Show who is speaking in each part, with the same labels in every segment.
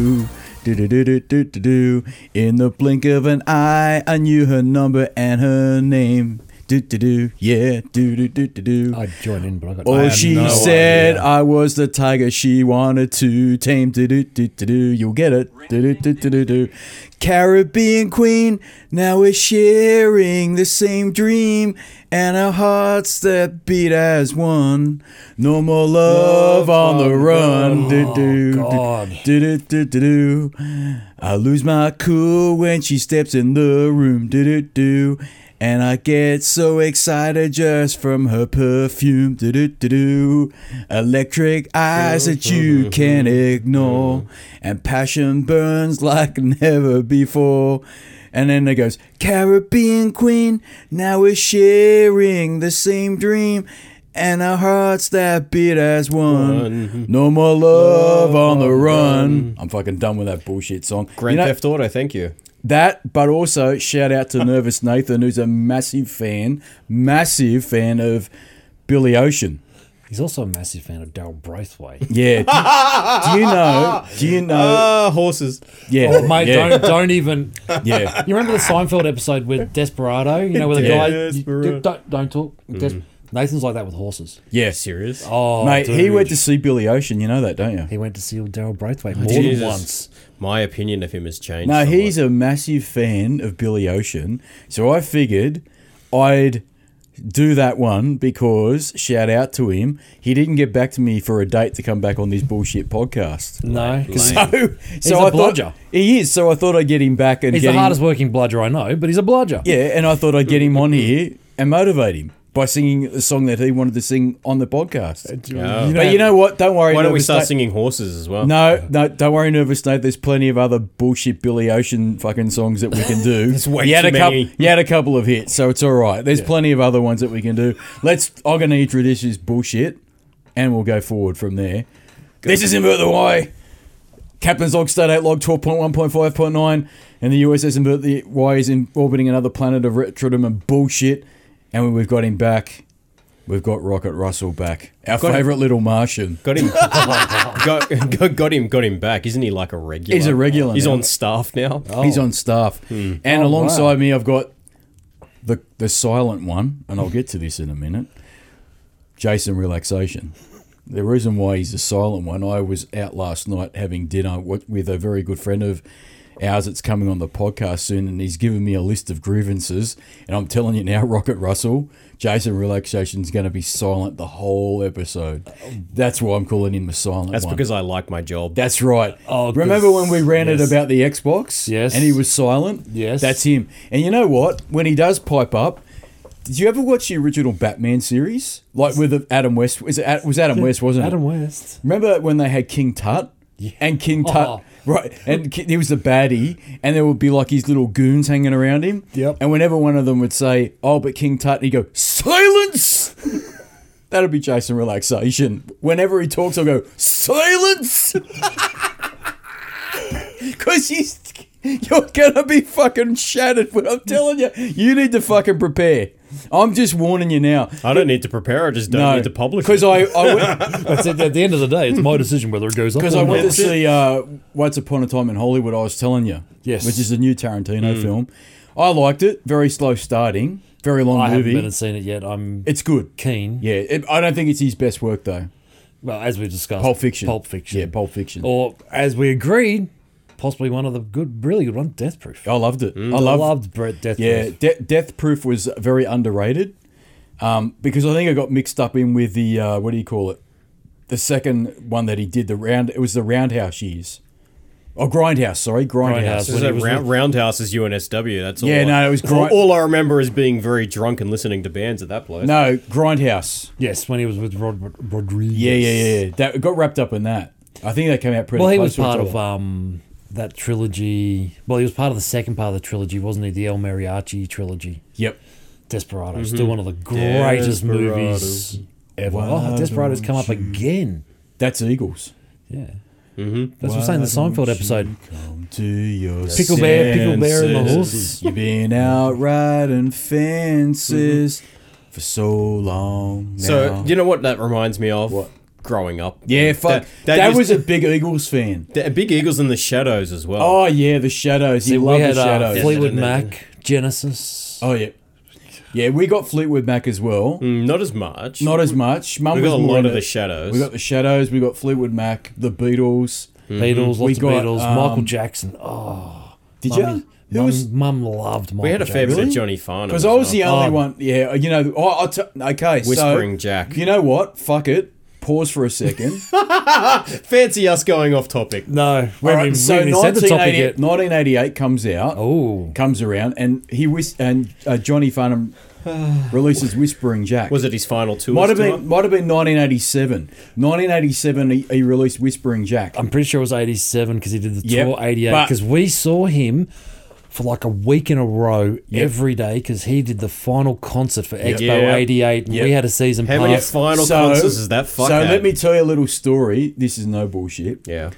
Speaker 1: Do do do do do do do. In the blink of an eye, I knew her number and her name. Do do do. Yeah. Do do do do do.
Speaker 2: I'd join in, but I got. I
Speaker 1: Oh,
Speaker 2: have
Speaker 1: she
Speaker 2: no
Speaker 1: said
Speaker 2: idea.
Speaker 1: I was the tiger she wanted to tame. Do do do do do. You'll get it. Do do do do do do. Caribbean queen. Now we're sharing the same dream and our hearts that beat as one. No more love, on the run. Do do do.
Speaker 2: God.
Speaker 1: Do do do do do. I lose my cool when she steps in the room. Do do do. And I get so excited just from her perfume. Do do do do. Electric eyes that you can't ignore. And passion burns like never before. And then it goes, Caribbean Queen, now we're sharing the same dream. And our hearts that beat as one. No more love on the run. I'm fucking done with that bullshit song.
Speaker 3: Grand
Speaker 1: You know,
Speaker 3: Theft Auto, thank you.
Speaker 1: that, but also shout out to Nervous Nathan, who's a massive fan, massive fan of Billy Ocean.
Speaker 2: He's also a massive fan of Daryl Braithwaite.
Speaker 1: Yeah. Do, do you know? Do you know?
Speaker 3: Ah, horses.
Speaker 1: Yeah.
Speaker 2: Oh, mate,
Speaker 1: yeah,
Speaker 2: don't don't even.
Speaker 1: yeah.
Speaker 2: You remember the Seinfeld episode with Desperado? You know, where the
Speaker 1: Yeah.
Speaker 2: guy you-
Speaker 3: Desperado.
Speaker 2: don't don't talk. Des- Nathan's like that with horses.
Speaker 1: Yeah.
Speaker 3: Serious?
Speaker 2: Oh,
Speaker 1: Mate, he
Speaker 2: dude.
Speaker 1: went to see Billy Ocean. You know that, don't you?
Speaker 2: He went to see Daryl Braithwaite more
Speaker 3: Jesus.
Speaker 2: than once.
Speaker 3: My opinion of him has changed.
Speaker 1: No,
Speaker 3: somewhat.
Speaker 1: he's a massive fan of Billy Ocean. So I figured I'd do that one because shout out to him. He didn't get back to me for a date to come back on this bullshit podcast.
Speaker 2: No, because
Speaker 3: Lame.
Speaker 1: So,
Speaker 2: a
Speaker 1: so I
Speaker 2: bludger.
Speaker 1: thought he is. So I thought I'd get him back and
Speaker 2: he's
Speaker 1: get
Speaker 2: the
Speaker 1: him,
Speaker 2: hardest working bludger I know, but he's a bludger.
Speaker 1: Yeah, and I thought I'd get him on here and motivate him by singing a song that he wanted to sing on the podcast.
Speaker 3: Oh.
Speaker 1: but you know what? Don't worry.
Speaker 3: Why don't we
Speaker 1: Nervous
Speaker 3: start
Speaker 1: Nate-
Speaker 3: singing horses as well?
Speaker 1: No, no, don't worry, nervous Nate. There's plenty of other bullshit Billy Ocean fucking songs that we can do. There's
Speaker 3: way
Speaker 1: you had
Speaker 3: too
Speaker 1: a couple,
Speaker 3: many.
Speaker 1: You had a couple of hits, so it's all right. There's plenty of other ones that we can do. Let's. I'm gonna introduce this bullshit, and we'll go forward from there. This is Invert the Y. Captain's log, state 8 log 12.1.5.9, and the USS Invert the Y is in orbiting another planet of retrodium and bullshit. And when we've got him back, we've got Rocket Russell back, our
Speaker 3: Got him.
Speaker 1: favourite little Martian.
Speaker 3: Got him, got, got, got him, got him back. Isn't he like a regular?
Speaker 1: He's a regular
Speaker 3: He's
Speaker 1: now. Oh,
Speaker 3: on staff now.
Speaker 1: He's on staff. And
Speaker 2: Oh,
Speaker 1: alongside
Speaker 2: wow.
Speaker 1: me, I've got the the silent one, and I'll get to this in a minute. Jason Relaxation. The reason why he's the silent one, I was out last night having dinner wi- with a very good friend of ours that's coming on the podcast soon, and he's given me a list of grievances. And I'm telling you now, Rocket Russell, Jason Relaxation's going to be silent the whole episode. That's why I'm calling him the silent
Speaker 3: That's
Speaker 1: one.
Speaker 3: because I like my job.
Speaker 1: That's right.
Speaker 2: Oh,
Speaker 1: Remember
Speaker 2: good.
Speaker 1: when we ranted
Speaker 2: Yes.
Speaker 1: about the Xbox?
Speaker 2: Yes.
Speaker 1: And he was silent?
Speaker 2: Yes.
Speaker 1: That's him. And you know what? When he does pipe up, did you ever watch the original Batman series? Like with Adam West. Was it Ad- was Adam West, wasn't it?
Speaker 2: Adam West.
Speaker 1: Remember when they had King Tut? And King Tut.
Speaker 2: Oh.
Speaker 1: Right, and Ki- he was the baddie, and there would be like his little goons hanging around him.
Speaker 2: Yep.
Speaker 1: And whenever one of them would say, "Oh, but King Tut," he'd go, "Silence." That'll be Jason relaxation. Whenever he talks, I'll go, "Silence," because he's you're gonna be fucking shattered. But I'm telling you, you need to fucking prepare. I'm just warning you now.
Speaker 3: I don't need to prepare. I just don't need to publish.
Speaker 1: because
Speaker 3: it.
Speaker 1: I, I went,
Speaker 2: That's it. At the end of the day, it's my decision whether it goes up.
Speaker 1: Because
Speaker 2: or
Speaker 1: I went
Speaker 2: not.
Speaker 1: to see uh, Once Upon a Time in Hollywood, I was telling you.
Speaker 2: Yes. Hmm.
Speaker 1: Which is a new Tarantino film. I liked it. Very slow starting, very long
Speaker 2: I haven't
Speaker 1: movie.
Speaker 2: been and seen it yet. I'm
Speaker 1: it's good.
Speaker 2: keen.
Speaker 1: Yeah, it, I don't think it's his best work, though.
Speaker 2: Well, as we discussed,
Speaker 1: Pulp Fiction.
Speaker 2: Pulp Fiction.
Speaker 1: Yeah, Pulp Fiction.
Speaker 2: Or as we agreed, possibly one of the good, really good one, Death Proof.
Speaker 1: I loved it. I
Speaker 2: I
Speaker 1: loved
Speaker 2: loved Brett Death
Speaker 1: Yeah,
Speaker 2: Proof.
Speaker 1: De- Death Proof was very underrated um, because I think I got mixed up in with the, uh, what do you call it? The second one that he did, the round, it was the Roundhouse years. Oh, Grindhouse, sorry, Grindhouse.
Speaker 2: Grindhouse.
Speaker 3: This is
Speaker 2: when he
Speaker 3: a
Speaker 2: was
Speaker 3: round, roundhouse is UNSW. That's all.
Speaker 1: Yeah,
Speaker 3: I,
Speaker 1: no, it was
Speaker 3: all,
Speaker 1: great.
Speaker 3: all I remember is being very drunk and listening to bands at that place.
Speaker 1: No, Grindhouse.
Speaker 2: Yes, when he was with Rod Rodriguez.
Speaker 1: Yeah, yeah, yeah, yeah. That it got wrapped up in that. I think that came out pretty.
Speaker 2: Well, he
Speaker 1: close
Speaker 2: was
Speaker 1: to each
Speaker 2: part of
Speaker 1: other.
Speaker 2: um that trilogy. Well, he was part of the second part of the trilogy, wasn't he? The El Mariachi trilogy.
Speaker 1: Yep.
Speaker 2: Desperado, still one of the greatest
Speaker 3: Desperado.
Speaker 2: movies ever.
Speaker 1: Mm-hmm. Why
Speaker 2: Oh, Desperado's
Speaker 1: don't
Speaker 2: come up again.
Speaker 1: That's Eagles.
Speaker 2: Yeah. Mm-hmm. That's what I'm saying. The Seinfeld episode.
Speaker 1: Come to your
Speaker 2: Pickle Bear- Pickle Bear and the
Speaker 1: senses.
Speaker 2: Horses.
Speaker 1: You've been out riding
Speaker 2: Mm-hmm.
Speaker 1: fences for so long. Now.
Speaker 3: So you know what that reminds me of?
Speaker 1: What?
Speaker 3: growing up.
Speaker 1: Yeah, fuck. That,
Speaker 3: that is-
Speaker 1: was a big Eagles fan.
Speaker 3: The big Eagles in the shadows as well.
Speaker 1: Oh yeah, the Shadows. He loved the
Speaker 2: uh,
Speaker 1: Shadows.
Speaker 2: Fleetwood
Speaker 3: Yeah,
Speaker 2: Mac,
Speaker 3: didn't
Speaker 2: Genesis.
Speaker 1: oh yeah, yeah. We got Fleetwood Mac as well.
Speaker 3: Mm, not as much.
Speaker 1: Not as much. Mum
Speaker 3: we
Speaker 1: was
Speaker 3: got a
Speaker 1: more
Speaker 3: lot
Speaker 1: into-
Speaker 3: of the shadows.
Speaker 1: We got the Shadows. We got Fleetwood Mac, the Beatles.
Speaker 2: Mm. Beatles, lots
Speaker 1: Mm-hmm. We
Speaker 2: of
Speaker 1: got,
Speaker 2: Beatles.
Speaker 1: um,
Speaker 2: Michael Jackson. Oh,
Speaker 1: Did
Speaker 2: mum,
Speaker 1: you? Who was?
Speaker 2: mum loved Michael.
Speaker 3: we had a fair
Speaker 2: Jackson.
Speaker 3: bit
Speaker 1: Really?
Speaker 3: of Johnny Farnham.
Speaker 1: Because
Speaker 3: as
Speaker 1: I was
Speaker 3: well.
Speaker 1: the only
Speaker 2: Oh.
Speaker 1: one. Yeah, you know. Oh, I'll t- okay. so-
Speaker 3: Whispering Jack.
Speaker 1: You know what? Fuck it. Pause for a second.
Speaker 3: Fancy us going off topic.
Speaker 2: No, we
Speaker 1: All
Speaker 2: haven't
Speaker 1: right,
Speaker 2: even,
Speaker 1: so
Speaker 2: we haven't even said the topic
Speaker 1: 1988,
Speaker 2: yet.
Speaker 1: 1988 comes out,
Speaker 2: Oh,
Speaker 1: comes around, and he whis- and uh, Johnny Farnham releases Whispering Jack.
Speaker 3: Was it his final tour?
Speaker 1: Might have
Speaker 3: still?
Speaker 1: been might have been 1987. 1987, he, he released Whispering Jack.
Speaker 2: I'm pretty sure it was 87 because he did the
Speaker 1: Yep,
Speaker 2: tour 88
Speaker 1: but-
Speaker 2: because we saw him for like a week in a row every day because he did the final concert for Expo
Speaker 3: Yeah.
Speaker 2: 88 and
Speaker 1: Yep.
Speaker 2: we had a season
Speaker 3: How many
Speaker 2: pass.
Speaker 3: final concerts is that? Fuck
Speaker 1: so
Speaker 3: had?
Speaker 1: let me tell you a little story. This is no bullshit.
Speaker 3: Yeah.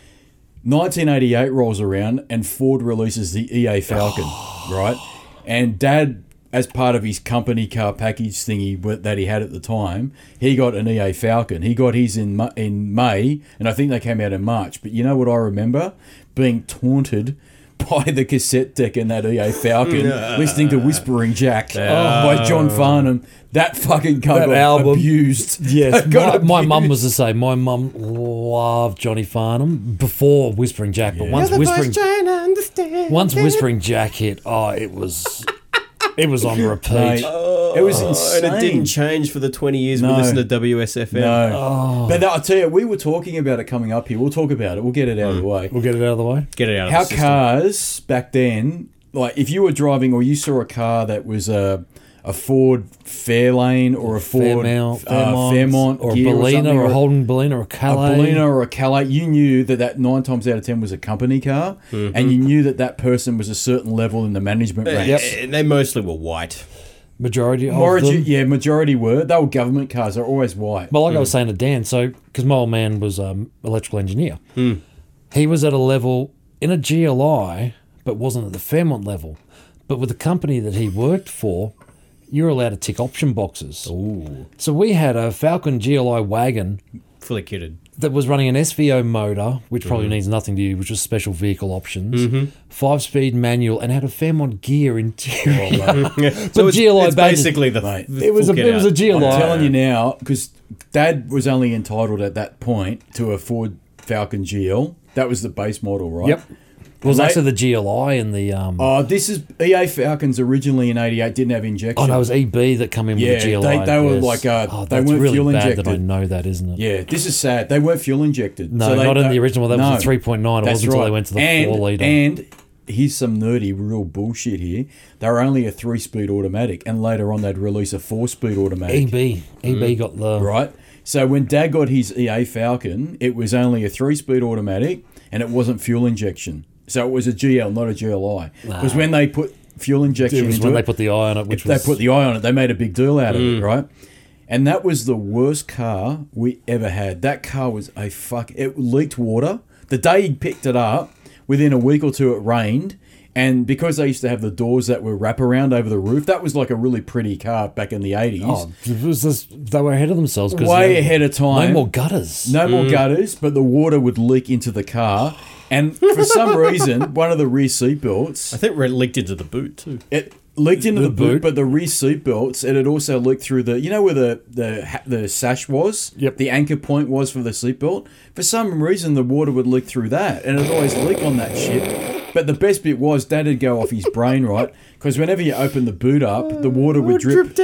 Speaker 1: 1988 rolls around and Ford releases the EA Falcon, right? And Dad, as part of his company car package thingy wi- that he had at the time, he got an EA Falcon. He got his in Mu- in May, and I think they came out in March. But you know what I remember? Being taunted by the cassette deck in that EA Falcon, listening to Whispering Jack oh, by John Farnham. That fucking cover
Speaker 2: That album.
Speaker 1: abused.
Speaker 2: Yes,
Speaker 1: That got
Speaker 2: my, my
Speaker 1: abused.
Speaker 2: mum was the same. My mum loved Johnny Farnham before Whispering Jack, but once Whispering once Whispering Jack hit, oh, it was it was on repeat.
Speaker 1: Mate, it was
Speaker 3: Oh,
Speaker 1: insane.
Speaker 3: and it didn't change for the 20 years
Speaker 1: No.
Speaker 3: we listened to WSFM.
Speaker 1: No.
Speaker 2: Oh.
Speaker 1: But I'll tell you, we were talking about it coming up here. We'll talk about it. We'll get it out of the way.
Speaker 2: Mm. We'll get it out of the way.
Speaker 3: Get it out
Speaker 1: How
Speaker 3: of the system.
Speaker 1: cars back then, like if you were driving or you saw a car that was a, a Ford Fairlane or a Ford
Speaker 2: Fairmount,
Speaker 1: uh,
Speaker 2: Fairmont,
Speaker 1: Fairmont
Speaker 2: or a
Speaker 1: Gear
Speaker 2: Bellina,
Speaker 1: something,
Speaker 2: or, a
Speaker 1: a-
Speaker 2: Holden Bellina, or a
Speaker 1: a
Speaker 2: Calais.
Speaker 1: Bellina or a Calais, you knew that that nine times out of ten was a company car,
Speaker 2: Mm-hmm.
Speaker 1: and you knew that that person was a certain level in the management ranks.
Speaker 3: Eh, They mostly were white.
Speaker 2: Majority of
Speaker 1: Majority,
Speaker 2: them.
Speaker 1: yeah, majority were. They were government cars. They're always white.
Speaker 2: But like I was saying to Dan, so because my old man was um, electrical engineer, he was at a level in a GLI, but wasn't at the Fairmont level. But with the company that he worked for, you're allowed to tick option boxes. Ooh. So we had a Falcon GLI wagon
Speaker 3: Fully kitted.
Speaker 2: that was running an SVO motor, which probably means nothing to you, which was special vehicle options, five-speed manual, and had a Fairmont gear interior.
Speaker 3: so it's,
Speaker 2: GLI
Speaker 3: it's
Speaker 2: badges-
Speaker 3: basically the,
Speaker 1: Mate,
Speaker 3: the
Speaker 2: it was a
Speaker 3: full kit
Speaker 2: it was a
Speaker 3: out.
Speaker 2: GLI.
Speaker 1: I'm telling you now, because Dad was only entitled at that point to a Ford Falcon GL. That was the base model, right?
Speaker 2: Yep. It was
Speaker 1: Mate-
Speaker 2: actually the GLI and the um,
Speaker 1: Oh, this is EA Falcons originally in '88 didn't have injection.
Speaker 2: Oh no, it was EB that come in
Speaker 1: Yeah,
Speaker 2: with the GLI.
Speaker 1: they- they were like, uh, they
Speaker 2: Oh, that's
Speaker 1: weren't
Speaker 2: really
Speaker 1: fuel
Speaker 2: bad That I
Speaker 1: injected.
Speaker 2: know that, isn't it?
Speaker 1: yeah, this is sad. They weren't fuel injected.
Speaker 2: No,
Speaker 1: So they-
Speaker 2: not in the
Speaker 1: they-
Speaker 2: original. That
Speaker 1: no.
Speaker 2: was a 3.9. It
Speaker 1: That's
Speaker 2: wasn't
Speaker 1: right.
Speaker 2: until they went to the
Speaker 1: and,
Speaker 2: 4 litre.
Speaker 1: And here's some nerdy, real bullshit here. They were only a three-speed automatic, and later on they'd release a four-speed automatic.
Speaker 2: EB. EB E got the.
Speaker 1: mm-hmm. right? So when Dad got his EA Falcon, it was only a three-speed automatic, and it wasn't fuel injection. So it was a GL, not a GLI. Because when they put fuel injection
Speaker 2: It was
Speaker 1: into
Speaker 2: when
Speaker 1: it,
Speaker 2: they put the Mm. eye on it, which
Speaker 1: they
Speaker 2: was.
Speaker 1: put the eye on it. They made a big deal out of it, right? And that was the worst car we ever had. That car was a fuck. It leaked water. The day he picked it up, within a week or two, it rained. And because they used to have the doors that were wrap around over the roof, that was like a really pretty car back in the 80s.
Speaker 2: oh, it was just, they were ahead of themselves. 'cause
Speaker 1: Way
Speaker 2: they-
Speaker 1: ahead of time.
Speaker 2: No more gutters.
Speaker 1: No more gutters, but the water would leak into the car. And for some reason, one of the rear seat belts,
Speaker 3: I think we're linked into the boot too.
Speaker 1: it leaked into the,
Speaker 2: The
Speaker 1: boot,
Speaker 2: boot?
Speaker 1: but the rear seat belts, and it also leaked through the, you know where the the ha- the sash was,
Speaker 2: Yep.
Speaker 1: the anchor point was for the seat belt. For some reason, the water would leak through that, and it always leaked on that shit. But the best bit was Dad'd go off his brain, right? Because whenever you open the boot up, the water would drip drip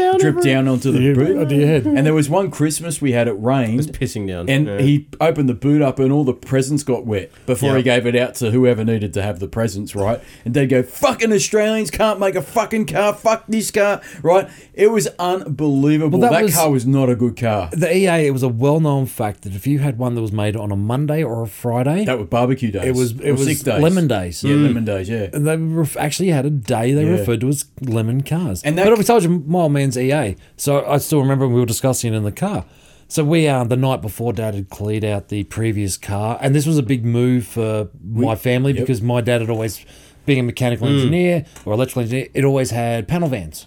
Speaker 1: down, onto the boot.
Speaker 2: onto your head.
Speaker 1: And there was one Christmas we had it rained,
Speaker 3: Pissing down.
Speaker 1: and
Speaker 3: Yeah.
Speaker 1: he opened the boot up, and all the presents got wet before
Speaker 3: Yeah.
Speaker 1: he gave it out to whoever needed to have the presents, right? And they'd go, fucking Australians can't make a fucking car, fuck this car, right? It was unbelievable.
Speaker 2: Well,
Speaker 1: that
Speaker 2: that was-
Speaker 1: car was not a good car.
Speaker 2: The EA, it was a well known fact that if you had one that was made on a Monday or a Friday,
Speaker 1: That was barbecue days.
Speaker 2: it was, it
Speaker 1: Or
Speaker 2: was
Speaker 1: sick days.
Speaker 2: lemon days.
Speaker 1: Yeah, lemon days, yeah.
Speaker 2: And they ref- actually had a day they
Speaker 1: Yeah.
Speaker 2: referred to as lemon cars.
Speaker 1: And
Speaker 2: And
Speaker 1: that-
Speaker 2: but we told you, my old man's EA. So I still remember we were discussing it in the car. So we uh, the night before Dad had cleared out the previous car, and this was a big move for my family because my dad had always, being a mechanical
Speaker 1: Hmm.
Speaker 2: engineer or electrical engineer, it always had panel vans.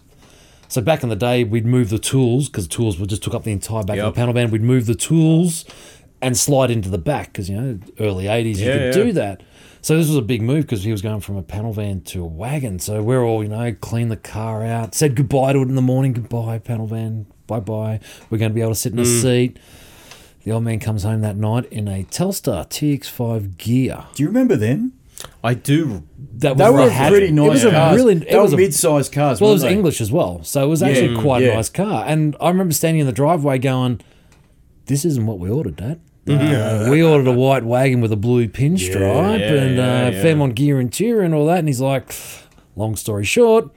Speaker 2: So back in the day, we'd move the tools because tools would just took up the entire back of
Speaker 3: Yep.
Speaker 2: the panel van. We'd move the tools and slide into the back because you know early 80s you
Speaker 3: Yeah,
Speaker 2: could
Speaker 3: yeah.
Speaker 2: do that so this was a big move because he was going from a panel van to a wagon so we're all you know clean the car out said goodbye to it in the morning goodbye panel van bye bye we're going to be able to sit in a seat the old man comes home that night in a Telstar TX5 gear.
Speaker 1: Do you remember them?
Speaker 3: I do.
Speaker 2: That was
Speaker 1: They were
Speaker 2: the hat-
Speaker 1: pretty nice
Speaker 2: It was
Speaker 1: cars.
Speaker 2: a really it
Speaker 1: they
Speaker 2: was
Speaker 1: were
Speaker 2: a
Speaker 1: mid-sized cars.
Speaker 2: well, it was
Speaker 1: weren't they?
Speaker 2: English as well, so it was actually
Speaker 1: Yeah,
Speaker 2: quite
Speaker 1: yeah.
Speaker 2: a nice car. And I remember standing in the driveway going, "This isn't what we ordered, Dad. Uh, we ordered a white wagon with a blue pinstripe
Speaker 3: Yeah,
Speaker 2: and
Speaker 3: yeah,
Speaker 2: uh,
Speaker 3: yeah.
Speaker 2: Fairmont gear interior and all that." And he's like, "Long story short."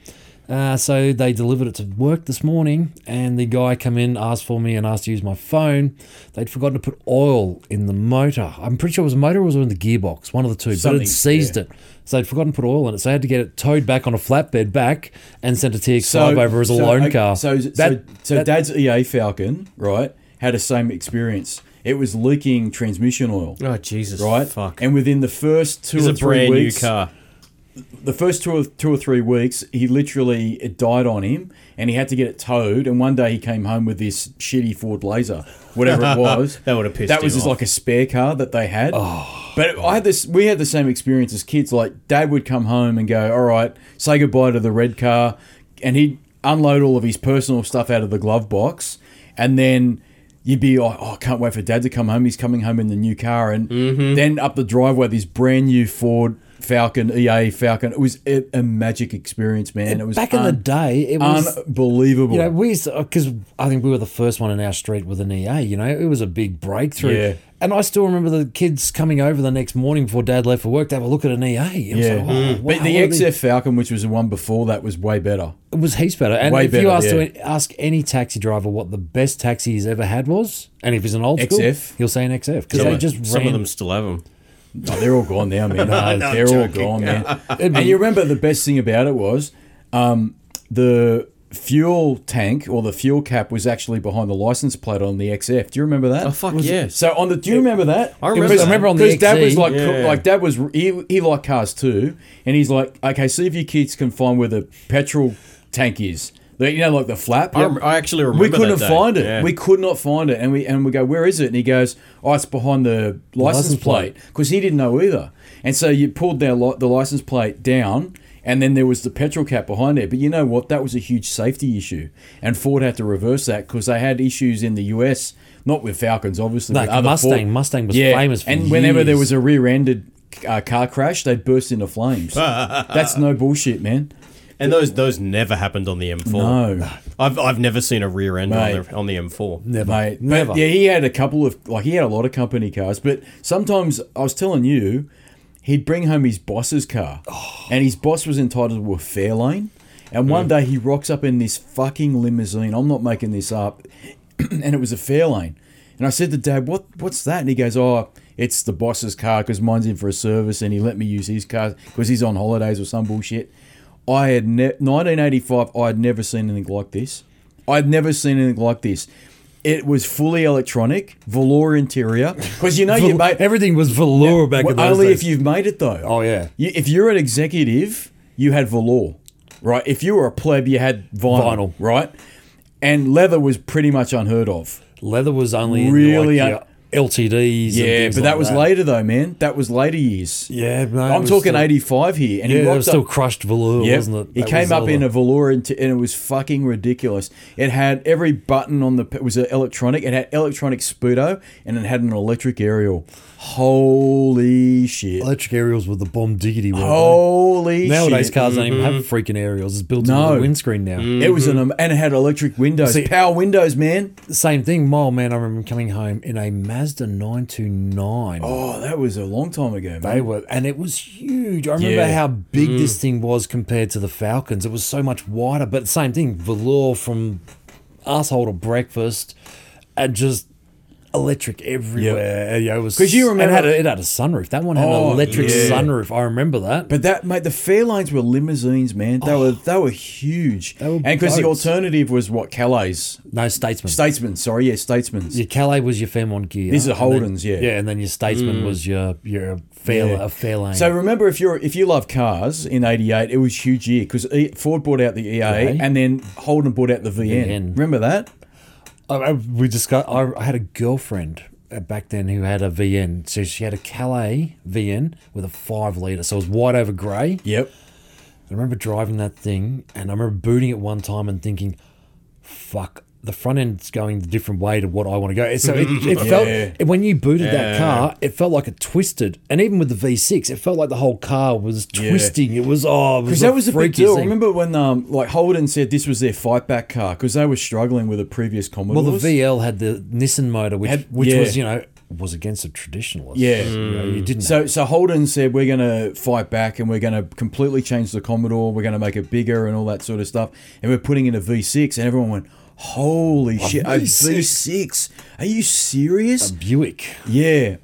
Speaker 2: Uh, so they delivered it to work this morning, and the guy come in, asked for me, and asked to use my phone. They'd forgotten to put oil in the motor. I'm pretty sure it was a motor or was it in the gearbox, one of the two. but
Speaker 3: Something,
Speaker 2: it seized it, so they'd forgotten to put oil in it. So they had to get it towed back on a flatbed back and sent a TX5 over as a
Speaker 1: so,
Speaker 2: loan
Speaker 1: okay,
Speaker 2: car.
Speaker 1: So, so,
Speaker 2: That-
Speaker 1: so
Speaker 2: that-
Speaker 1: Dad's EA Falcon, right, had the same experience. It was leaking transmission oil,
Speaker 3: Oh Jesus!
Speaker 1: right?
Speaker 3: Fuck.
Speaker 1: And within the first two
Speaker 3: It's
Speaker 1: or
Speaker 3: a
Speaker 1: three
Speaker 3: brand
Speaker 1: weeks,
Speaker 3: new car.
Speaker 1: the first two or, two or three weeks, he literally it died on him, and he had to get it towed. And one day he came home with this shitty Ford Blazer, whatever it was.
Speaker 3: That would've pissed
Speaker 1: That
Speaker 3: him
Speaker 1: was just
Speaker 3: off.
Speaker 1: like a spare car that they had. but I had this. We had the same experience as kids. Like Dad would come home and go, "All right, say goodbye to the red car," and he'd unload all of his personal stuff out of the glove box, and then. You'd be like, oh, I can't wait for Dad to come home. He's coming home in the new car, and then up the driveway, this brand new Ford Falcon EA Falcon. It was a, a magic experience, man. It was
Speaker 2: back in the
Speaker 1: un-
Speaker 2: day, it was
Speaker 1: unbelievable.
Speaker 2: you know, we used because I think we were the first one in our street with an EA. You know, it was a big breakthrough.
Speaker 1: Yeah.
Speaker 2: And I still remember the kids coming over the next morning before Dad left for work to have a look at an EA. It was
Speaker 1: yeah, Mm.
Speaker 2: like, oh, wow,
Speaker 1: but the
Speaker 2: what are these-
Speaker 1: XF Falcon, which was the one before that, was way better.
Speaker 2: it was heaps better. And
Speaker 1: Way
Speaker 2: if you
Speaker 1: better,
Speaker 2: ask
Speaker 1: yeah.
Speaker 2: to ask any taxi driver what the best taxi he's ever had was, and if he's an old
Speaker 1: XF.
Speaker 2: school, he'll say an XF because
Speaker 3: Some,
Speaker 2: they
Speaker 3: of-
Speaker 2: just
Speaker 3: some
Speaker 2: ran-
Speaker 3: of them still have them.
Speaker 1: Oh, they're all gone now, man.
Speaker 2: no,
Speaker 1: they're all gone, man. and you remember the best thing about it was um, the fuel tank or the fuel cap was actually behind the license plate on the XF. Do you remember that?
Speaker 3: Oh fuck yeah!
Speaker 1: So on the, do you remember that?
Speaker 3: I remember
Speaker 1: Because-
Speaker 3: that. I remember
Speaker 2: on the
Speaker 1: because dad
Speaker 2: XE.
Speaker 1: was like,
Speaker 3: E? Yeah.
Speaker 1: like dad was he, he liked cars too, and he's like, okay, see if your kids can find where the petrol tank is. The- You know, like the flap.
Speaker 3: I, rem- I actually remember.
Speaker 1: we couldn't
Speaker 3: that day.
Speaker 1: find it.
Speaker 3: Yeah.
Speaker 1: We could not find it, and we and we go, where is it? And he goes, oh, it's behind the license,
Speaker 2: License
Speaker 1: plate
Speaker 2: plate.
Speaker 1: because he didn't know either. And so you pulled their li- the license plate down. And then there was the petrol cap behind there, but you know what? That was a huge safety issue, and Ford had to reverse that because they had issues in the U.S. Not with Falcons, obviously.
Speaker 2: No,
Speaker 1: but other
Speaker 2: Mustang-
Speaker 1: Ford-
Speaker 2: Mustang was famous for
Speaker 1: and whenever there
Speaker 2: years.
Speaker 1: was a rear-ended uh, car crash, they'd burst into flames. That's no bullshit, man.
Speaker 3: and those those never happened on the M4.
Speaker 1: No.
Speaker 3: I've I've never seen a rear end on
Speaker 1: Mate.
Speaker 3: the on the M4.
Speaker 2: never,
Speaker 1: Mate,
Speaker 2: never.
Speaker 1: But yeah, he had a couple of like he had a lot of company cars, but sometimes I was telling you, he'd bring home his boss's car,
Speaker 2: Oh.
Speaker 1: and his boss was entitled to a Fairlane. And one day he rocks up in this fucking limousine. I'm not making this up, and it was a Fairlane. And I said to Dad, "What? What's that?" And he goes, "Oh, it's the boss's car because mine's in for a service, and he let me use his car because he's on holidays or some bullshit." I had ne- 1985. I had never seen anything like this. I'd never seen anything like this. It was fully electronic, velour interior. Because you know you made
Speaker 2: Everything was velour back
Speaker 1: Oh,
Speaker 2: in
Speaker 1: well,
Speaker 2: those
Speaker 1: only
Speaker 2: days.
Speaker 1: if you've made it though.
Speaker 2: Oh, yeah.
Speaker 1: You, if you're an executive, you had velour, right? If you were a pleb, you had vinyl,
Speaker 2: Vinyl.
Speaker 1: right? And leather was pretty much unheard of.
Speaker 2: Leather was only in,
Speaker 1: Really
Speaker 2: like,
Speaker 1: un-
Speaker 2: your LTDs. and
Speaker 1: Yeah,
Speaker 2: things
Speaker 1: but that
Speaker 2: like
Speaker 1: was later though, man. That was later years.
Speaker 2: Yeah, no, it
Speaker 1: I'm
Speaker 2: was
Speaker 1: talking
Speaker 2: still-
Speaker 1: '85 here, and
Speaker 2: Yeah,
Speaker 1: he
Speaker 2: it
Speaker 1: rocked
Speaker 2: was still
Speaker 1: up.
Speaker 2: crushed velour,
Speaker 1: Yep.
Speaker 2: wasn't it?
Speaker 1: He
Speaker 2: That was
Speaker 1: came up in
Speaker 2: Zelda.
Speaker 1: a velour and, and it was fucking ridiculous. It had every button on the it was a electronic. It had electronic speedo and it had an electric aerial. Holy shit!
Speaker 2: electric aerials with the bomb diggity. weren't they?
Speaker 1: Holy
Speaker 2: Nowadays,
Speaker 1: shit. Mm-hmm.
Speaker 2: cars don't even have freaking aerials. It's built
Speaker 1: No.
Speaker 2: into the windscreen now.
Speaker 1: It was an um, and it had electric windows,
Speaker 2: See-
Speaker 1: power windows, man.
Speaker 2: Same thing. My old man, I remember coming home in a Mazda 929.
Speaker 1: Oh, that was a long time ago, man.
Speaker 2: They were, and it was huge. I remember
Speaker 1: Yeah. Mm.
Speaker 2: how big this thing was compared to the Falcons. It was so much wider, but same thing, velour from asshole to breakfast, and just electric everywhere. Yeah, it was
Speaker 1: 'Cause you
Speaker 2: and it had,
Speaker 1: remember-
Speaker 2: a, it had a sunroof. That one had
Speaker 1: Oh,
Speaker 2: an electric
Speaker 1: yeah.
Speaker 2: sunroof. I remember that.
Speaker 1: But that mate, the Fairlanes were limousines, man. They were they were huge,
Speaker 2: Oh. They were
Speaker 1: and because the
Speaker 2: boats.
Speaker 1: alternative was what Calais
Speaker 2: no Statesman.
Speaker 1: Statesman, sorry, yeah, Statesman's.
Speaker 2: your Calais was your Fairmont gear.
Speaker 1: These are
Speaker 2: and then-
Speaker 1: Holdens, yeah.
Speaker 2: yeah, Mm. and then your Statesman was your your fair
Speaker 1: Yeah.
Speaker 2: a Fairlane.
Speaker 1: So remember, if you're if you love cars in '88, it was huge year because Ford bought out the EA
Speaker 2: E
Speaker 1: and then Holden bought out the VN.
Speaker 2: VN.
Speaker 1: Remember that?
Speaker 2: I, I- we discussed. I, I had a girlfriend uh, back then who had a VN. So she had a Calais VN with a five litre. So it was white over grey.
Speaker 1: Yep.
Speaker 2: I remember driving that thing and I remember booting it one time and thinking, fuck, the front end's going the different way to what I want to go. So it, it
Speaker 1: Yeah.
Speaker 2: felt, when you booted
Speaker 3: Yeah.
Speaker 2: that car, it felt like it twisted. And even with the V6, it felt like the whole car was twisting. It was, oh,
Speaker 1: Because
Speaker 2: because
Speaker 1: that was a big
Speaker 2: freaky
Speaker 1: deal.
Speaker 2: thing.
Speaker 1: Remember when um, like Holden said this was their fight back car because they were struggling with a previous Commodore.
Speaker 2: Well, the VL had the Nissan motor, which,
Speaker 1: Had-
Speaker 2: which
Speaker 1: yeah.
Speaker 2: was, you know, was against the traditionalists.
Speaker 1: Yeah. Mm.
Speaker 2: You, know, you didn't
Speaker 1: So, so Holden said we're going to fight back and we're going to completely change the Commodore. We're going to make it bigger and all that sort of stuff. And we're putting in a V6, and everyone went, "Holy shit! A V6? Are you
Speaker 2: Um,
Speaker 1: serious?
Speaker 2: Buick
Speaker 1: yeah,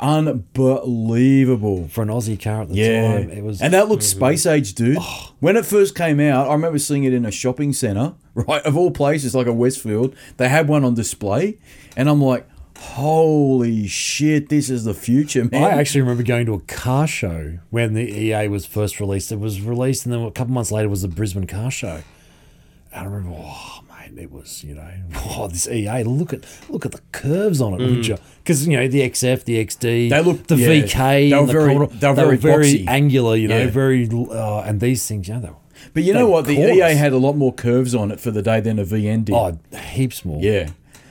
Speaker 1: unbelievable."
Speaker 2: for an Aussie car at the
Speaker 1: Yeah,
Speaker 2: time. It was Oh.
Speaker 1: and that looked space age, dude. When it first came out, I remember seeing it in a shopping center, right? Of all places, like a Westfield, they had one on display, and I'm like, "Holy shit! This is the future, man!"
Speaker 2: I actually remember going to a car show when the EA was first released. It was released, and then a couple months later was the Brisbane Car Show. And I remember, oh mate, it was you know, oh this EA look at look at the curves on it, would you? Because you know the XF, the XD,
Speaker 1: Mm. They looked-
Speaker 2: the
Speaker 1: yeah,
Speaker 2: VK,
Speaker 1: they were
Speaker 2: and the
Speaker 1: very-
Speaker 2: Commodore,
Speaker 1: they were very boxy.
Speaker 2: angular, you know,
Speaker 1: Yeah.
Speaker 2: very uh, and these things, yeah, they were
Speaker 1: But you know
Speaker 2: They
Speaker 1: what? The
Speaker 2: caught
Speaker 1: EA
Speaker 2: us.
Speaker 1: had a lot more curves on it for the day than a VN did.
Speaker 2: oh heaps more,
Speaker 1: yeah.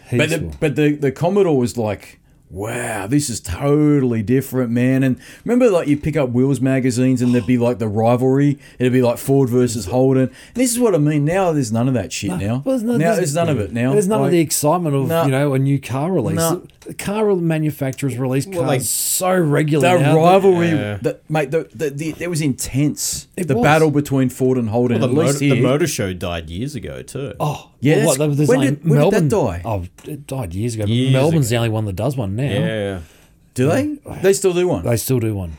Speaker 2: heaps
Speaker 1: But the,
Speaker 2: more.
Speaker 1: but the the Commodore was like, wow, this is totally different, man. And remember, like you pick up Wheels magazines and there'd be like the rivalry. It'd be like Ford versus Holden. And this is what I mean. Now there's none of that shit. now,
Speaker 2: Well, no-
Speaker 1: now there's none of it. Now
Speaker 2: There's none
Speaker 1: Like,
Speaker 2: of the excitement of
Speaker 1: No.
Speaker 2: you know a new car release.
Speaker 1: No.
Speaker 2: The car manufacturers release cars
Speaker 3: like,
Speaker 2: so regularly.
Speaker 1: the
Speaker 2: now that-
Speaker 1: rivalry,
Speaker 3: Yeah.
Speaker 1: that, mate. The, the, the it was intense.
Speaker 2: It
Speaker 1: the
Speaker 2: was.
Speaker 1: battle between Ford and Holden.
Speaker 3: The,
Speaker 1: at least
Speaker 3: motor, the
Speaker 1: here-
Speaker 3: motor show died years ago too.
Speaker 2: Oh,
Speaker 1: Yeah,
Speaker 2: well,
Speaker 1: that's-
Speaker 2: what, that was
Speaker 1: when
Speaker 2: like
Speaker 1: did- when did that die?
Speaker 2: Melbourne- Oh, it died years ago.
Speaker 3: Years
Speaker 2: Melbourne's
Speaker 3: ago.
Speaker 2: the only one that does one now.
Speaker 3: yeah.
Speaker 1: do they? They still do one.
Speaker 2: They still do one.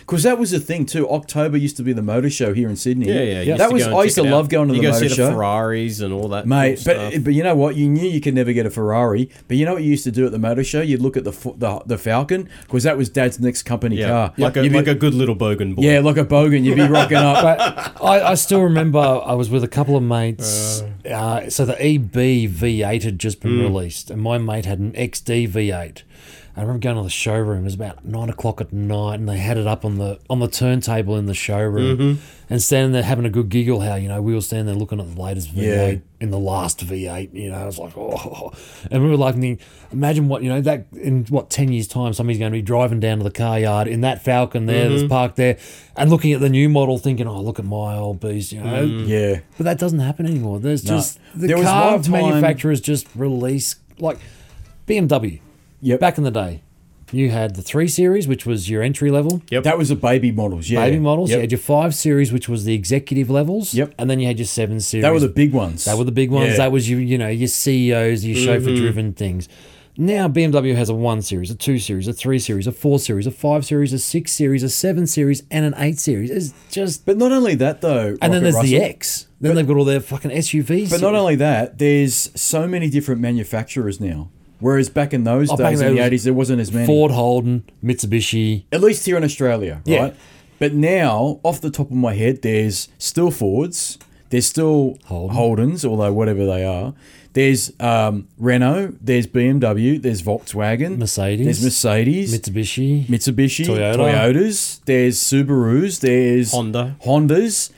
Speaker 1: Because that was the thing too. October used to be the motor show here in Sydney.
Speaker 3: Yeah, yeah. you
Speaker 1: That
Speaker 3: to
Speaker 1: was
Speaker 3: go and
Speaker 1: I
Speaker 3: check
Speaker 1: used to
Speaker 3: it out.
Speaker 1: love going to
Speaker 3: you
Speaker 1: the
Speaker 3: go
Speaker 1: motor
Speaker 3: see
Speaker 1: show,
Speaker 3: the Ferraris and all that,
Speaker 1: mate.
Speaker 3: cool
Speaker 1: But
Speaker 3: stuff.
Speaker 1: but you know what? You knew you could never get a Ferrari. But you know what you used to do at the motor show? You'd look at the F- the, the Falcon because that was Dad's next company
Speaker 3: yeah,
Speaker 1: car.
Speaker 3: like a
Speaker 1: You'd be-
Speaker 3: like a good little bogan boy.
Speaker 1: yeah, like a Bogan. You'd be rocking up.
Speaker 2: But I, I still remember I was with a couple of mates. Uh, so the EB V8 had just been released, and my mate had an XD V8. I remember going to the showroom. It was about nine o'clock at night, and they had it up on the on the turntable in the showroom, and standing there having a good giggle. How you know we were standing there looking at the latest V8
Speaker 1: Yeah.
Speaker 2: in the last V8. You know, I was like, oh, and we were like, thinking, imagine what you know that in what ten years time somebody's going to be driving down to the car yard in that Falcon there
Speaker 1: Mm-hmm.
Speaker 2: that's parked there, and looking at the new model, thinking, oh, look at my old beast. You know,
Speaker 1: yeah,
Speaker 2: but that doesn't happen anymore. There's
Speaker 1: Mm. No.
Speaker 2: just the
Speaker 1: There was
Speaker 2: car
Speaker 1: one time-
Speaker 2: manufacturers just release like BMW.
Speaker 1: Yep.
Speaker 2: Back in the day, you had the three series, which was your entry level.
Speaker 3: Yep.
Speaker 1: that was the baby models. Yeah,
Speaker 2: Baby models. You
Speaker 1: Yep.
Speaker 2: had your five series, which was the executive levels.
Speaker 1: Yep.
Speaker 2: And then you had your seven series.
Speaker 1: They were the big ones.
Speaker 2: That were the big ones.
Speaker 1: Yeah. Mm-hmm.
Speaker 2: That was your, you know, your CEOs, your chauffeur-driven things. Now BMW has a one series, a two series, a three series, a four series, a five series, a six series, a seven series, and an eight series. It's just,
Speaker 1: But not only that though.
Speaker 2: and
Speaker 1: Rocket
Speaker 2: then there's the
Speaker 1: Russell-
Speaker 2: X. Then they've got all their fucking SUVs.
Speaker 1: But not only that, there's so many different manufacturers now. Whereas back in those
Speaker 2: Oh, back
Speaker 1: days
Speaker 2: in
Speaker 1: in the
Speaker 2: those-
Speaker 1: eighties, there wasn't as many.
Speaker 2: Ford, Holden, Mitsubishi.
Speaker 1: at least here in Australia,
Speaker 2: Yeah.
Speaker 1: right? But now, off the top of my head, there's still Fords, there's still
Speaker 2: Holden.
Speaker 1: Holdens, although whatever they are. There's um, Renault, there's BMW, there's Volkswagen,
Speaker 2: Mercedes.
Speaker 1: there's Mercedes,
Speaker 2: Mitsubishi.
Speaker 1: Mitsubishi,
Speaker 2: Toyota.
Speaker 1: Toyotas, there's Subarus, there's
Speaker 3: Honda.
Speaker 1: Hondas.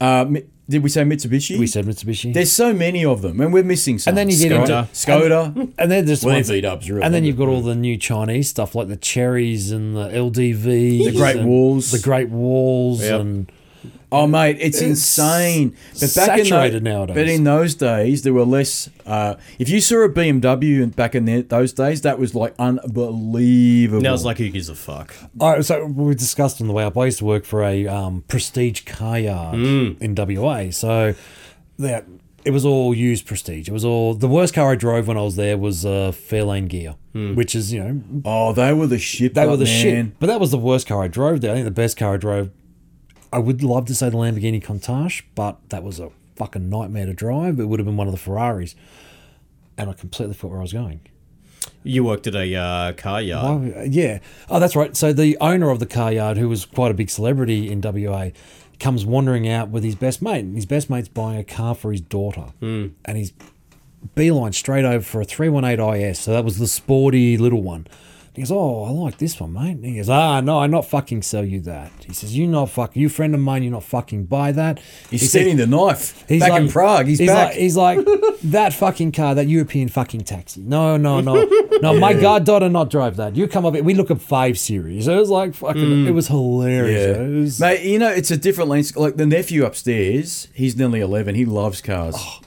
Speaker 1: Uh, Mi- did we say Mitsubishi?
Speaker 2: we said Mitsubishi.
Speaker 1: There's so many of them, and we're missing some.
Speaker 2: And then you get
Speaker 1: Skoda,
Speaker 2: into-
Speaker 1: Skoda.
Speaker 2: and then there's
Speaker 1: Well,
Speaker 2: ones-
Speaker 1: they're VW 's real,
Speaker 2: and then
Speaker 1: aren't
Speaker 2: you've got all the new Chinese stuff like the cherries and the LDVs,
Speaker 1: The Great
Speaker 2: and
Speaker 1: Walls.
Speaker 2: the Great Walls,
Speaker 3: Yep.
Speaker 2: and
Speaker 1: Oh mate, it's, insane. But back
Speaker 2: saturated
Speaker 1: in tho-
Speaker 2: nowadays.
Speaker 1: But in those days, there were less. Uh, if you saw a BMW in- back in the, those days, that was like unbelievable.
Speaker 3: Now it's like who gives a fuck?
Speaker 2: I, so we discussed on the way up. I used to work for a um, prestige car yard in WA, so that it was all used prestige. It was all the worst car I drove when I was there was uh, Fairlane Gear, which is you know
Speaker 1: oh, they were the shit.
Speaker 2: They were the
Speaker 1: man.
Speaker 2: shit. But that was the worst car I drove there. I think the best car I drove, I would love to say the Lamborghini Countach, but that was a fucking nightmare to drive. It would have been one of the Ferraris. And I completely forgot where I was going.
Speaker 3: You worked at a uh, car yard.
Speaker 2: Oh, yeah. Oh, that's right. So the owner of the car yard, who was quite a big celebrity in WA, comes wandering out with his best mate. And His best mate's buying a car for his daughter. Mm. And he's beeline straight over for a 318 IS. So that was the sporty little one. He goes, oh, I like this one, mate. And he goes, ah, no, I not fucking sell you that. He says, you not fuck, you friend of mine, you not fucking buy that.
Speaker 1: He's
Speaker 2: He said-
Speaker 1: stealing the knife.
Speaker 2: He's
Speaker 1: back
Speaker 2: like-
Speaker 1: in Prague. He's, back.
Speaker 2: Like, he's like that fucking car, that European fucking taxi. No, no, no, no. My goddaughter not drive that. You come up. here- We look at five series. It was like fucking.
Speaker 1: Mm.
Speaker 2: It was hilarious. It was-
Speaker 1: Mate, you know, it's a different lens. Like the nephew upstairs, he's nearly 11. He loves cars.
Speaker 2: Oh.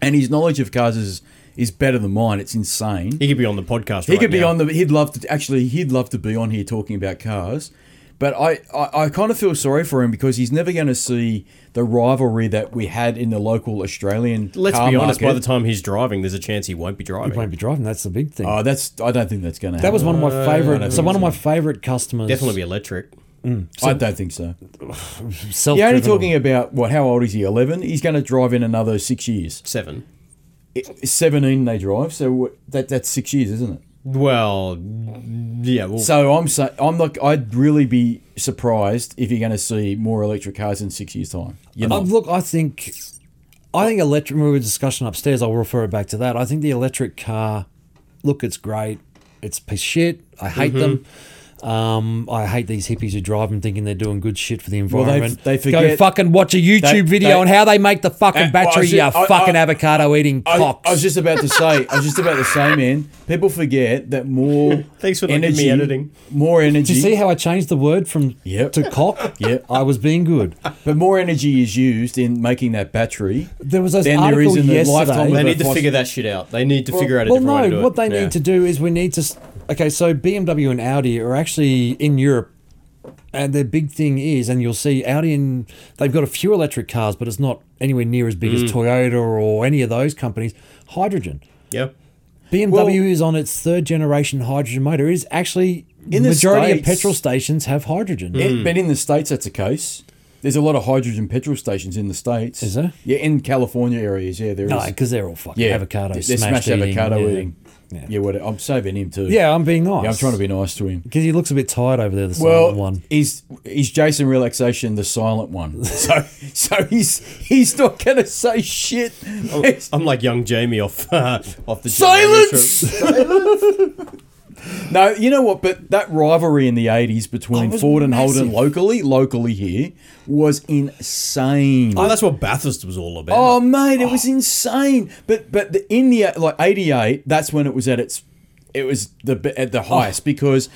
Speaker 1: And his knowledge of cars is, is better than mine. It's insane.
Speaker 3: He could be on the podcast.
Speaker 1: He could be on the. He'd love to. Actually, he'd love to be on here talking about cars. But I, I, I kind of feel sorry for him because he's never going to see the rivalry that we had in the local Australian.
Speaker 3: Let's
Speaker 1: car
Speaker 3: be honest. By the
Speaker 1: market.
Speaker 3: time he's driving, there's a chance he won't be driving.
Speaker 2: I won't be driving. That's the big thing.
Speaker 1: oh, that's. I don't think that's going to.
Speaker 2: that was one of my favorite.
Speaker 1: don't
Speaker 2: so
Speaker 1: think
Speaker 2: one of my favorite customers.
Speaker 3: Definitely be electric.
Speaker 1: I don't think so.
Speaker 2: self.
Speaker 1: You're only talking about what? How old is he? Eleven. He's going to drive in another six years.
Speaker 3: Seven.
Speaker 1: It- Seventeen, they drive. So wh- that that's six years, isn't it?
Speaker 3: Well, yeah. Well,
Speaker 1: So I'm sa I'm like I'd really be surprised if you're going to see more electric cars in six years' time. You're
Speaker 2: Uh,
Speaker 1: not.
Speaker 2: look, I think, I think electric. We were discussion upstairs. I'll refer it back to that. I think the electric car. Look, it's great. It's a piece of shit. I hate
Speaker 1: Mm-hmm.
Speaker 2: them. Um, I hate these hippies who drive them thinking they're doing good shit for the
Speaker 1: they-
Speaker 2: environment.
Speaker 1: they
Speaker 2: Go
Speaker 1: forget-
Speaker 2: fucking watch a YouTube
Speaker 1: They-
Speaker 2: video
Speaker 1: they-
Speaker 2: on how they make the fucking
Speaker 1: Uh, well, I
Speaker 2: battery.
Speaker 1: was
Speaker 2: you
Speaker 1: just- I-
Speaker 2: fucking
Speaker 1: I-
Speaker 2: avocado eating
Speaker 1: I,
Speaker 2: cocks.
Speaker 1: I was just about to say. I was just about to say, man. People forget that more
Speaker 3: Thanks for letting
Speaker 1: energy,
Speaker 3: me editing.
Speaker 1: more
Speaker 2: Did
Speaker 1: energy.
Speaker 2: you see how I changed the word from
Speaker 1: Yep.
Speaker 2: to cock?
Speaker 1: Yep.
Speaker 2: I was being good.
Speaker 1: but more energy is used in making that battery.
Speaker 2: There was this
Speaker 1: Than there
Speaker 2: article
Speaker 1: is in the
Speaker 2: yesterday.
Speaker 1: lifetime of
Speaker 3: they
Speaker 1: but
Speaker 3: need to
Speaker 1: what's-
Speaker 3: figure that shit out. They need to figure out a
Speaker 2: well,
Speaker 3: different way
Speaker 2: no,
Speaker 3: to do it.
Speaker 2: what they
Speaker 3: Yeah.
Speaker 2: need to do is we need to. s- Okay, so BMW and Audi are actually in Europe, and their big thing is, and you'll see Audi and they've got a few electric cars, but it's not anywhere near as big
Speaker 1: Mm.
Speaker 2: as Toyota or any of those companies. Hydrogen.
Speaker 3: Yeah.
Speaker 2: BMW
Speaker 1: Well-
Speaker 2: is on its third generation hydrogen motor. It is actually
Speaker 1: In the
Speaker 2: majority of
Speaker 1: States- Mm.
Speaker 2: petrol stations have hydrogen.
Speaker 1: In- but in the states, that's the case. There's a lot of hydrogen petrol stations in the states.
Speaker 2: Is there?
Speaker 1: Yeah, in California areas. Yeah, there is.
Speaker 2: No, because they're all fucking
Speaker 1: yeah,
Speaker 2: avocado.
Speaker 1: They smash
Speaker 2: smashed eating,
Speaker 1: avocado
Speaker 2: yeah.
Speaker 1: eating. Yeah,
Speaker 2: Yeah.
Speaker 1: what, I'm saving him too.
Speaker 2: Yeah, I'm being nice.
Speaker 1: Yeah, I'm trying to be nice to him.
Speaker 2: because he looks a bit tired over there. The
Speaker 1: Well,
Speaker 2: silent one.
Speaker 1: he's he's Jason Relaxation, the silent one. So so he's he's not gonna say shit.
Speaker 2: Oh.
Speaker 1: He's-
Speaker 3: I'm like young Jamie off uh, off the
Speaker 1: Silence! no, you know what? But that rivalry in the '80s between
Speaker 2: Oh, it was
Speaker 1: Ford and Holden
Speaker 2: massive.
Speaker 1: locally, locally here, was insane.
Speaker 3: Oh, that's what Bathurst was all about.
Speaker 1: Oh mate, it was insane. But but the, in the like '88, that's when it was at its, it was the be- at the highest because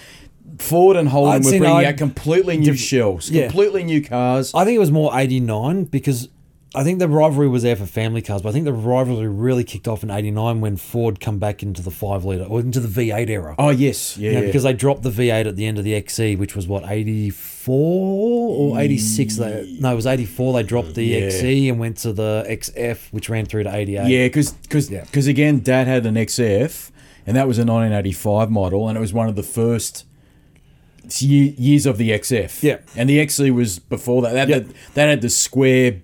Speaker 1: Ford and Holden
Speaker 2: Oh. I'd
Speaker 1: were
Speaker 2: seen
Speaker 1: bringing
Speaker 2: I'd-
Speaker 1: out completely new shells,
Speaker 2: yeah.
Speaker 1: completely new cars.
Speaker 2: I think it was more 89 because I think the rivalry was there for family cars, but I think the rivalry really kicked off in 89 when Ford come back into the 5 litre or into the V8 era.
Speaker 1: Oh yes, yeah,
Speaker 2: You know,
Speaker 1: yeah.
Speaker 2: because they dropped the V8 at the end of the XE, which was what 84 or 86. They, no, it was 84. They dropped the XE and went to the XF, which ran through to 88.
Speaker 1: Yeah, because because
Speaker 2: Yeah.
Speaker 1: again, Dad had an XF, and that was a 1985 model, and it was one of the first ye- years of the XF.
Speaker 2: Yeah.
Speaker 1: and the XE was before that. That had, that had the square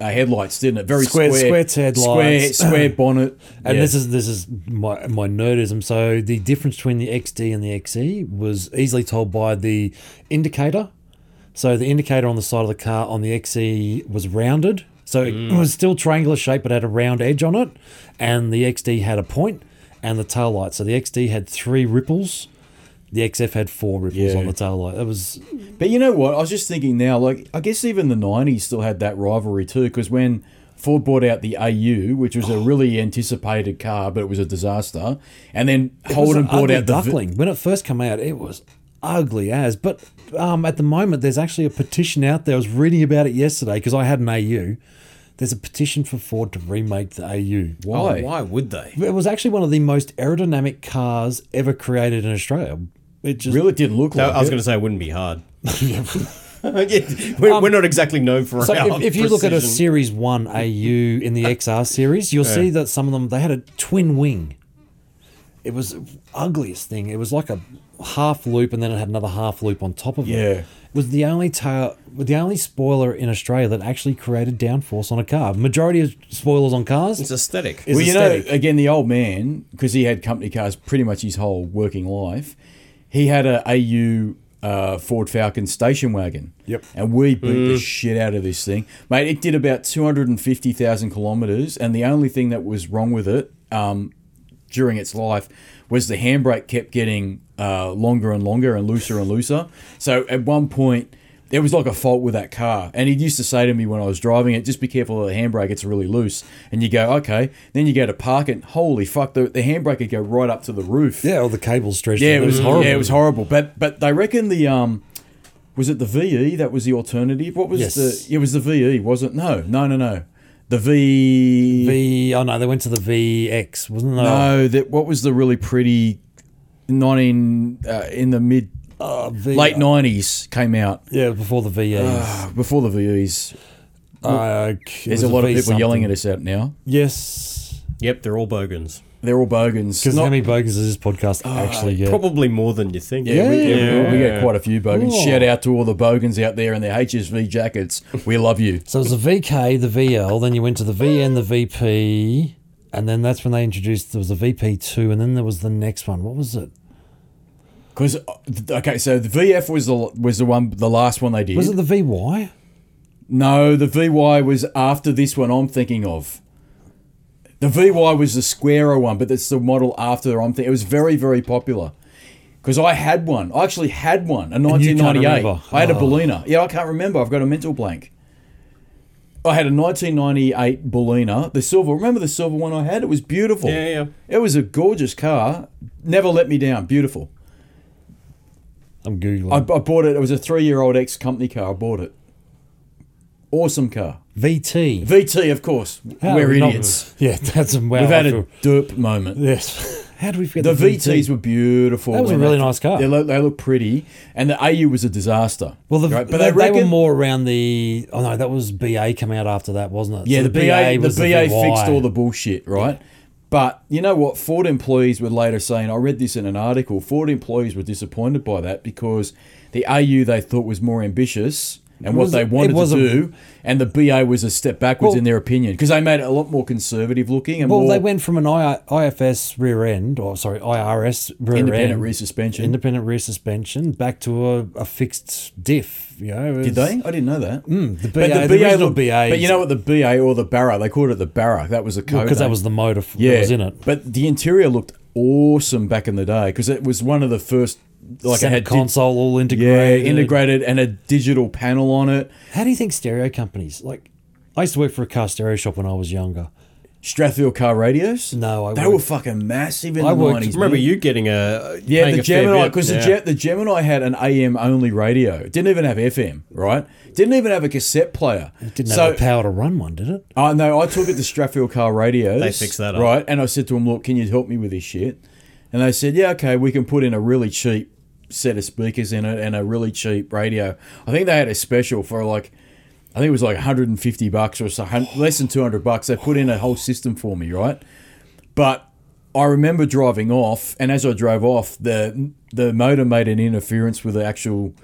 Speaker 1: uh, headlights, didn't it? Very
Speaker 2: Square-
Speaker 1: square,
Speaker 2: square
Speaker 1: square,
Speaker 2: headlights.
Speaker 1: square bonnet.
Speaker 2: And
Speaker 1: Yeah.
Speaker 2: this is this is my my nerdism. So the difference between the XD and the XE was easily told by the indicator. So the indicator on the side of the car on the XE was rounded. So it
Speaker 1: Mm.
Speaker 2: was still triangular shape but had a round edge on it. And the XD had a point and the tail light. So the XD had three ripples. The XF had four ripples
Speaker 1: Yeah.
Speaker 2: on the tail light. It was
Speaker 1: But you know what? I was just thinking now, like, I guess even the 90s still had that rivalry too, because when Ford bought out the AU, which
Speaker 2: Oh.
Speaker 1: was a really anticipated car, but it was a disaster, and then Holden
Speaker 2: It was an
Speaker 1: bought
Speaker 2: ugly
Speaker 1: out the.
Speaker 2: duckling when it first came out. It was ugly as, but um, at the moment there's actually a petition out there. I was reading about it yesterday because I had an AU. There's a petition for Ford to remake the AU.
Speaker 1: Why?
Speaker 3: why would they?
Speaker 2: It was actually one of the most aerodynamic cars ever created in Australia. It just
Speaker 1: Really didn't look like
Speaker 3: I was
Speaker 1: it.
Speaker 3: going to say it wouldn't be hard. we're, we're not exactly known for
Speaker 2: So
Speaker 3: our
Speaker 2: if, if you look at a
Speaker 3: precision.
Speaker 2: Series 1 AU in the XR series, you'll see that some of them, they had a twin wing. It was the ugliest thing. It was like a half loop and then it had another half loop on top of
Speaker 1: Yeah.
Speaker 2: it. It was the only tail, the only spoiler in Australia that actually created downforce on a car. Majority of spoilers on cars
Speaker 3: it's
Speaker 2: is
Speaker 3: aesthetic.
Speaker 1: well, you
Speaker 2: aesthetic.
Speaker 1: know, again, the old man, because he had company cars pretty much his whole working life, he had a AU uh, Ford Falcon station wagon.
Speaker 2: Yep.
Speaker 1: And we beat the shit out of this thing. Mate, it did about 250,000 kilometres, and the only thing that was wrong with it, um, during its life was the handbrake kept getting uh, longer and longer and looser and looser. So at one point, it was like a fault with that car. And he used to say to me when I was driving it, just be careful of the handbrake, it's really loose. And you go, okay. Then you go to park it, holy fuck, the, the handbrake would go right up to the roof.
Speaker 2: Yeah, all the cables stretched.
Speaker 1: Yeah,
Speaker 2: out.
Speaker 1: it was horrible. Yeah, it was horrible. But but they reckon the um was it the VE that was the alternative? What was
Speaker 2: Yes.
Speaker 1: the it was the VE, wasn't No, no, no, no. The V
Speaker 2: V. Oh no, they went to the VX, wasn't there?
Speaker 1: No, that what was the really pretty nineteen uh, in the mid
Speaker 2: Uh, V-
Speaker 1: late nineties came out
Speaker 2: Yeah, before the VEs.
Speaker 1: uh, before the VEs.
Speaker 2: Uh,
Speaker 1: There's a lot of people yelling at us out now.
Speaker 2: Yes.
Speaker 3: Yep, they're all bogans.
Speaker 1: They're all bogans.
Speaker 2: Because
Speaker 1: Not- Uh,
Speaker 2: how many bogans does this podcast actually get?
Speaker 3: Probably more than you think.
Speaker 1: Yeah, we, yeah, we- we
Speaker 3: Yeah.
Speaker 1: get quite a few bogans.
Speaker 2: Oh.
Speaker 1: Shout out to all the bogans out there in their HSV jackets. We love you.
Speaker 2: So it was the VK, the VL, then you went to the VN, the VP, and then that's when they introduced there was a VP2, and then there was the next one. What was it?
Speaker 1: Because uh, okay, so the VF was the was the one the last one they did.
Speaker 2: Was it the VY?
Speaker 1: no, the VY was after this one I'm thinking of. The VY was the squarer one, but it's the model after I'm thinking. It was very very popular. Because I had one, I actually had one, a
Speaker 2: you can't
Speaker 1: 1998.
Speaker 2: remember.
Speaker 1: I had a
Speaker 2: Oh.
Speaker 1: Bellina. Yeah, I can't remember. I've got a mental blank. I had a 1998 Bellina, the silver. Remember the silver one I had? It was beautiful.
Speaker 3: Yeah, yeah.
Speaker 1: It was a gorgeous car. Never let me down. Beautiful.
Speaker 2: I'm
Speaker 1: I, I
Speaker 2: googling.
Speaker 1: bought it. It was a three-year-old ex-company car. I bought it. Awesome car.
Speaker 2: VT.
Speaker 1: VT, of course.
Speaker 2: How
Speaker 1: We're
Speaker 2: are we not-
Speaker 1: idiots.
Speaker 2: yeah, that's a wow.
Speaker 1: We've had
Speaker 2: I
Speaker 1: a
Speaker 2: feel-
Speaker 1: derp moment.
Speaker 2: yes. How do we forget
Speaker 1: The
Speaker 2: the,
Speaker 1: VTs were beautiful.
Speaker 2: That was a
Speaker 1: when
Speaker 2: really
Speaker 1: they-
Speaker 2: nice car.
Speaker 1: They look, they look pretty, and the AU was a disaster.
Speaker 2: Well, the,
Speaker 1: Right,
Speaker 2: but they, they were more around the. Oh no, that was BA come out after that, wasn't it?
Speaker 1: Yeah,
Speaker 2: So
Speaker 1: the, BA,
Speaker 2: was
Speaker 1: the BA
Speaker 2: VY.
Speaker 1: fixed all the bullshit, right? But you know what? Ford employees were later saying, I read this in an article. Ford employees were disappointed by that because the AU they thought was more ambitious and what
Speaker 2: was-
Speaker 1: they
Speaker 2: it
Speaker 1: wanted to
Speaker 2: was a-
Speaker 1: do, and the BA was a step backwards
Speaker 2: Well-
Speaker 1: in their opinion because they made it a lot more conservative looking and
Speaker 2: Well,
Speaker 1: more
Speaker 2: they went from an I, IFS rear end, or sorry, IRS rear
Speaker 1: independent
Speaker 2: end,
Speaker 1: rear suspension.
Speaker 2: independent rear suspension, back to a, a fixed diff. You know,
Speaker 1: Did they? I didn't know that.
Speaker 2: Hmm, The BA, the, original
Speaker 1: looked-
Speaker 2: BA,
Speaker 1: But you know what? The BA or the Barra, they called it the Barra. That was a code.
Speaker 2: because that
Speaker 1: name.
Speaker 2: was the motor f- that was in it.
Speaker 1: But the interior looked awesome back in the day because it was one of the first like it
Speaker 2: Center
Speaker 1: had di-
Speaker 2: console all
Speaker 1: yeah,
Speaker 2: integrated.
Speaker 1: integrated and a digital panel on it.
Speaker 2: How do you think stereo companies like? I used to work for a car stereo shop when I was younger.
Speaker 1: Strathfield car radios.
Speaker 2: No, I
Speaker 1: they
Speaker 2: worked-
Speaker 1: were fucking massive in
Speaker 2: I
Speaker 1: the
Speaker 2: worked-
Speaker 1: nineties.
Speaker 3: Remember you getting a
Speaker 1: Yeah,
Speaker 3: paying
Speaker 1: the
Speaker 3: a fair
Speaker 1: Gemini
Speaker 3: bit,
Speaker 1: because the,
Speaker 3: yeah.
Speaker 1: Ge- the Gemini had an AM only radio. It didn't even have FM, right? Didn't even have a cassette player.
Speaker 2: Didn't
Speaker 1: so,
Speaker 2: have the power to run one, did it?
Speaker 1: Oh no, I took it to Strathfield Car Radios.
Speaker 3: They fixed that up.
Speaker 1: Right, and I said to them, look, can you help me with this shit? And they said, yeah, okay, we can put in a really cheap set of speakers in it and a really cheap radio. I think they had a special for like, I think it was like 150 bucks or so, hun- less than 200 bucks. They put in a whole system for me, right? But I remember driving off, and as I drove off, the the motor made an interference with the actual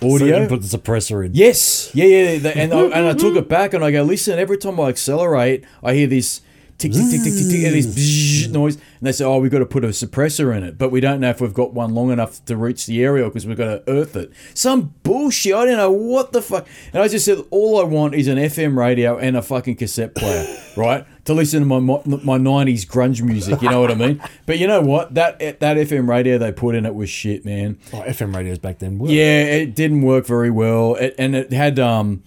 Speaker 2: So
Speaker 1: audio.
Speaker 2: you put the suppressor in.
Speaker 1: Yes. Yeah, yeah. The, and I, and I took it back and I go, listen, every time I accelerate, I hear this tick, tick, tick, tick, tick, tick, and this bzzz noise. And they say, oh, we've got to put a suppressor in it, but we don't know if we've got one long enough to reach the aerial because we've got to earth it. Some bullshit. I don't know what the fuck. And I just said, all I want is an FM radio and a fucking cassette player, right? To listen to my, my my 90s grunge music, you know what I mean? But you know what? That that FM radio they put in it was shit, man.
Speaker 2: Oh, FM radios back then. Were.
Speaker 1: Yeah, it didn't work very well, it, and it had um,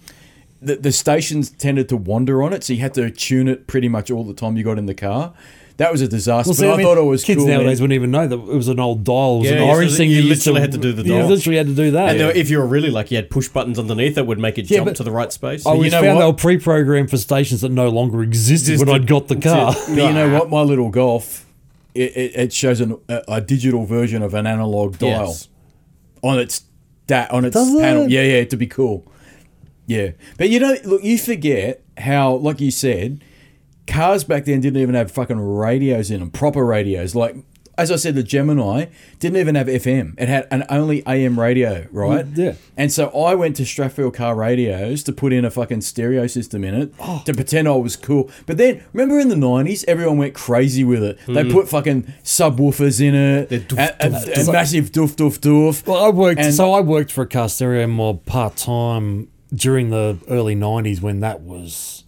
Speaker 1: the the stations tended to wander on it, so you had to tune it pretty much all the time you got in the car. That was a disaster.
Speaker 2: Well, see,
Speaker 1: but I,
Speaker 2: mean,
Speaker 1: thought it was
Speaker 2: kids
Speaker 1: cool. man.
Speaker 2: nowadays wouldn't even know that it was an old dial. It was
Speaker 3: Yeah,
Speaker 2: an
Speaker 3: yeah, so
Speaker 2: orange
Speaker 3: that
Speaker 2: thing.
Speaker 3: you
Speaker 2: used
Speaker 3: literally had to do the
Speaker 2: You
Speaker 3: dial.
Speaker 2: literally had to do that.
Speaker 3: And there were- if you were really lucky, you had push buttons underneath that would make it
Speaker 2: Yeah,
Speaker 3: jump
Speaker 2: but-
Speaker 3: to the right space.
Speaker 2: I was
Speaker 1: know
Speaker 2: found
Speaker 1: what?
Speaker 2: they were pre-programmed for stations that no longer existed when I'd got the car.
Speaker 1: But you know what? My little golf, it, it, it shows an, a, a digital version of an analog dial
Speaker 3: Yes.
Speaker 1: on its that on its
Speaker 2: Does it?
Speaker 1: panel. Yeah, yeah, to be cool. Yeah, but you know, look, you forget how, like you said, cars back then didn't even have fucking radios in them, proper radios. Like as I said, the Gemini didn't even have FM; it had an only AM radio, right?
Speaker 2: yeah.
Speaker 1: And so I went to Strathfield Car Radios to put in a fucking stereo system in it to pretend I was cool. But then, remember in the 90s, everyone went crazy with it. They put fucking subwoofers in it,
Speaker 3: The doof,
Speaker 1: a, a-
Speaker 3: doof,
Speaker 1: a massive doof, doof, doof.
Speaker 2: Well, I worked.
Speaker 1: And-
Speaker 2: so I worked for a car stereo mob part time during the early '90s when that was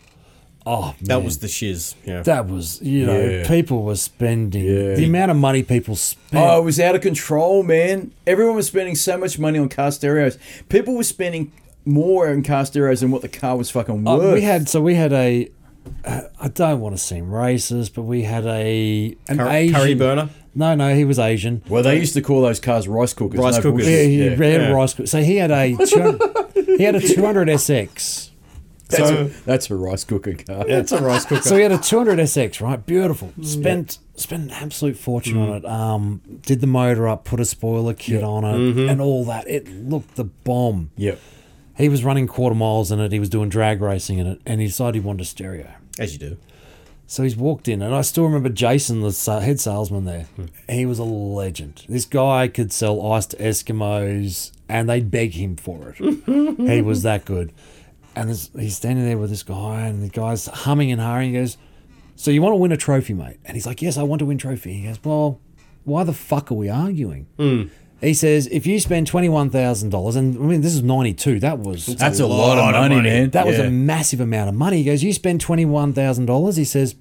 Speaker 2: Oh,
Speaker 3: That
Speaker 2: man.
Speaker 3: was the shiz. Yeah.
Speaker 2: that was you know
Speaker 1: Yeah.
Speaker 2: people were spending
Speaker 1: Yeah.
Speaker 2: the amount of money people spent.
Speaker 1: Oh, it was out of control, man. Everyone was spending so much money on car stereos. People were spending more on car stereos than what the car was fucking
Speaker 2: Uh,
Speaker 1: worth.
Speaker 2: we had so we had a. Uh, I don't want to seem racist, but we had a an
Speaker 3: Cur-
Speaker 2: Asian
Speaker 3: curry burner?
Speaker 2: No, no, he was Asian.
Speaker 1: well, they used to call those cars rice cookers.
Speaker 3: Rice
Speaker 1: no
Speaker 3: cookers.
Speaker 2: Yeah,
Speaker 1: bullshit.
Speaker 2: he
Speaker 1: Yeah.
Speaker 2: had rice. coo- So he had a two, he had a 200 SX.
Speaker 1: That's,
Speaker 3: So-
Speaker 1: a, that's a rice cooker car.
Speaker 3: That's a rice cooker.
Speaker 2: So he had a 200 SX, right? Beautiful. Spent spent an absolute fortune on it. Um, did the motor up, put a spoiler kit on it, and all that. It looked the bomb.
Speaker 1: Yep.
Speaker 2: He was running quarter miles in it. He was doing drag racing in it, and he decided he wanted a stereo.
Speaker 3: As you do.
Speaker 2: So he's walked in, and I still remember Jason, the sa- head salesman there.
Speaker 1: Hmm.
Speaker 2: He was a legend. This guy could sell ice to Eskimos, and they'd beg him for it. he was that good. And this, he's standing there with this guy, and the guy's humming and hawing. He goes, "So you want to win a trophy, mate?" And he's like, "Yes, I want to win trophy." He goes, "Well, why the fuck are we arguing?"
Speaker 1: Hmm.
Speaker 2: He says, "If you spend twenty one thousand dollars, and I mean this is ninety two, that was
Speaker 1: That's a lot, of money, man.
Speaker 2: that was
Speaker 1: Yeah.
Speaker 2: a massive amount of money. He goes, You spend $21,000. He says,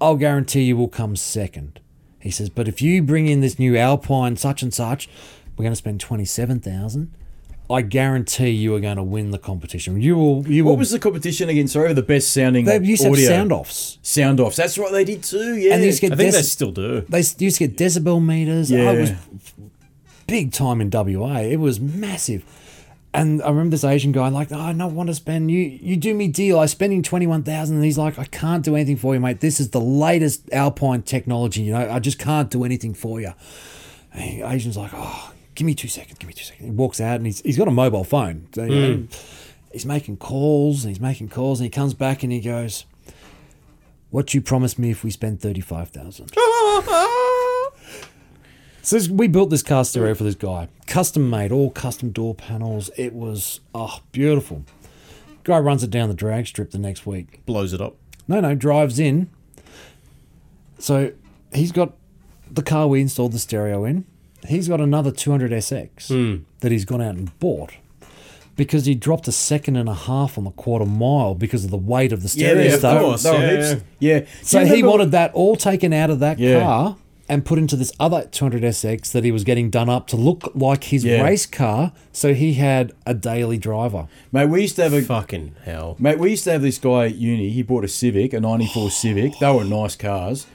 Speaker 2: I'll guarantee you will come second. He says, But if you bring in this new Alpine such and such, we're going to spend 27000 I guarantee you are going to win the competition. You will. You will.
Speaker 1: What was the competition again? Sorry, the best sounding
Speaker 2: they used to have
Speaker 1: audio
Speaker 2: sound offs.
Speaker 1: sound offs. That's right, they did too. Yeah,
Speaker 2: And they used to
Speaker 3: I
Speaker 2: get
Speaker 3: think they
Speaker 2: deci-
Speaker 3: still do.
Speaker 2: they s- used to get decibel meters.
Speaker 1: Yeah.
Speaker 2: I was big time in WA. It was massive. And I remember this Asian guy like, oh, I don't want to spend you you do me deal. I spending twenty one thousand and he's like, I can't do anything for you, mate. This is the latest Alpine technology, you know, I just can't do anything for you. And the Asian's like, Oh, give me two seconds, give me two seconds. He walks out and he's he's got a mobile phone. So, you know, he's making calls and he's making calls and he comes back and he goes, What you promised me if we spend thirty five thousand? So this, we built this car stereo for this guy, custom made, all custom door panels. It was oh beautiful. Guy runs it down the drag strip the next week.
Speaker 3: Blows it up.
Speaker 2: No, no, drives in. So he's got the car we installed the stereo in. He's got another 200 SX that he's gone out and bought because he dropped a second and a half on the quarter mile because of the weight of the
Speaker 1: yeah,
Speaker 2: stereo
Speaker 1: yeah,
Speaker 3: of
Speaker 2: stuff.
Speaker 1: they were-
Speaker 3: course,
Speaker 1: they were
Speaker 3: yeah,
Speaker 1: heaps- yeah. Do
Speaker 2: So
Speaker 1: you
Speaker 2: he
Speaker 1: remember-
Speaker 2: wanted that all taken out of that
Speaker 1: Yeah.
Speaker 2: car and put into this other 200SX that he was getting done up to look like his
Speaker 1: Yeah.
Speaker 2: race car. So he had a daily driver.
Speaker 1: mate. We used to have a
Speaker 3: Fucking hell.
Speaker 1: Mate, we used to have this guy at uni. He bought a Civic, a '94 Civic. They were nice cars,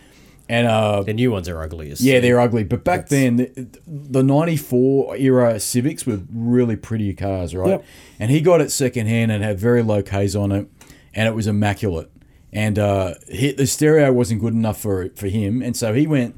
Speaker 1: and uh,
Speaker 3: The new ones are ugliest.
Speaker 1: yeah, they're ugly. But back then, the- the '94 era Civics were really pretty cars, right?
Speaker 2: Yep.
Speaker 1: And he got it secondhand and had very low K's on it, and it was immaculate. And uh, he, the stereo wasn't good enough for for him, and so he went.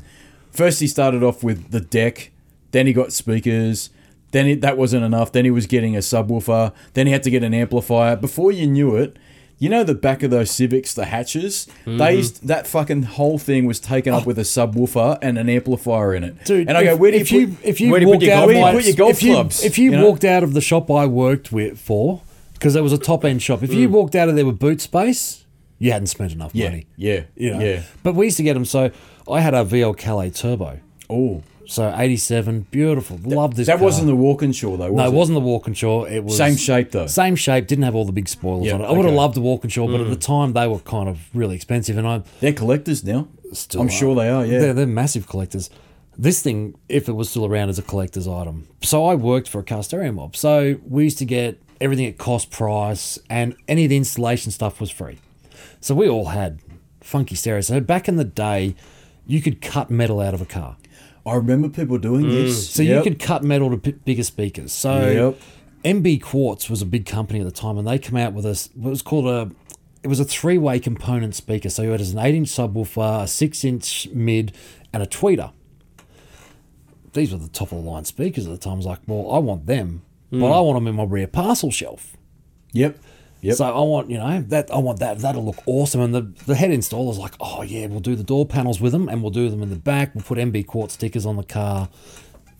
Speaker 1: First, he started off with the deck. Then he got speakers. Then it, that wasn't enough. Then he was getting a subwoofer. Then he had to get an amplifier. Before you knew it, you know the back of those Civics, the hatches.
Speaker 2: Mm-hmm.
Speaker 1: They used, that fucking whole thing was taken up with a subwoofer and an amplifier in it.
Speaker 2: Oh. Dude,
Speaker 1: and I go,
Speaker 2: if-
Speaker 1: where do
Speaker 2: if
Speaker 1: you, put,
Speaker 2: if you
Speaker 3: where do you put
Speaker 2: walked
Speaker 3: your
Speaker 2: out
Speaker 3: golf
Speaker 2: of
Speaker 3: clubs?
Speaker 2: my-
Speaker 3: Where do you put
Speaker 1: your golf
Speaker 2: if you,
Speaker 1: clubs,
Speaker 2: if you,
Speaker 1: you know?
Speaker 2: walked out of the shop I worked with for, because that was a top end shop, if you walked out of there with boot space, you hadn't spent enough
Speaker 1: Mm. yeah,
Speaker 2: money.
Speaker 1: yeah,
Speaker 2: You know?
Speaker 1: yeah.
Speaker 2: But we used to get them. So I had a VL Calais Turbo.
Speaker 1: Oh,
Speaker 2: So 87, beautiful. Loved this
Speaker 1: that
Speaker 2: car.
Speaker 1: wasn't the Walkinshaw though. Was
Speaker 2: No, it
Speaker 1: it?
Speaker 2: wasn't the Walkinshaw. It was
Speaker 1: Same shape, though.
Speaker 2: Same shape. Didn't have all the big spoilers
Speaker 1: Yeah,
Speaker 2: on it. I would have
Speaker 1: okay. Mm.
Speaker 2: loved the Walkinshaw, but at the time they were kind of really expensive, and I
Speaker 1: They're collectors now.
Speaker 2: still.
Speaker 1: I'm sure they are. Oh, Yeah.
Speaker 2: they're, they're massive collectors. This thing, if it was still around, is a collector's item. So I worked for a car stereo mob. So we used to get everything at cost price, and any of the installation stuff was free. So we all had funky stereo. So back in the day, you could cut metal out of a car.
Speaker 1: I remember people doing this.
Speaker 2: Mm. So
Speaker 1: Yep.
Speaker 2: you could cut metal to b- bigger speakers. So
Speaker 1: Yep.
Speaker 2: MB Quartz was a big company at the time, and they came out with a s- what was called a it was a three way component speaker. So you had an eight inch subwoofer, a six inch mid, and a tweeter. These were the top of the line speakers at the time. I was like, well, I want them,
Speaker 1: Hmm.
Speaker 2: but I want them in my rear parcel shelf.
Speaker 1: Yep. Yep.
Speaker 2: So I want, you know, that I want that. That'll look awesome. And the, the head installer's like, oh yeah, we'll do the door panels with them, and we'll do them in the back. We'll put MB Quartz stickers on the car.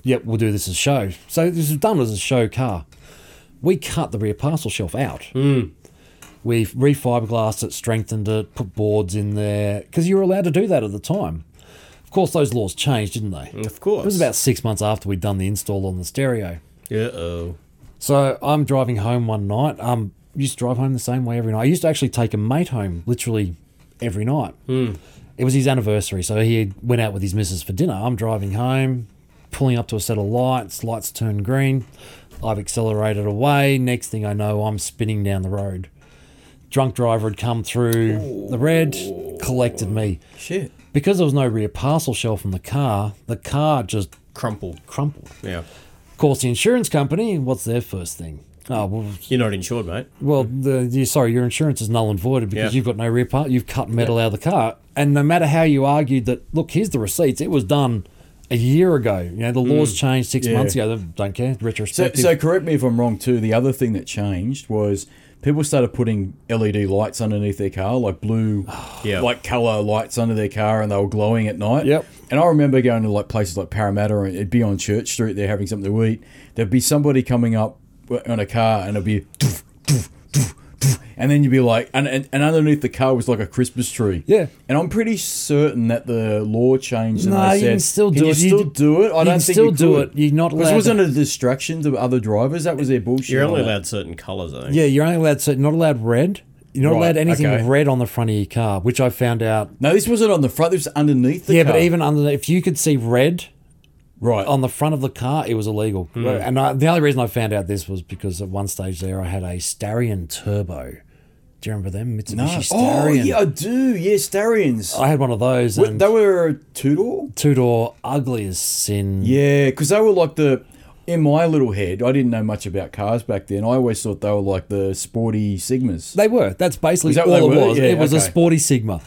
Speaker 2: Yep, we'll do this as a show. So this is done as a show car. We cut the rear parcel shelf out.
Speaker 3: Hmm.
Speaker 2: We refiberglassed it, strengthened it, put boards in there because you were allowed to do that at the time. Of course, those laws changed, didn't they?
Speaker 3: Mm, Of course.
Speaker 2: It was about six months after we'd done the install on the stereo.
Speaker 3: Uh oh.
Speaker 2: So I'm driving home one night. Um, used to drive home the same way every night. I used to actually take a mate home literally every night. It was his anniversary, so he went out with his missus for dinner. I'm driving home, pulling up to a set of lights. Lights turn green. I've accelerated away. Next thing I know, I'm spinning down the road. Drunk driver had come through the red, collected me.
Speaker 3: Shit.
Speaker 2: Because there was no rear parcel shelf on the car, the car just
Speaker 3: Crumpled.
Speaker 2: crumpled.
Speaker 3: Yeah.
Speaker 2: Of course, the insurance company, what's their first thing? Oh, well,
Speaker 3: You're not insured, mate.
Speaker 2: well
Speaker 1: Mm-hmm.
Speaker 2: the, you, sorry, your insurance is null and voided because
Speaker 3: Yeah.
Speaker 2: you've got no rear part. You've cut metal out of the car. And no matter how you argued that, look, here's the receipts, it was done a year ago. You know, the laws changed six
Speaker 1: Mm. Yeah.
Speaker 2: months ago. They don't care.
Speaker 1: So,
Speaker 2: Retrospective.
Speaker 1: so correct me if I'm wrong too. The other thing that changed was people started putting LED lights underneath their car, like blue,
Speaker 3: Yeah.
Speaker 1: like color lights under their car, and they were glowing at night.
Speaker 2: Yep.
Speaker 1: And I remember going to like places like Parramatta, and it'd be on Church Street. They're having something to eat. There'd be somebody coming up on a car, and it'd be. doof, doof, doof, doof, And then you'd be like, and, and, and underneath the car was like a Christmas tree.
Speaker 2: Yeah.
Speaker 1: And I'm pretty certain that the law changed. And
Speaker 2: No,
Speaker 1: they
Speaker 2: you can
Speaker 1: said,
Speaker 2: still do
Speaker 1: you
Speaker 2: it. You
Speaker 1: still
Speaker 2: d-
Speaker 1: do it. I
Speaker 2: you
Speaker 1: don't
Speaker 2: can
Speaker 1: think
Speaker 2: still
Speaker 1: you
Speaker 2: do
Speaker 1: could.
Speaker 2: it. You're not
Speaker 1: This
Speaker 2: allowed
Speaker 1: wasn't
Speaker 2: to-
Speaker 1: a distraction to other drivers. That was their bullshit.
Speaker 3: You're
Speaker 1: on
Speaker 3: only
Speaker 1: it.
Speaker 3: allowed certain colours, though.
Speaker 2: yeah, you're only allowed, so not allowed red. You're not
Speaker 1: Right,
Speaker 2: allowed anything
Speaker 1: okay.
Speaker 2: with red on the front of your car, which I found out.
Speaker 1: No, this wasn't on the front. This was underneath the
Speaker 2: yeah,
Speaker 1: car.
Speaker 2: but even Oh, under, if you could see red,
Speaker 1: right
Speaker 2: on the front of the car, it was illegal.
Speaker 1: Hmm.
Speaker 2: And I, the only reason I found out this was because at one stage there, I had a Starion Turbo. Do you remember them? Mitsubishi
Speaker 1: No. Oh
Speaker 2: Starion.
Speaker 1: yeah, I do. Yeah, Starions.
Speaker 2: I had one of those and
Speaker 1: they were a two door.
Speaker 2: two door, ugly as sin.
Speaker 1: Yeah, because they were like the. In my little head, I didn't know much about cars back then. I always thought they were like the sporty Sigmas.
Speaker 2: They were. That's basically
Speaker 1: Is that
Speaker 2: all
Speaker 1: what
Speaker 2: it
Speaker 1: they were?
Speaker 2: was.
Speaker 1: Yeah,
Speaker 2: it was a
Speaker 1: okay. Hmm.
Speaker 2: sporty Sigma,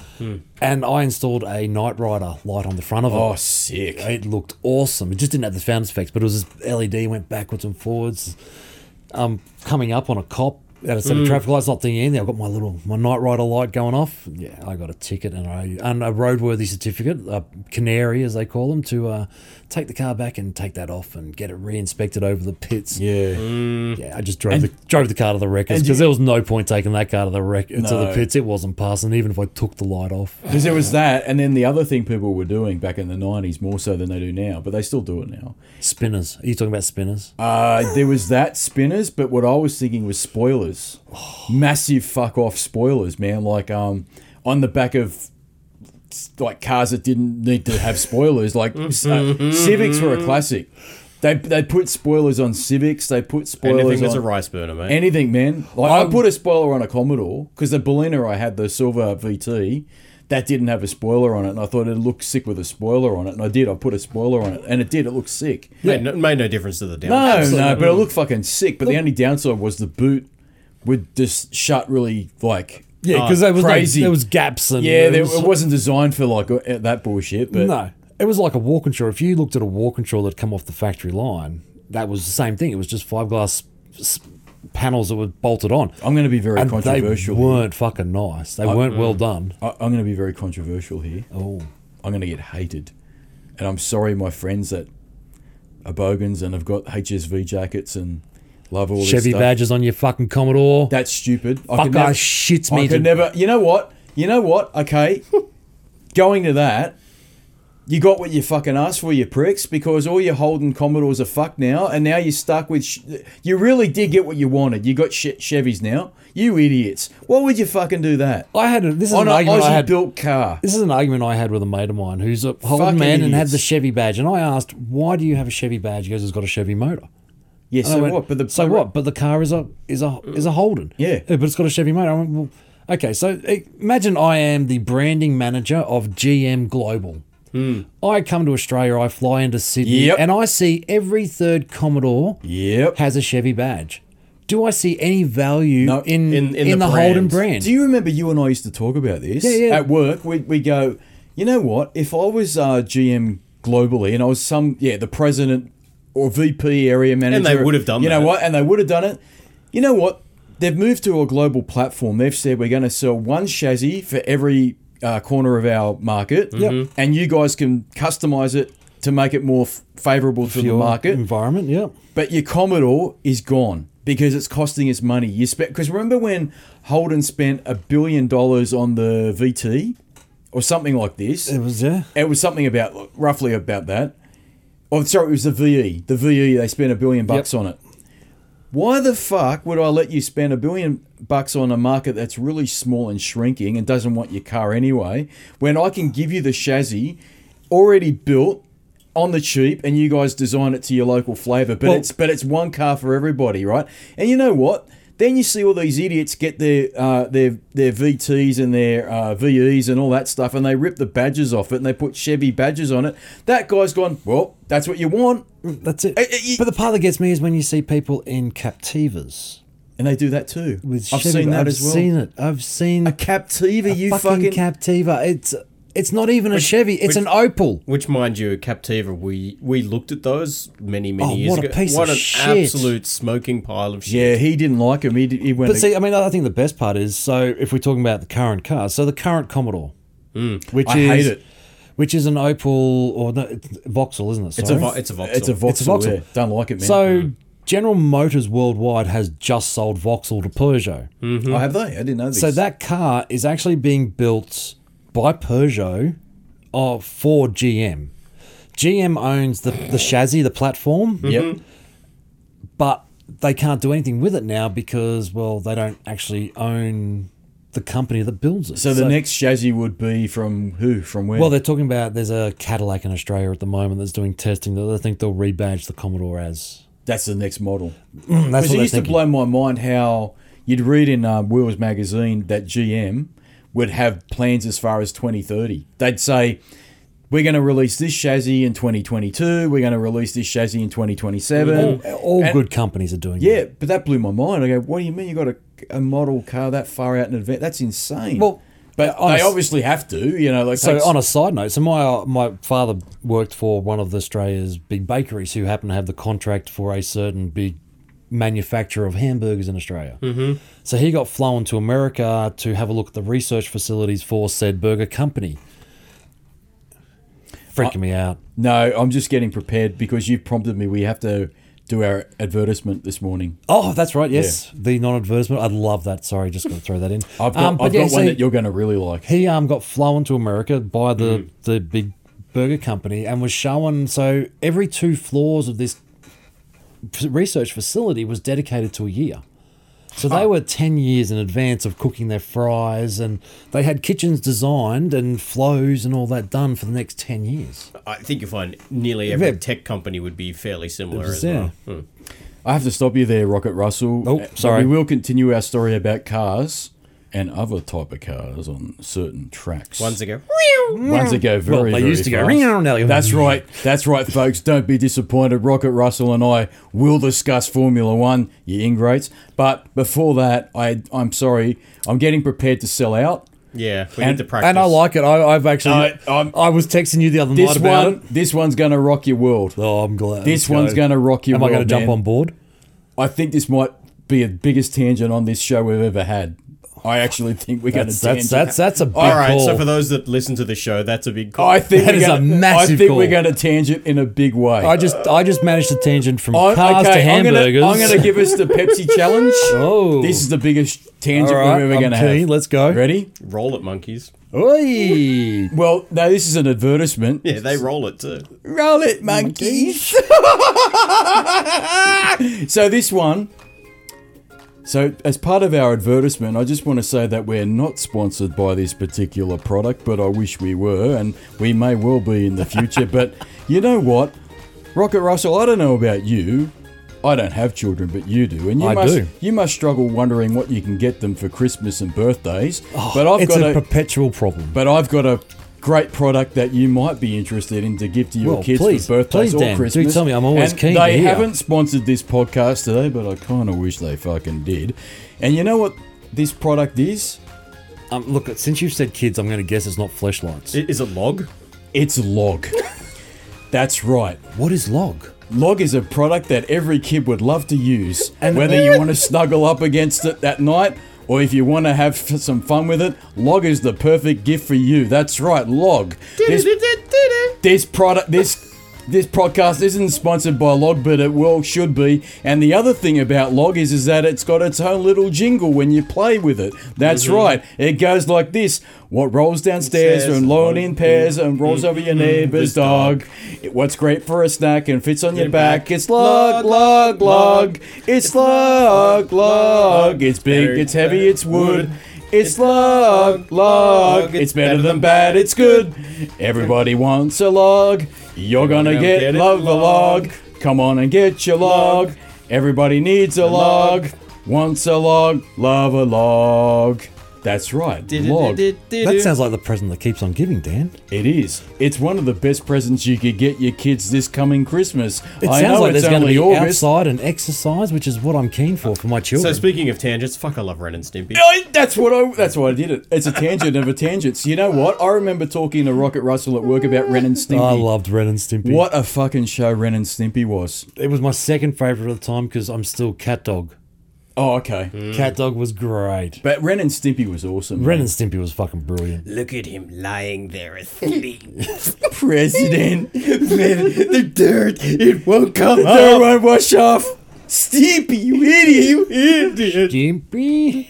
Speaker 2: and I installed a Knight Rider light on the front of it.
Speaker 1: Oh, sick.
Speaker 2: It looked awesome. It just didn't have the sound effects, but it was this LED went backwards and forwards. Um, coming up on a cop at a set
Speaker 1: Hmm.
Speaker 2: of traffic lights, not thinking anything. I've got my little my night rider light going off. Yeah, I got a ticket and I and a roadworthy certificate, a canary as they call them, to uh, take the car back and take that off and get it reinspected over the pits.
Speaker 1: Yeah.
Speaker 3: Mm.
Speaker 2: Yeah, I just drove the drove the car to the
Speaker 1: and
Speaker 2: wreckers
Speaker 1: you-
Speaker 2: because there was no point taking that car to the wreck to the
Speaker 1: No.
Speaker 2: pits. It wasn't passing, even if I took the light off.
Speaker 1: Because there was that, and then the other thing people were doing back in the 90s, more so than they do now, but they still do it now.
Speaker 2: Spinners. Are you talking about spinners?
Speaker 1: Uh, there was that spinners, but what I was thinking was spoilers.
Speaker 3: Oh.
Speaker 1: Massive fuck off spoilers, man. Like um, on the back of like cars that didn't need to have spoilers. Like uh, Civics were a classic. They they put spoilers on Civics. They put spoilers
Speaker 3: Anything that's
Speaker 1: on
Speaker 3: a Um, rice burner, mate.
Speaker 1: anything, man. Like I
Speaker 2: I'm-
Speaker 1: put a spoiler on a Commodore because the Bellina I had, the silver VT, that didn't have a spoiler on it, and I thought it'd look sick with a spoiler on it, and I did. I put a spoiler on it, and it did. It looked sick.
Speaker 3: Made, no, made no difference to the down.
Speaker 1: No, no, but it looked fucking sick. But the only downside was the boot would just shut really like.
Speaker 2: Yeah,
Speaker 1: uh,
Speaker 2: because there was like-
Speaker 1: crazy.
Speaker 2: there was gaps and
Speaker 1: yeah, there,
Speaker 2: was-
Speaker 1: it wasn't designed for like uh, that bullshit. But
Speaker 2: No, it was like a Walkinshaw. If you looked at a Walkinshaw that come off the factory line, that was the same thing. It was just five glass s- panels that were bolted on.
Speaker 1: I'm going to be very
Speaker 2: And they
Speaker 1: controversial. Mm. here.
Speaker 2: weren't fucking nice. They weren't well done.
Speaker 1: I, I'm going to be very controversial here.
Speaker 2: Oh,
Speaker 1: I'm going to get hated, and I'm sorry, my friends that are bogans and have got HSV jackets and love all this
Speaker 2: Chevy
Speaker 1: stuff.
Speaker 2: badges on your fucking Commodore.
Speaker 1: That's stupid. I
Speaker 2: Fuck,
Speaker 1: could
Speaker 2: I
Speaker 1: never-
Speaker 2: shits
Speaker 1: I
Speaker 2: me. to-
Speaker 1: could never. You know what? You know what? Okay, going to that, you got what you fucking asked for, you pricks, because all your Holden Commodores are fucked now, and now you're stuck with. Sh- you really did get what you wanted. You got sh- Chevys now. You idiots! Why would you fucking do that
Speaker 2: I had a, this is
Speaker 1: on
Speaker 2: an
Speaker 1: an
Speaker 2: argument I had.
Speaker 1: Aussie-built car?
Speaker 2: This is an argument I had with a mate of mine who's a Holden
Speaker 1: Fucking
Speaker 2: man and had
Speaker 1: idiots.
Speaker 2: the Chevy badge. And I asked, "Why do you have a Chevy badge?" He goes, "It's got a Chevy motor."
Speaker 1: Yeah.
Speaker 2: And I
Speaker 1: So
Speaker 2: went,
Speaker 1: what? But the
Speaker 2: so what? But the car is a is a is a Holden.
Speaker 1: Yeah.
Speaker 2: but it's got a Chevy motor. I went, well, okay, so eh, imagine I am the branding manager of GM Global. I come to Australia, I fly into Sydney,
Speaker 1: Hmm. Yep.
Speaker 2: and I see every third Commodore
Speaker 1: Yep.
Speaker 2: has a Chevy badge. Do I see any value
Speaker 1: No,
Speaker 2: in,
Speaker 3: in-
Speaker 2: in,
Speaker 3: in the
Speaker 2: the, Holden
Speaker 3: brand.
Speaker 2: brand?
Speaker 1: Do you remember you and I used to talk about this?
Speaker 2: Yeah, yeah.
Speaker 1: At work, we we go, you know what? If I was uh, GM globally and I was some, yeah, the president or VP area manager.
Speaker 3: would have done
Speaker 1: You know
Speaker 3: that.
Speaker 1: what? And they would have done it. You know what? They've moved to a global platform. They've said we're going to sell one chassis for every uh, corner of our market.
Speaker 3: Mm-hmm.
Speaker 2: Yep.
Speaker 1: And you guys can customize it to make it more f- favorable to the
Speaker 2: Your
Speaker 1: market.
Speaker 2: environment, yeah.
Speaker 1: But your Commodore is gone because it's costing us money. You spent because remember when Holden spent a billion dollars on the VT or something like this.
Speaker 2: It was yeah.
Speaker 1: It was something about roughly E. about that. Oh, sorry, it was the VE. The VE they spent a billion bucks on it. Why the fuck would I let you spend a billion bucks on a market that's really small and shrinking and doesn't want your car anyway when I can give you the chassis already built on the cheap and you guys design it to your local flavour but
Speaker 2: Well-
Speaker 1: it's but it's one car for everybody right and you know what then you see all these idiots get their uh, their their VTs and their uh, VEs and all that stuff and they rip the badges off it and they put Chevy badges on it that guy's gone well that's what you want
Speaker 2: That's it.
Speaker 1: Eh, eh, you-
Speaker 2: but the part that gets me is when you see people in captivas.
Speaker 1: and they do that too
Speaker 2: With
Speaker 1: I've
Speaker 2: Chevy.
Speaker 1: seen that
Speaker 2: I've
Speaker 1: as well
Speaker 2: seen it. I've seen
Speaker 1: A Captiva, you fucking.
Speaker 2: fucking, Captiva. It's it's not even a Chevy. It's
Speaker 3: which-
Speaker 2: an Opal.
Speaker 3: Which, mind you, Captiva, we we looked at those many many
Speaker 2: Oh,
Speaker 3: years
Speaker 2: what a
Speaker 3: ago.
Speaker 2: piece
Speaker 3: what
Speaker 2: of
Speaker 3: an
Speaker 2: shit.
Speaker 3: absolute smoking pile of shit!
Speaker 1: yeah, he didn't like him. He, did, he went.
Speaker 2: But see, I mean, I think the best part is so if we're talking about the current cars, so the current Commodore, which
Speaker 1: Hmm. I hate
Speaker 2: is
Speaker 1: it.
Speaker 2: which is an Opal or no, it's Vauxhall, isn't it?
Speaker 3: It's, a,
Speaker 2: Sorry.
Speaker 3: vo- it's a Vauxhall.
Speaker 1: It's a Vauxhall.
Speaker 2: It's a Vauxhall.
Speaker 1: yeah. Don't like it, man.
Speaker 2: so General Motors worldwide has just sold Vauxhall to Peugeot.
Speaker 3: Mm-hmm.
Speaker 1: I Oh, have they. I didn't know this.
Speaker 2: So that car is actually being built by Peugeot uh, for GM. GM owns the, the chassis, the platform,
Speaker 1: Yep.
Speaker 2: but they can't do anything with it now because, well, they don't actually own the company that builds it.
Speaker 1: So the next chassis would be from who? From where?
Speaker 2: Well, they're talking about there's a Cadillac in Australia at the moment that's doing testing that they think they'll rebadge the Commodore as.
Speaker 1: that's the next model.
Speaker 2: Mm, That's
Speaker 1: Because it
Speaker 2: what they're
Speaker 1: used to
Speaker 2: thinking.
Speaker 1: blow my mind how you'd read in um, Wheels magazine that GM would have plans as far as 2030. They'd say, we're going to release this chassis in 2022. We're going to release this chassis in 2027.
Speaker 2: All
Speaker 1: And-
Speaker 2: good companies are doing that.
Speaker 1: Yeah, but that blew my mind. I go, what do you mean you got a, a model car that far out in advance? That's insane.
Speaker 2: Well,
Speaker 1: but
Speaker 2: on a
Speaker 1: they
Speaker 2: s-
Speaker 1: obviously have to, you know. Like
Speaker 2: So
Speaker 1: takes-
Speaker 2: on a side note, so my my father worked for one of Australia's big bakeries who happened to have the contract for a certain big manufacturer of hamburgers in Australia. Mm-hmm. So he got flown to America to have a look at the research facilities for said burger company. Freaking me out.
Speaker 1: no, I'm just getting prepared because you prompted me. We have to do our advertisement this morning.
Speaker 2: Oh, that's right. Yes, the non-advertisement. I love that. Sorry, just got to throw that in.
Speaker 1: I've got,
Speaker 2: Um, but
Speaker 1: I've
Speaker 2: yeah,
Speaker 1: got one
Speaker 2: see-
Speaker 1: that you're going to really like.
Speaker 2: he um got flown to America by the
Speaker 1: Mm.
Speaker 2: the big burger company and was shown so every two floors of this f- research facility was dedicated to a year. So they were 10 years in advance of cooking their fries and they had kitchens designed and flows and all that done for the next 10 years.
Speaker 3: I think you'll find nearly every
Speaker 2: Yeah.
Speaker 3: tech company would be fairly similar as
Speaker 2: Yeah.
Speaker 3: well. Hmm.
Speaker 1: I have to stop you there, Rocket Russell.
Speaker 2: Oh,
Speaker 1: Uh, but
Speaker 2: sorry.
Speaker 1: We will continue our story about cars and other type of cars on certain tracks.
Speaker 3: Once again,
Speaker 1: Ones that go very,
Speaker 2: Well, they
Speaker 1: very
Speaker 2: used to go,
Speaker 1: fast.
Speaker 2: "Meow," now they go,
Speaker 1: That's right. That's right, folks. Don't be disappointed. Rocket Russell and I will discuss Formula One, you ingrates. But before that, I, I'm sorry. I'm getting prepared to sell out.
Speaker 3: yeah, we
Speaker 1: And-
Speaker 3: need to practice.
Speaker 2: it. I, I've actually.
Speaker 1: No, I'm-
Speaker 2: I was texting you the other
Speaker 1: This one, this one's going to rock your world.
Speaker 2: Oh, I'm glad.
Speaker 1: This
Speaker 2: Let's
Speaker 1: one's going to rock your
Speaker 2: Am I
Speaker 1: world.
Speaker 2: going to jump
Speaker 1: man.
Speaker 2: on board?
Speaker 1: I think this might be the biggest tangent on this show we've ever had. I actually think we're going to
Speaker 2: That's, that's, that's, that's a big
Speaker 3: All right,
Speaker 2: call.
Speaker 3: so for those that listen to the show, that's a big call.
Speaker 1: I think
Speaker 2: That
Speaker 1: we're
Speaker 2: is a
Speaker 1: gonna, I
Speaker 2: massive
Speaker 1: think we're
Speaker 2: call.
Speaker 1: going to tangent in a big way.
Speaker 2: I just I just managed to tangent from
Speaker 1: I-
Speaker 2: cars to hamburgers.
Speaker 1: I'm going to give us the Pepsi challenge.
Speaker 2: Oh.
Speaker 1: This is the biggest tangent
Speaker 2: All right,
Speaker 1: we're ever
Speaker 2: I'm
Speaker 1: going to
Speaker 2: keen.
Speaker 1: have.
Speaker 2: Let's go.
Speaker 1: Ready?
Speaker 3: roll it, monkeys.
Speaker 2: Oi.
Speaker 1: Well, no, this is an advertisement.
Speaker 3: Yeah, they roll it too.
Speaker 1: Roll it, monkeys. so this one. So as part of our advertisement, I just want to say that we're not sponsored by this particular product, but I wish we were, and we may well be in the future. but you know what, Rocket Russell, I don't know about you. I don't have children, but you do, and you
Speaker 2: I
Speaker 1: must
Speaker 2: do.
Speaker 1: you must struggle wondering what you can get them for Christmas and birthdays. but I've
Speaker 2: Oh, it's
Speaker 1: got
Speaker 2: a perpetual problem.
Speaker 1: but I've got a great product that you might be interested in to give to your
Speaker 2: Well,
Speaker 1: kids
Speaker 2: please-
Speaker 1: for birthdays
Speaker 2: please,
Speaker 1: or
Speaker 2: Dan, do
Speaker 1: Christmas.
Speaker 2: tell me, I'm always
Speaker 1: and
Speaker 2: keen to
Speaker 1: They
Speaker 2: hear.
Speaker 1: haven't sponsored this podcast today, but I kind of wish they fucking did. And you know what this product is?
Speaker 2: Um, look, since you've said kids, I'm going to guess it's not fleshlights.
Speaker 3: I- Is it log?
Speaker 1: It's Log. That's right.
Speaker 2: what is log?
Speaker 1: Log is a product that every kid would love to use.
Speaker 2: And-
Speaker 1: Whether you want to snuggle up against it that night or if you want to have f- some fun with it, Log is the perfect gift for you. That's right, Log. This, this product, this This podcast isn't sponsored by Log, but it well should be. And the other thing about Log is, is that it's got its own little jingle when you play with it. That's right. It goes like this: What rolls downstairs
Speaker 3: Says-
Speaker 1: and alone in pairs and rolls over your neighbor's dog. What's great for a snack and fits on your back. It's Log, Log, Log. It's Log, Log. It's big. It's heavy. It's wood. It's log, log. It's better than bad. It's good. Everybody wants a log. You're gonna
Speaker 3: gonna
Speaker 1: get
Speaker 3: get it,
Speaker 1: love a log.
Speaker 3: log.
Speaker 1: Come on and get your log. Everybody needs a log. Wants a log. Love a log. That's right, log. It
Speaker 2: That sounds like the present that keeps on giving, Dan.
Speaker 1: is. It's one of the best presents you could get your kids this coming Christmas.
Speaker 2: It
Speaker 1: I
Speaker 2: sounds
Speaker 1: know
Speaker 2: like
Speaker 1: it's
Speaker 2: there's going to
Speaker 1: only
Speaker 2: be
Speaker 1: August.
Speaker 2: outside and exercise, which is what I'm keen for for my
Speaker 3: So
Speaker 2: children.
Speaker 3: speaking of tangents, fuck, I love Ren and Stimpy.
Speaker 1: I- that's what I. That's why I did it. It's a tangent of a tangent. So you know what? I remember talking to Rocket Russell at work about Ren and Stimpy.
Speaker 2: I loved Ren and Stimpy.
Speaker 1: What a fucking show Ren and Stimpy was.
Speaker 2: It was my second favorite at the time because I'm still Cat Dog.
Speaker 1: Oh, okay.
Speaker 3: Mm.
Speaker 2: Cat Dog was great.
Speaker 1: But Ren and Stimpy was awesome.
Speaker 2: Ren and Stimpy was fucking brilliant.
Speaker 3: Look at him lying there asleep.
Speaker 1: President.
Speaker 3: the dirt, it won't come
Speaker 1: Don't run, wash off. Stimpy, you idiot. You idiot.
Speaker 2: Stimpy.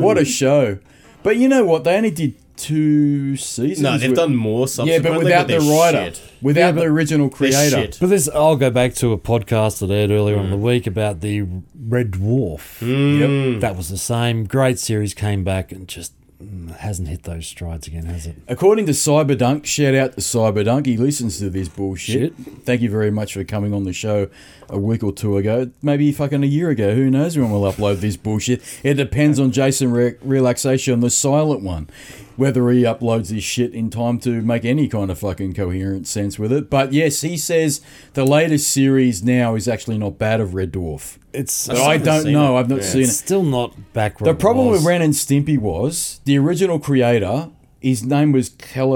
Speaker 1: What a show. But you know what? They only did two seasons.
Speaker 3: No, they've
Speaker 1: with-
Speaker 3: done more
Speaker 1: Yeah,
Speaker 3: subsequently.
Speaker 1: but without the
Speaker 3: they're
Speaker 1: writer.
Speaker 3: shit.
Speaker 1: Without the original
Speaker 3: They're
Speaker 1: creator.
Speaker 3: shit.
Speaker 2: But this, I'll go back to a podcast that aired earlier
Speaker 3: Mm.
Speaker 2: on in the week about the Red Dwarf.
Speaker 1: Yep.
Speaker 2: That was the same great series. Came back and just mm, hasn't hit those strides again, has it?
Speaker 1: According to Cyberdunk, shout out to Cyberdunk. He listens to this bullshit.
Speaker 2: Shit.
Speaker 1: Thank you very much for coming on the show a week or two ago. Maybe fucking a year ago. Who knows when we'll upload this bullshit? It depends on Jason Re- Relaxation, the silent one, whether he uploads this shit in time to make any kind of fucking coherent sense with it. But yes, he says the latest series now is actually not bad of Red Dwarf.
Speaker 2: It's
Speaker 1: But I
Speaker 3: haven't
Speaker 1: don't
Speaker 3: seen
Speaker 1: know.
Speaker 3: it.
Speaker 1: I've not
Speaker 3: Yeah.
Speaker 1: seen it.
Speaker 2: it's still not back.
Speaker 1: The problem with Ren and Stimpy was the original creator. His name was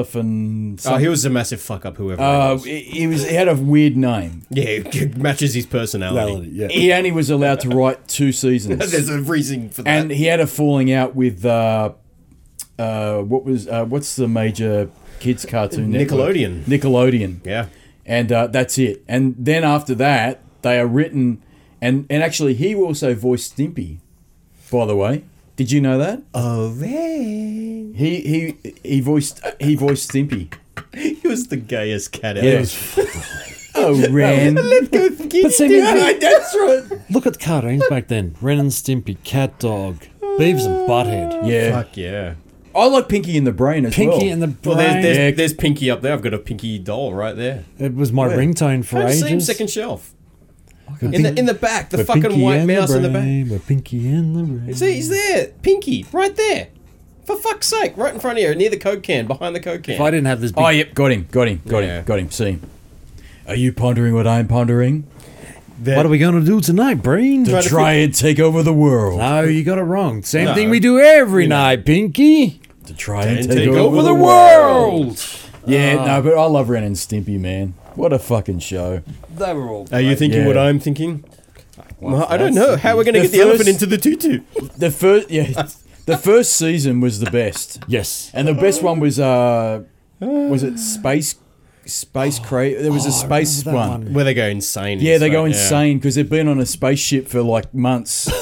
Speaker 1: Caliphan.
Speaker 3: Oh, he was a massive fuck up, whoever.
Speaker 1: Uh,
Speaker 3: Uh,
Speaker 1: he he was he had a weird name.
Speaker 3: yeah, it matches his personality.
Speaker 2: yeah.
Speaker 1: He only was allowed to write two seasons,
Speaker 3: There's a reason for that.
Speaker 1: and he had a falling out with uh, uh, what was uh, what's the major kids cartoon network?
Speaker 3: Nickelodeon.
Speaker 1: Nickelodeon.
Speaker 3: Yeah.
Speaker 1: and uh, that's it. And then after that, they are written, and and actually he also voiced Stimpy. By the way, did you know that
Speaker 3: Oh, man.
Speaker 1: he he he voiced he voiced Stimpy.
Speaker 3: He was the gayest cat ever.
Speaker 1: Yeah. oh, Ren.
Speaker 2: But see,
Speaker 1: that's right.
Speaker 2: look at the cartoons back then: Ren and Stimpy, Cat Dog, Beavis and Butthead,
Speaker 1: Yeah.
Speaker 3: Fuck yeah.
Speaker 1: I like Pinky in the Brain as well.
Speaker 2: Pinky and the Brain.
Speaker 3: Well, there's, there's,
Speaker 1: Yeah.
Speaker 3: there's Pinky up there. I've got a Pinky doll right there.
Speaker 2: it was my ringtone for
Speaker 3: Same
Speaker 2: ages.
Speaker 3: second shelf.
Speaker 2: in
Speaker 3: In the in the back, the fucking white mouse in the back.
Speaker 2: Pinky and the Brain.
Speaker 3: See, he's there. Pinky, right there. For fuck's sake, right in front of you, near the Coke can, behind the Coke
Speaker 2: if I
Speaker 3: can.
Speaker 2: didn't have this big
Speaker 1: Oh, yep. Got him. Got him. Got
Speaker 3: Yeah.
Speaker 1: him. Got him. See him. Are you pondering what I'm pondering?
Speaker 2: What are we going to do tonight, Breen?
Speaker 1: To
Speaker 3: to
Speaker 1: try and take over the world.
Speaker 2: No, you got it wrong. Same
Speaker 3: No.
Speaker 2: thing we do every night, Pinky.
Speaker 1: To try and, take, over, the world. Ah. Yeah, no, but I love Ren and Stimpy, man. What a fucking show.
Speaker 2: They were all.
Speaker 3: Are you thinking
Speaker 1: what
Speaker 3: what
Speaker 1: I'm
Speaker 3: I'm thinking? I don't know. How we're going to
Speaker 1: The
Speaker 3: get the elephant
Speaker 1: first-
Speaker 3: into the tutu?
Speaker 1: The first, yeah, the first season was the best,
Speaker 2: Yes.
Speaker 1: and the best one was uh, was it space, space crate? There was a space
Speaker 2: Oh, remember that
Speaker 1: one.
Speaker 2: one.
Speaker 3: Where they go insane.
Speaker 1: Yeah, they go
Speaker 3: Yeah.
Speaker 1: insane because they've been on a spaceship for like months.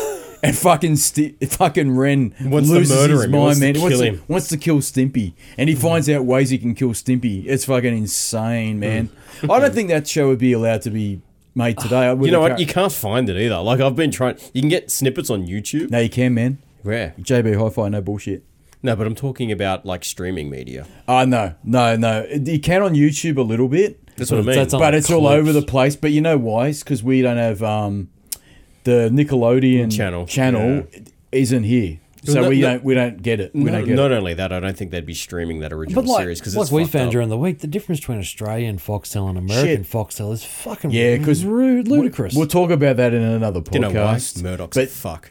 Speaker 1: And fucking sti fucking Ren
Speaker 3: Wants to
Speaker 1: loses
Speaker 3: murder
Speaker 1: his
Speaker 3: him. He
Speaker 1: mind,
Speaker 3: wants to
Speaker 1: man. He wants,
Speaker 3: kill
Speaker 1: to,
Speaker 3: him.
Speaker 1: wants to kill Stimpy, and he
Speaker 2: Mm.
Speaker 1: finds out ways he can kill Stimpy. It's fucking insane, man.
Speaker 2: Mm.
Speaker 1: I don't think that show would be allowed to be made today.
Speaker 3: You know what? You can't find it either. Like I've been trying. You can get snippets on YouTube.
Speaker 1: no, you can, man.
Speaker 3: Where?
Speaker 1: JB Hi-Fi, no bullshit.
Speaker 3: No, but I'm talking about like streaming media.
Speaker 1: Oh no, no, no. You can on YouTube a little bit,
Speaker 3: That's what I mean.
Speaker 2: That's on
Speaker 1: but it's all
Speaker 2: clips.
Speaker 1: over the place. But you know why? It's because we don't have um, the Nickelodeon
Speaker 3: Channel.
Speaker 1: Channel isn't here, so
Speaker 3: no-
Speaker 1: we
Speaker 3: no-
Speaker 1: don't we don't get it. We
Speaker 3: No-
Speaker 1: don't get
Speaker 3: not
Speaker 1: it.
Speaker 3: only that, I don't think they'd be streaming that original
Speaker 2: But like,
Speaker 3: series because
Speaker 2: like
Speaker 3: it's
Speaker 2: we
Speaker 3: fucked
Speaker 2: found
Speaker 3: up.
Speaker 2: during the week, the difference between Australian Foxtel and American Foxtel is fucking
Speaker 1: Yeah, because
Speaker 3: Mm,
Speaker 2: rude, ludicrous.
Speaker 1: We'll talk about that in another podcast.
Speaker 3: you know why? Murdoch's
Speaker 1: But
Speaker 3: fuck.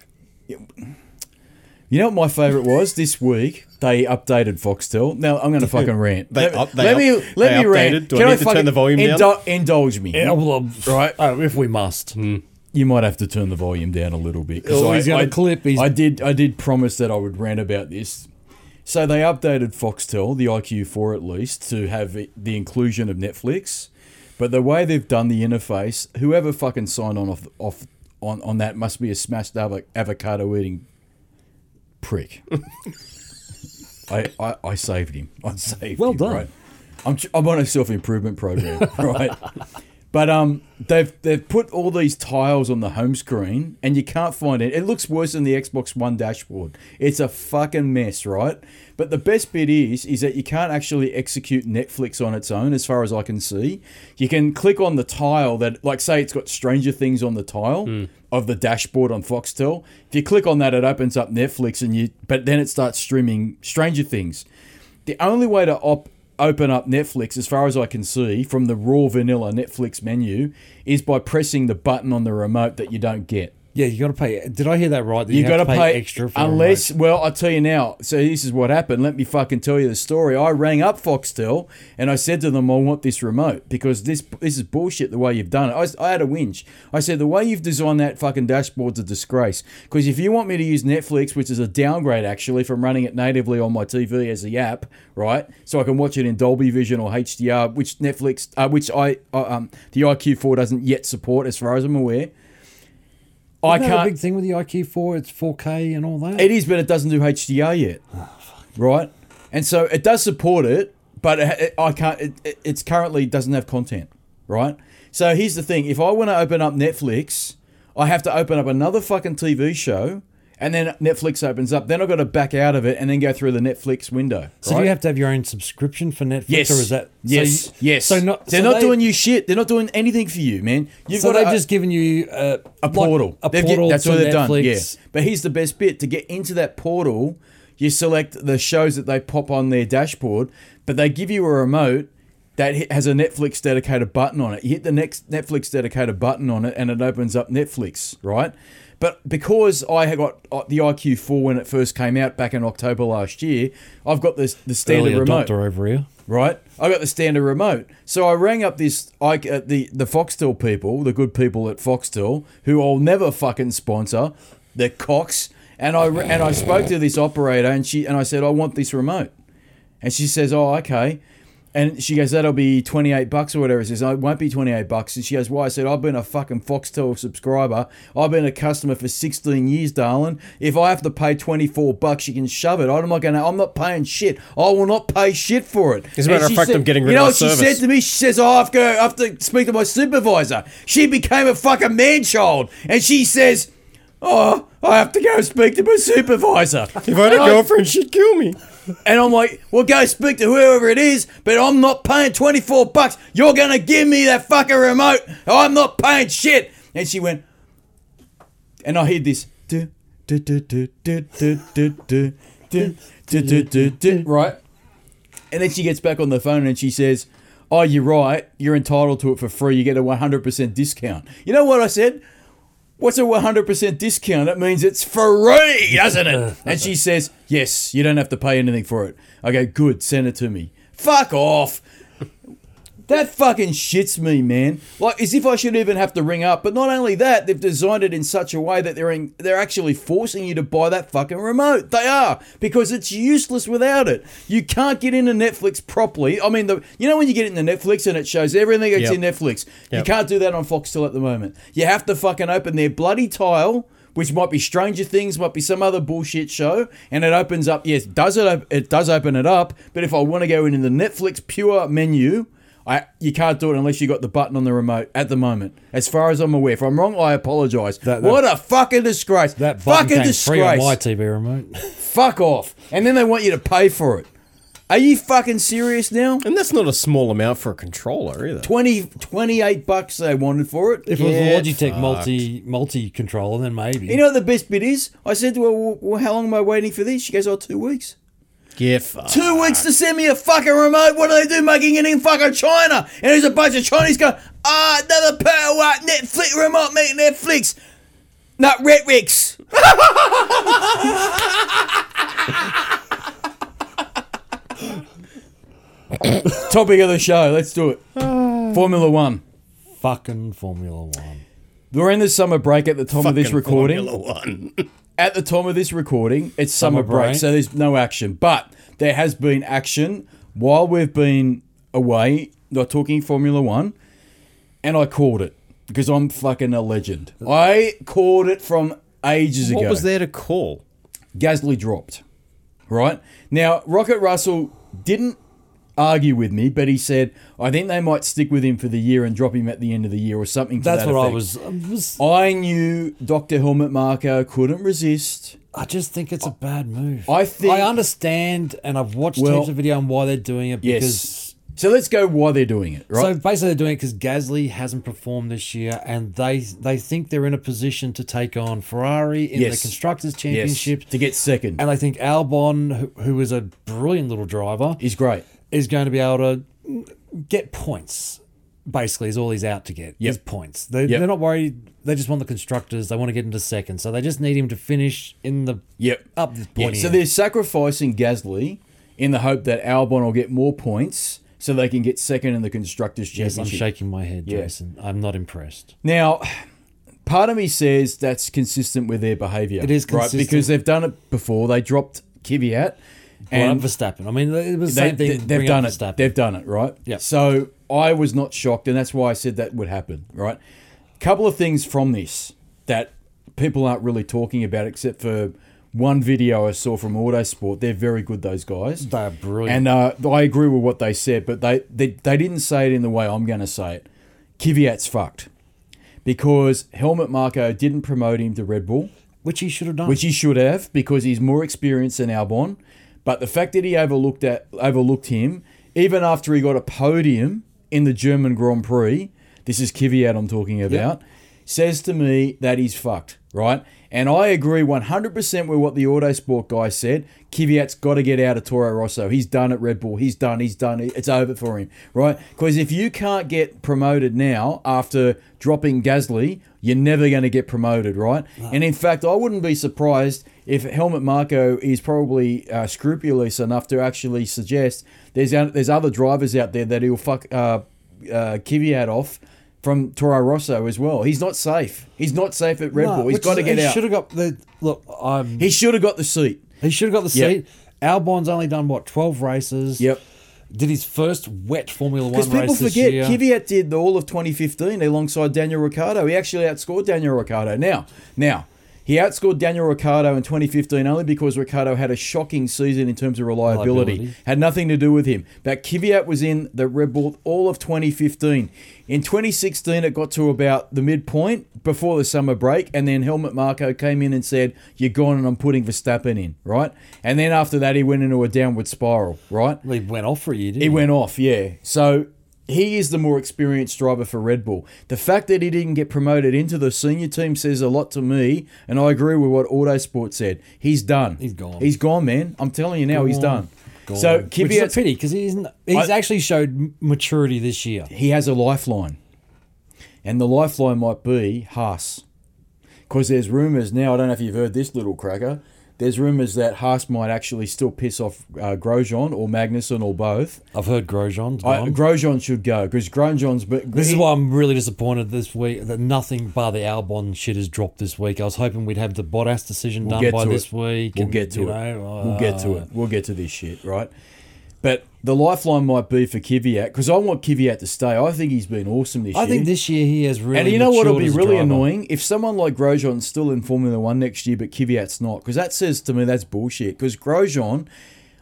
Speaker 1: you know what my favorite was this week? They updated Foxtel. Now I'm going to fucking rant.
Speaker 3: They
Speaker 1: let,
Speaker 3: up- they
Speaker 1: let
Speaker 3: up-
Speaker 1: me let
Speaker 3: they
Speaker 1: me rant.
Speaker 3: updated? Do I need to turn
Speaker 1: fucking
Speaker 3: the volume down?
Speaker 1: indo- Indulge me.
Speaker 2: Yeah, well,
Speaker 1: Right. Hmm.
Speaker 2: oh, if we must.
Speaker 1: You might have to turn the volume down a little bit. 'cause
Speaker 2: Oh, he's got a clip, he's-
Speaker 1: I did. I did promise that I would rant about this. So they updated Foxtel, the IQ4 at least, to have it, the inclusion of Netflix. But the way they've done the interface, whoever fucking signed on off off on, on that must be a smashed avo- avocado eating prick. I, I I saved him. I saved.
Speaker 2: Well
Speaker 1: him,
Speaker 2: done.
Speaker 1: Right? I'm tr- I'm on a self improvement program, right? But um, they've they've put all these tiles on the home screen, and you can't find it. It looks worse than the Xbox One dashboard. It's a fucking mess, right? But the best bit is is that you can't actually execute Netflix on its own, as far as I can see. You can click on the tile that, like, say it's got Stranger Things on the tile of the dashboard on Foxtel. If you click on that, it opens up Netflix, and you but then it starts streaming Stranger Things. The only way to op- open up Netflix, as far as I can see, from the raw vanilla Netflix menu, is by pressing the button on the remote that you don't get.
Speaker 2: Yeah, you got to pay. Did I hear that right? That
Speaker 1: You,
Speaker 2: have
Speaker 1: got to pay,
Speaker 2: extra for a
Speaker 1: unless. Well, I will tell you now. So this is what happened. Let me fucking tell you the story. I rang up Foxtel and I said to them, "I want this remote because this this is bullshit the way you've done it." I, s- I had a whinge. I said the way you've designed that fucking dashboard's a disgrace. Because if you want me to use Netflix, which is a downgrade actually from running it natively on my TV as the app, right? So I can watch it in Dolby Vision or HDR, which Netflix, uh, which I uh, um, the IQ4 doesn't yet support, as far as I'm aware. I
Speaker 2: remote. Isn't that
Speaker 1: can't.
Speaker 2: a big thing with the IQ four. It's four K and all that.
Speaker 1: It is, but it doesn't do HDR yet,
Speaker 2: Oh,
Speaker 1: right? And so it does support it, but it, it- I can't. It, it, it's currently doesn't have content, right? So here's the thing: if I want to open up Netflix, I have to open up another fucking TV show, and then Netflix opens up. Then I've got to back out of it and then go through the Netflix window.
Speaker 2: so do
Speaker 1: right?
Speaker 2: you have to have your own subscription for Netflix,
Speaker 1: Yes.
Speaker 2: or is that so
Speaker 1: yes.
Speaker 2: you-
Speaker 1: yes.
Speaker 2: So not
Speaker 1: They're
Speaker 2: so
Speaker 1: not
Speaker 2: they-
Speaker 1: doing you shit. They're not doing anything for you, man. You've
Speaker 2: So
Speaker 1: got
Speaker 2: they've
Speaker 1: to,
Speaker 2: just given you a,
Speaker 1: a portal.
Speaker 2: a
Speaker 1: They've get-
Speaker 2: portal
Speaker 1: that's
Speaker 2: to
Speaker 1: what they've done. Yeah.
Speaker 2: Netflix.
Speaker 1: But here's the best bit: to get into that portal, you select the shows that they pop on their dashboard, but they give you a remote that hi- has a Netflix dedicated button on it. You hit the next Netflix dedicated button on it, and it opens up Netflix, right? But because I had got uh, the IQ4 when it first came out back in October last year, I've got this the standard
Speaker 2: Early
Speaker 1: remote
Speaker 2: adopter over here.
Speaker 1: right? I got the standard remote, so I rang up this I uh, the the Foxtel people, the good people at Foxtel, who I'll never fucking sponsor, the cocks. And I and I spoke to this operator, and she and I said, I want this remote, and she says, Oh, okay. And she goes, That'll be twenty eight bucks or whatever. It says, No, it won't be twenty eight bucks. And she goes, Why? I said, I've been a fucking Foxtel subscriber. I've been a customer for sixteen years, darling. If I have to pay twenty four bucks, you can shove it. I'm not gonna I'm not paying shit. I will not pay shit for it.
Speaker 3: As a matter
Speaker 1: And
Speaker 3: of
Speaker 1: she
Speaker 3: fact,
Speaker 1: said-
Speaker 3: I'm getting rid
Speaker 1: you
Speaker 3: of
Speaker 1: know
Speaker 3: my
Speaker 1: what she
Speaker 3: service.
Speaker 1: said to me? She says, "Oh, I have to, I have to speak to my supervisor." She became a fucking man child, and she says, "Oh, I have to go speak to my supervisor."
Speaker 3: If I had a girlfriend, she'd kill me.
Speaker 1: and I'm like, "Well, go speak to whoever it is, but I'm not paying twenty four bucks. You're gonna give me that fucking remote. I'm not paying shit." And she went, and I heard this, "Du, du, du, du, du, du, du, du, du, du, du, du, du," right. And then she gets back on the phone and she says, Oh, you're right. You're entitled to it for free. You get a 100% discount. You know what I said? What's a 100% discount? It means it's free, doesn't it? And she says, Yes, you don't have to pay anything for it. I go, Good, send it to me. Fuck off. That fucking shits me, man. Like as if I should even have to ring up. But not only that, they've designed it in such a way that they're in, they're actually forcing you to buy that fucking remote. They are because it's useless without it. You can't get into Netflix properly. I mean, the you know when you get into Netflix and it shows everything that's
Speaker 3: Yep.
Speaker 1: in Netflix.
Speaker 3: Yep.
Speaker 1: You can't do that on Foxtel at the moment. You have to fucking open their bloody tile. Which might be Stranger Things, might be some other bullshit show, and it opens up. Yes, does it? op- It does open it up, but if I want to go into the Netflix pure menu, I you can't do it unless you got the button on the remote at the moment. As far as I'm aware, if I'm wrong, I apologise.
Speaker 2: That- that-
Speaker 1: What a fucking disgrace!
Speaker 2: That button
Speaker 1: fucking
Speaker 2: came free on
Speaker 1: disgrace!
Speaker 2: my TV remote.
Speaker 1: Fuck off! And then they want you to pay for it. Are you fucking serious now?
Speaker 3: And that's not a small amount for a controller either.
Speaker 1: 20, 28 bucks they wanted for it.
Speaker 2: If it was a
Speaker 3: Get
Speaker 2: Logitech multi multi controller, then maybe.
Speaker 1: You know what the best bit is? I said to her, well, well, how long am I waiting for this? She goes, oh, two weeks.
Speaker 3: Yeah, fuck.
Speaker 1: Two weeks to send me a fucking remote? What do they do making it in fucking China? And there's a bunch of Chinese going, ah, another power up Netflix remote, make Netflix. Not Retrix. Topic of the show. Let's do it. Formula One.
Speaker 2: fucking Formula One.
Speaker 1: We're in the summer break at the time of this
Speaker 3: Fucking
Speaker 1: recording.
Speaker 3: Formula One.
Speaker 1: at the time of this recording, it's summer,
Speaker 2: Summer
Speaker 1: break,
Speaker 2: break.
Speaker 1: so there's no action. But there has been action while we've been away, not talking Formula One. and I called it because I'm fucking a legend. I called it from ages ago.
Speaker 4: What was there to call?
Speaker 1: Gasly dropped. Right? Now, Rocket Russell didn't argue with me, but he said, I think they might stick with him for the year and drop him at the end of the year or something. to
Speaker 2: That's
Speaker 1: that
Speaker 2: what I
Speaker 1: effect.
Speaker 2: was, I was.
Speaker 1: I knew Dr. Helmet Marco couldn't resist.
Speaker 2: I just think it's a bad move.
Speaker 1: I think-
Speaker 2: I understand, and I've watched
Speaker 1: Well-
Speaker 2: heaps of video on why they're doing it
Speaker 1: Yes.
Speaker 2: because
Speaker 1: so let's go why they're doing it, right?
Speaker 2: So basically, they're doing it because Gasly hasn't performed this year, and they they think they're in a position to take on Ferrari in
Speaker 1: Yes.
Speaker 2: the constructors'
Speaker 1: yes,
Speaker 2: championship.
Speaker 1: to get second
Speaker 2: And I think Albon, who, who is a brilliant little driver,
Speaker 1: is great.
Speaker 2: is going to be able to get points. Basically, is all he's out to get is points. They,
Speaker 1: Yep.
Speaker 2: They're not worried. They just want the constructors. They want to get into second, so they just need him to finish in the
Speaker 1: Yep.
Speaker 2: up this
Speaker 1: Yeah,
Speaker 2: point.
Speaker 1: so they're sacrificing Gasly in the hope that Albon will get more points so they can get second in the Constructors'
Speaker 2: yes, I'm
Speaker 1: Championship.
Speaker 2: shaking my head,
Speaker 1: Yeah.
Speaker 2: Jason. I'm not impressed.
Speaker 1: Now, part of me says that's consistent with their behaviour. It
Speaker 2: is
Speaker 1: Right, because
Speaker 2: consistent.
Speaker 1: they've done it before. They dropped Kvyat.
Speaker 2: And
Speaker 1: And
Speaker 2: Verstappen. I mean, it was the
Speaker 1: they,
Speaker 2: same thing.
Speaker 1: have
Speaker 2: bringing up
Speaker 1: done it.
Speaker 2: Verstappen.
Speaker 1: They've done it, right?
Speaker 2: Yeah.
Speaker 1: So I was not shocked, and that's why I said that would happen, right? Couple of things from this that people aren't really talking about, except for one video I saw from Autosport. They're very good, those guys.
Speaker 2: They are brilliant.
Speaker 1: And uh, I agree with what they said, but they, they, they didn't say it in the way I'm going to say it. Kvyat's fucked because Helmut Marko didn't promote him to Red Bull
Speaker 2: which he should have done.
Speaker 1: which he should have because he's more experienced than Albon. But the fact that he overlooked at, overlooked him, even after he got a podium in the German Grand Prix, this is Kvyat I'm talking about, says to me that he's fucked, right? And I agree 100% with what the Autosport guy said. Kvyat's got to get out of Toro Rosso. He's done at Red Bull. He's done. He's done. It's over for him, right? Because if you can't get promoted now after dropping Gasly, you're never going to get promoted, right? And in fact, I wouldn't be surprised if Helmut Marko is probably uh, scrupulous enough to actually suggest there's there's other drivers out there that he'll fuck uh, uh, Kvyat off from Toro Rosso as well. He's not safe. He's not safe at Red
Speaker 2: No,
Speaker 1: Bull. He's
Speaker 2: which
Speaker 1: got to
Speaker 2: is-
Speaker 1: get
Speaker 2: he
Speaker 1: out.
Speaker 2: Should have got the look. I'm,
Speaker 1: He should have got the seat.
Speaker 2: he should have got the
Speaker 1: Yep.
Speaker 2: seat. Albon's only done what twelve races.
Speaker 1: Yep.
Speaker 2: Did his first wet Formula One
Speaker 1: Because people
Speaker 2: race this
Speaker 1: forget,
Speaker 2: year.
Speaker 1: Kvyat did the all of 2015 alongside Daniel Ricciardo. He actually outscored Daniel Ricciardo. Now, now he outscored Daniel Ricciardo in 2015 only because Ricciardo had a shocking season in terms of reliability.
Speaker 2: Reliability.
Speaker 1: Had nothing to do with him. But Kvyat was in the Red Bull all of 2015. In 2016, it got to about the midpoint before the summer break, and then Helmut Marko came in and said, "You're gone, and I'm putting Verstappen in." Right, and then after that, he went into a downward spiral. Right.
Speaker 2: he went off for a year. Didn't
Speaker 1: He
Speaker 2: he,
Speaker 1: went off, yeah. So he is the more experienced driver for Red Bull. The fact that he didn't get promoted into the senior team says a lot to me, and I agree with what Autosport said. He's done.
Speaker 2: He's gone.
Speaker 1: He's gone, man. I'm telling you now, he's done.
Speaker 2: Gone.
Speaker 1: So
Speaker 2: which is a
Speaker 1: Kvyat,
Speaker 2: pity because he isn't. He's
Speaker 1: I-
Speaker 2: actually showed m- maturity this year.
Speaker 1: he has a lifeline, and the lifeline might be Haas, because there's rumours now. I don't know if you've heard this little cracker. There's rumours that Haas might actually still piss off uh, Grosjean or Magnussen or both.
Speaker 2: I've heard Grosjean's
Speaker 1: I,
Speaker 2: gone.
Speaker 1: Grosjean should go because Grosjean's. But
Speaker 2: this is why I'm really disappointed this week that nothing bar the Albon shit has dropped this week. I was hoping we'd have the Bottas decision done
Speaker 1: get
Speaker 2: by
Speaker 1: to
Speaker 2: this
Speaker 1: it.
Speaker 2: week.
Speaker 1: We'll
Speaker 2: and,
Speaker 1: get to
Speaker 2: you
Speaker 1: it.
Speaker 2: know,
Speaker 1: we'll get to
Speaker 2: uh,
Speaker 1: it. We'll get to this shit, right? But the lifeline might be for Kvyat because I want Kvyat to stay. I think he's been awesome this
Speaker 2: I
Speaker 1: year.
Speaker 2: think this year he has really.
Speaker 1: and you know what'll
Speaker 2: matured
Speaker 1: be
Speaker 2: as a
Speaker 1: really
Speaker 2: driver.
Speaker 1: annoying if someone like Grosjean's still in Formula One next year, but Kvyat's not, because that says to me that's bullshit. Because Grosjean,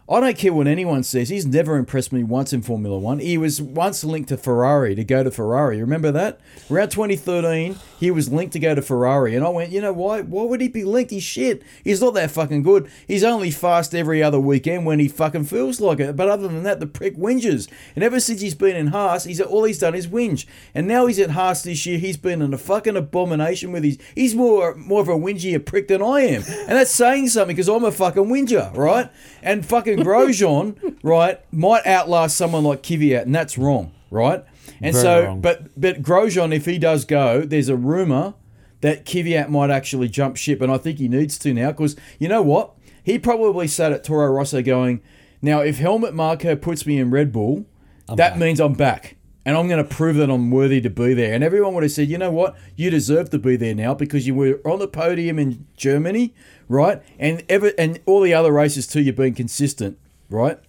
Speaker 1: I don't care what anyone says, he's never impressed me once in Formula One. He was once linked to Ferrari to go to Ferrari. Remember that? Around 2013, he was linked to go to Ferrari, and I went, you know why? Why would he be linked? He's shit. He's not that fucking good. He's only fast every other weekend when he fucking feels like it. But other than that, the prick whinges. And ever since he's been in Haas, he's all he's done is whinge. And now he's at Haas this year. He's been in a fucking abomination with his. He's more more of a whingier prick than I am, and that's saying something because I'm a fucking whinger, right? And fucking Grosjean, right, might outlast someone like Kvyat, and that's wrong, right? And
Speaker 2: Very
Speaker 1: so,
Speaker 2: wrong.
Speaker 1: but but Grosjean, if he does go, there's a rumor that Kvyat might actually jump ship, and I think he needs to now because you know what? He probably sat at Toro Rosso going, now if Helmut Marko puts me in Red Bull, that means I'm back. And I'm going to prove that I'm worthy to be there. And everyone would have said, you know what? You deserve to be there now because you were on the podium in Germany, right? And ever and all the other races too. You've been consistent, right?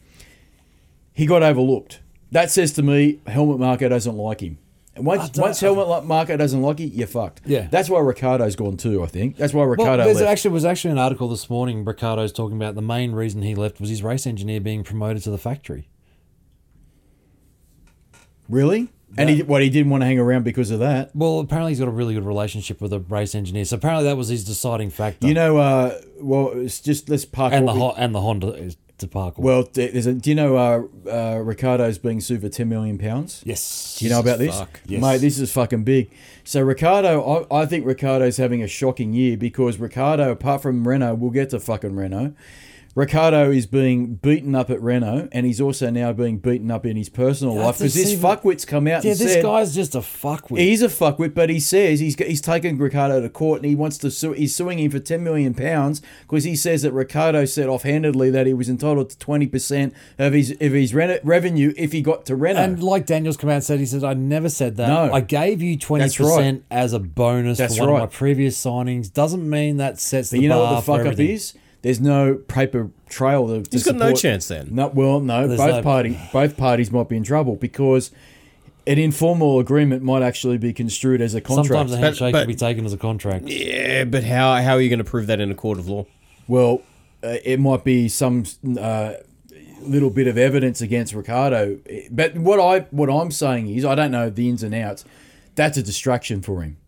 Speaker 1: he got overlooked. That says to me, Helmut Marko doesn't like him. Once, once helmet lock marker doesn't lock you, you're fucked.
Speaker 2: Yeah.
Speaker 1: That's why Ricardo's gone too. I think that's why
Speaker 2: Well,
Speaker 1: Ricardo
Speaker 2: there's
Speaker 1: left.
Speaker 2: actually was actually an article this morning. Ricardo's talking about the main reason he left was his race engineer being promoted to the factory.
Speaker 1: really. And he what he didn't want to hang around because of that.
Speaker 2: Well, apparently he's got a really good relationship with a race engineer, so apparently that was his deciding factor.
Speaker 1: You know, uh, well, it's just let's park.
Speaker 2: and
Speaker 1: what
Speaker 2: the
Speaker 1: we-
Speaker 2: ho- and the Honda is debacle.
Speaker 1: Well, th- there's a, do you know uh, uh, Ricardo's being sued for ten million pounds?
Speaker 2: yes,
Speaker 1: Do you know about this,
Speaker 3: fuck.
Speaker 2: Yes.
Speaker 1: mate? This is fucking big. So Ricardo, I, I think Ricardo's having a shocking year because Ricardo, apart from Renault, we'll get to fucking Renault. Ricardo is being beaten up at Renault, and he's also now being beaten up in his personal life
Speaker 2: to
Speaker 1: because this
Speaker 2: see what-
Speaker 1: fuckwit's come out
Speaker 2: yeah,
Speaker 1: and
Speaker 2: this
Speaker 1: said
Speaker 2: guy's just a fuckwit.
Speaker 1: he's a fuckwit, but he says he's he's taken Ricardo to court and he wants to sue. He's suing him for ten million pounds because he says that Ricardo said offhandedly that he was entitled to twenty percent of his of his rena- revenue if he got to Renault.
Speaker 2: and like Daniel's come out and said, he said, I never said that.
Speaker 1: No.
Speaker 2: I gave you 20%
Speaker 1: right.
Speaker 2: as a bonus
Speaker 1: That's
Speaker 2: for one
Speaker 1: right.
Speaker 2: of my previous signings. Doesn't mean that sets the
Speaker 1: But you know
Speaker 2: bar
Speaker 1: what the
Speaker 2: for
Speaker 1: fuck up
Speaker 2: everything.
Speaker 1: is? There's no paper trail to. to
Speaker 3: He's got no
Speaker 1: support-
Speaker 3: chance then.
Speaker 1: No, well, no.
Speaker 2: There's
Speaker 1: both
Speaker 2: no-
Speaker 1: party, both parties might be in trouble because an informal agreement might actually be construed as a contract.
Speaker 2: Sometimes a handshake
Speaker 3: but-
Speaker 2: can be taken as a contract.
Speaker 3: Yeah, but how how are you going to prove that in a court of law?
Speaker 1: Well, uh, it might be some uh, little bit of evidence against Ricardo, but what I what I'm saying is I don't know the ins and outs. That's a distraction for him.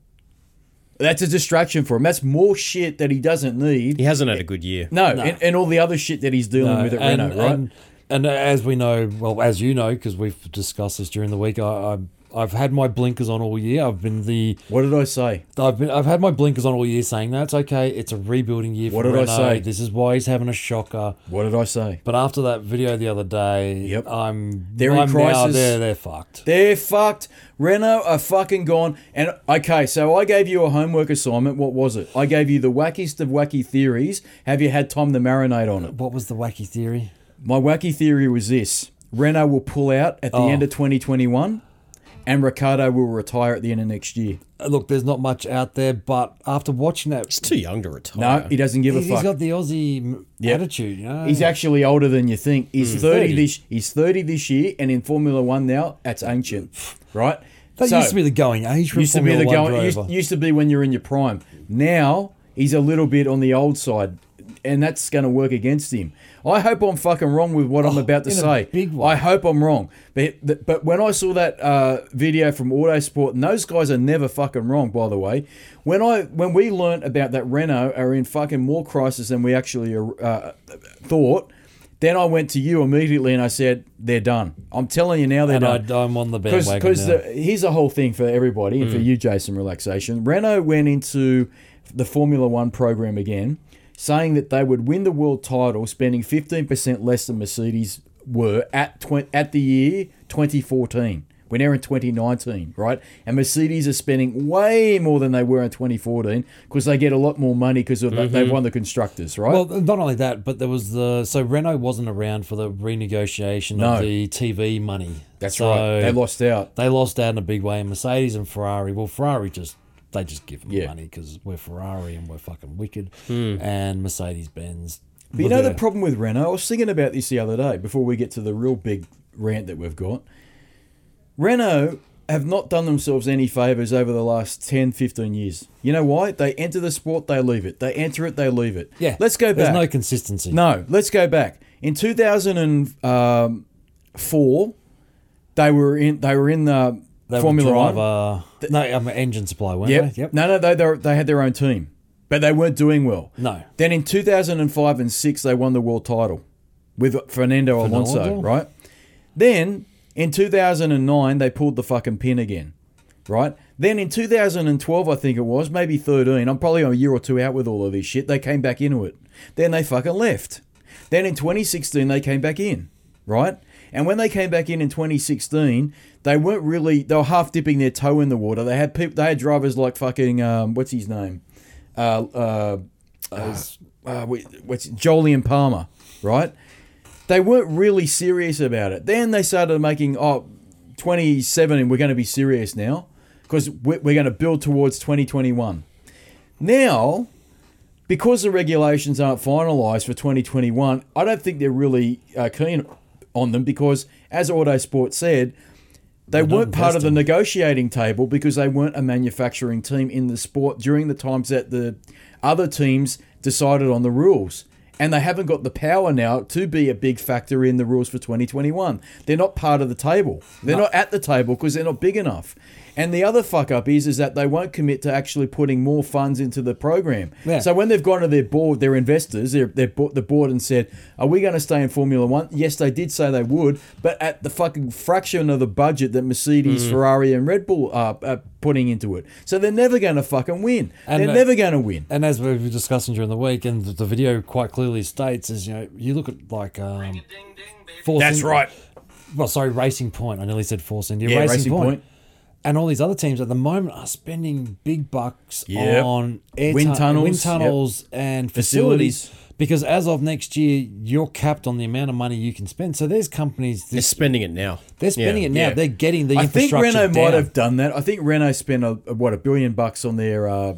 Speaker 1: That's a distraction for him. That's more shit that he doesn't need.
Speaker 3: He hasn't had a good year.
Speaker 1: No, And, and all the other shit that he's dealing
Speaker 2: No,
Speaker 1: with at
Speaker 2: and,
Speaker 1: Renault, right?
Speaker 2: And, and as we know, well, as you know, because we've discussed this during the week, I, I, I've had my blinkers on all year. I've been the
Speaker 1: what did I say?
Speaker 2: I've been I've had my blinkers on all year, saying that's okay. It's a rebuilding year. For
Speaker 1: What did I
Speaker 2: Renault.
Speaker 1: say?
Speaker 2: This is why he's having a shocker.
Speaker 1: What did I say?
Speaker 2: But after that video the other day,
Speaker 1: Yep.
Speaker 2: I'm
Speaker 1: They're in
Speaker 2: I'm Now,
Speaker 1: crisis.
Speaker 2: they're they're fucked.
Speaker 1: They're fucked. Renault are fucking gone. And okay, so I gave you a homework assignment. What was it? I gave you the wackiest of wacky theories. Have you had time to marinate on it?
Speaker 2: What was the wacky theory?
Speaker 1: My wacky theory was this Renault will pull out at the
Speaker 2: Oh.
Speaker 1: end of 2021, and Ricardo will retire at the end of next year.
Speaker 2: Uh, Look, there's not much out there, but after watching that,
Speaker 3: He's too young to retire.
Speaker 1: No, he doesn't give
Speaker 2: Oh, he's
Speaker 1: a fuck.
Speaker 2: he's got the Aussie m attitude. You know,
Speaker 1: He's actually older than you think. He's 30,
Speaker 2: 30.
Speaker 1: this he's 30 this year and in Formula 1 now, that's ancient, right?
Speaker 2: that
Speaker 1: So-
Speaker 2: used to be the going age. for
Speaker 1: used to be
Speaker 2: Formula
Speaker 1: the
Speaker 2: One
Speaker 1: going used,
Speaker 2: driver.
Speaker 1: used to be when you're in your prime. Now he's a little bit on the old side, and that's going to work against him. I hope I'm fucking wrong with what I'm about to
Speaker 2: Oh, in a
Speaker 1: say.
Speaker 2: big way.
Speaker 1: I hope I'm wrong, but but when I saw that uh, video from Autosport, and those guys are never fucking wrong, by the way. When I when we learnt about that Renault are in fucking more crisis than we actually uh, thought. Then I went to you immediately and I said, "They're done." I'm telling you now, they're
Speaker 2: and
Speaker 1: done.
Speaker 2: I, I'm on the bandwagon
Speaker 1: Because
Speaker 2: now. Mm.
Speaker 1: here's a whole thing for everybody and for you, Jason, relaxation. Renault went into the Formula One program again, saying that they would win the world title, spending 15% less than Mercedes were at twen- at the year 2014. We're now in 2019, right? And Mercedes are spending way more than they were in 2014 because they get a lot more money because they won the constructors, right?
Speaker 2: Mm-hmm. Well, not only that, but there was the so Renault wasn't around for the renegotiation
Speaker 1: No.
Speaker 2: of the TV money.
Speaker 1: That's
Speaker 2: So
Speaker 1: right. They lost out.
Speaker 2: They lost out in a big way. And Mercedes and Ferrari. Well, Ferrari just they just give them
Speaker 1: Yeah. Hmm.
Speaker 2: money because we're Ferrari and we're fucking wicked. And Mercedes Benz.
Speaker 1: But you know the problem with Renault? I was thinking about this the other day before we get to the real big rant that we've got. Renault have not done themselves any favours over the last 10, 15 years. You know why? They enter the sport, they leave it. They enter it, they leave it.
Speaker 2: yeah.
Speaker 1: Let's go
Speaker 2: There's
Speaker 1: back.
Speaker 2: no consistency.
Speaker 1: No, let's go back. In 2004, um, they were in they were in the
Speaker 2: They
Speaker 1: Formula
Speaker 2: Formula
Speaker 1: One.
Speaker 2: driver, No, I'm an engine supply, weren't
Speaker 1: Yep.
Speaker 2: they? Yep.
Speaker 1: No, no, they, they, they had their own team, but they weren't doing well.
Speaker 2: No.
Speaker 1: Then in 2005 and 6, they won the world title with Fernando Alonso,
Speaker 2: Fernando?
Speaker 1: right? Then in 2009, they pulled the fucking pin again, right? Then in 2012, I think it was, maybe 13, I'm probably a year or two out with all of this shit. They came back into it. Then they fucking left. Then in 2016, they came back in, right? And when they came back in in 2016, they weren't really, they were half dipping their toe in the water. They had people, they had drivers like fucking, um, what's his name? Uh, uh, uh, we- what's Jolyon Palmer, right? They weren't really serious about it. Then they started making, oh, 27, and we're going to be serious now because we're going to build towards 2021. Now, because the regulations aren't finalised for 2021, I don't think they're really uh, keen on them because, as Autosport said, They weren't part of the
Speaker 2: investing.
Speaker 1: negotiating table because they weren't a manufacturing team in the sport during the times that the other teams decided on the rules. And they haven't got the power now to be a big factor in the rules for 2021. They're not part of the table. They're not at the table because they're not big enough. And the other fuck up is is that they won't commit to actually putting more funds into the program.
Speaker 2: Yeah.
Speaker 1: So when they've gone to their board, their investors, their, their bo- the board, and said, "Are we going to stay in Formula One?" Yes, they did say they would, but at the fucking fraction of the budget that Mercedes,
Speaker 2: Mm.
Speaker 1: Ferrari, and Red Bull are, are putting into it. So they're never going to fucking win.
Speaker 2: And
Speaker 1: they're
Speaker 2: the-
Speaker 1: never going to win.
Speaker 2: And as we were discussing during the week, and the, the video quite clearly states, is you know you look at like um, Force India- Well, sorry, Racing Point. I nearly said Force India.
Speaker 1: Yeah,
Speaker 2: Racing,
Speaker 1: Racing
Speaker 2: Point.
Speaker 1: Point.
Speaker 2: And all these other teams at the moment are spending big bucks
Speaker 1: Yep.
Speaker 2: on air
Speaker 1: Wind tunnels,
Speaker 2: wind
Speaker 1: yep.
Speaker 2: tunnels and facilities. Because as of next year, you're capped on the amount of money you can spend. So there's companies
Speaker 3: They're
Speaker 2: this,
Speaker 3: spending it now.
Speaker 2: they're spending
Speaker 3: Yeah,
Speaker 2: it now.
Speaker 3: yeah.
Speaker 2: They're getting the
Speaker 1: I think
Speaker 2: infrastructure
Speaker 1: Renault
Speaker 2: down.
Speaker 1: might have done that. I think Renault spent a, a- what a billion bucks on their uh,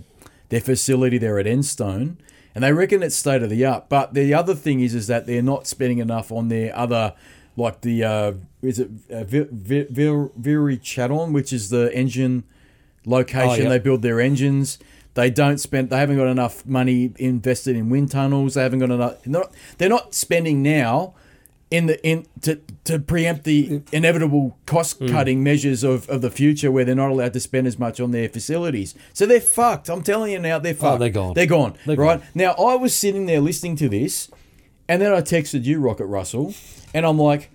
Speaker 1: their facility there at Enstone, and they reckon it's state of the art. But the other thing is, is that they're not spending enough on their other, like the uh, is it uh, Vi- Vi- Vi- Virichaton, which is the engine location
Speaker 2: Oh, yeah.
Speaker 1: they build their engines. They don't spend. They haven't got enough money invested in wind tunnels. They haven't got enough. Not, they're not spending now in the in to to preempt the inevitable cost
Speaker 2: Mm.
Speaker 1: cutting measures of, of the future where they're not allowed to spend as much on their facilities. So they're fucked. I'm telling you now, they're fucked.
Speaker 2: Oh, they're gone.
Speaker 1: They're gone.
Speaker 2: They're
Speaker 1: right now, I was sitting there listening to this, and then I texted you, Rocket Russell, and I'm like,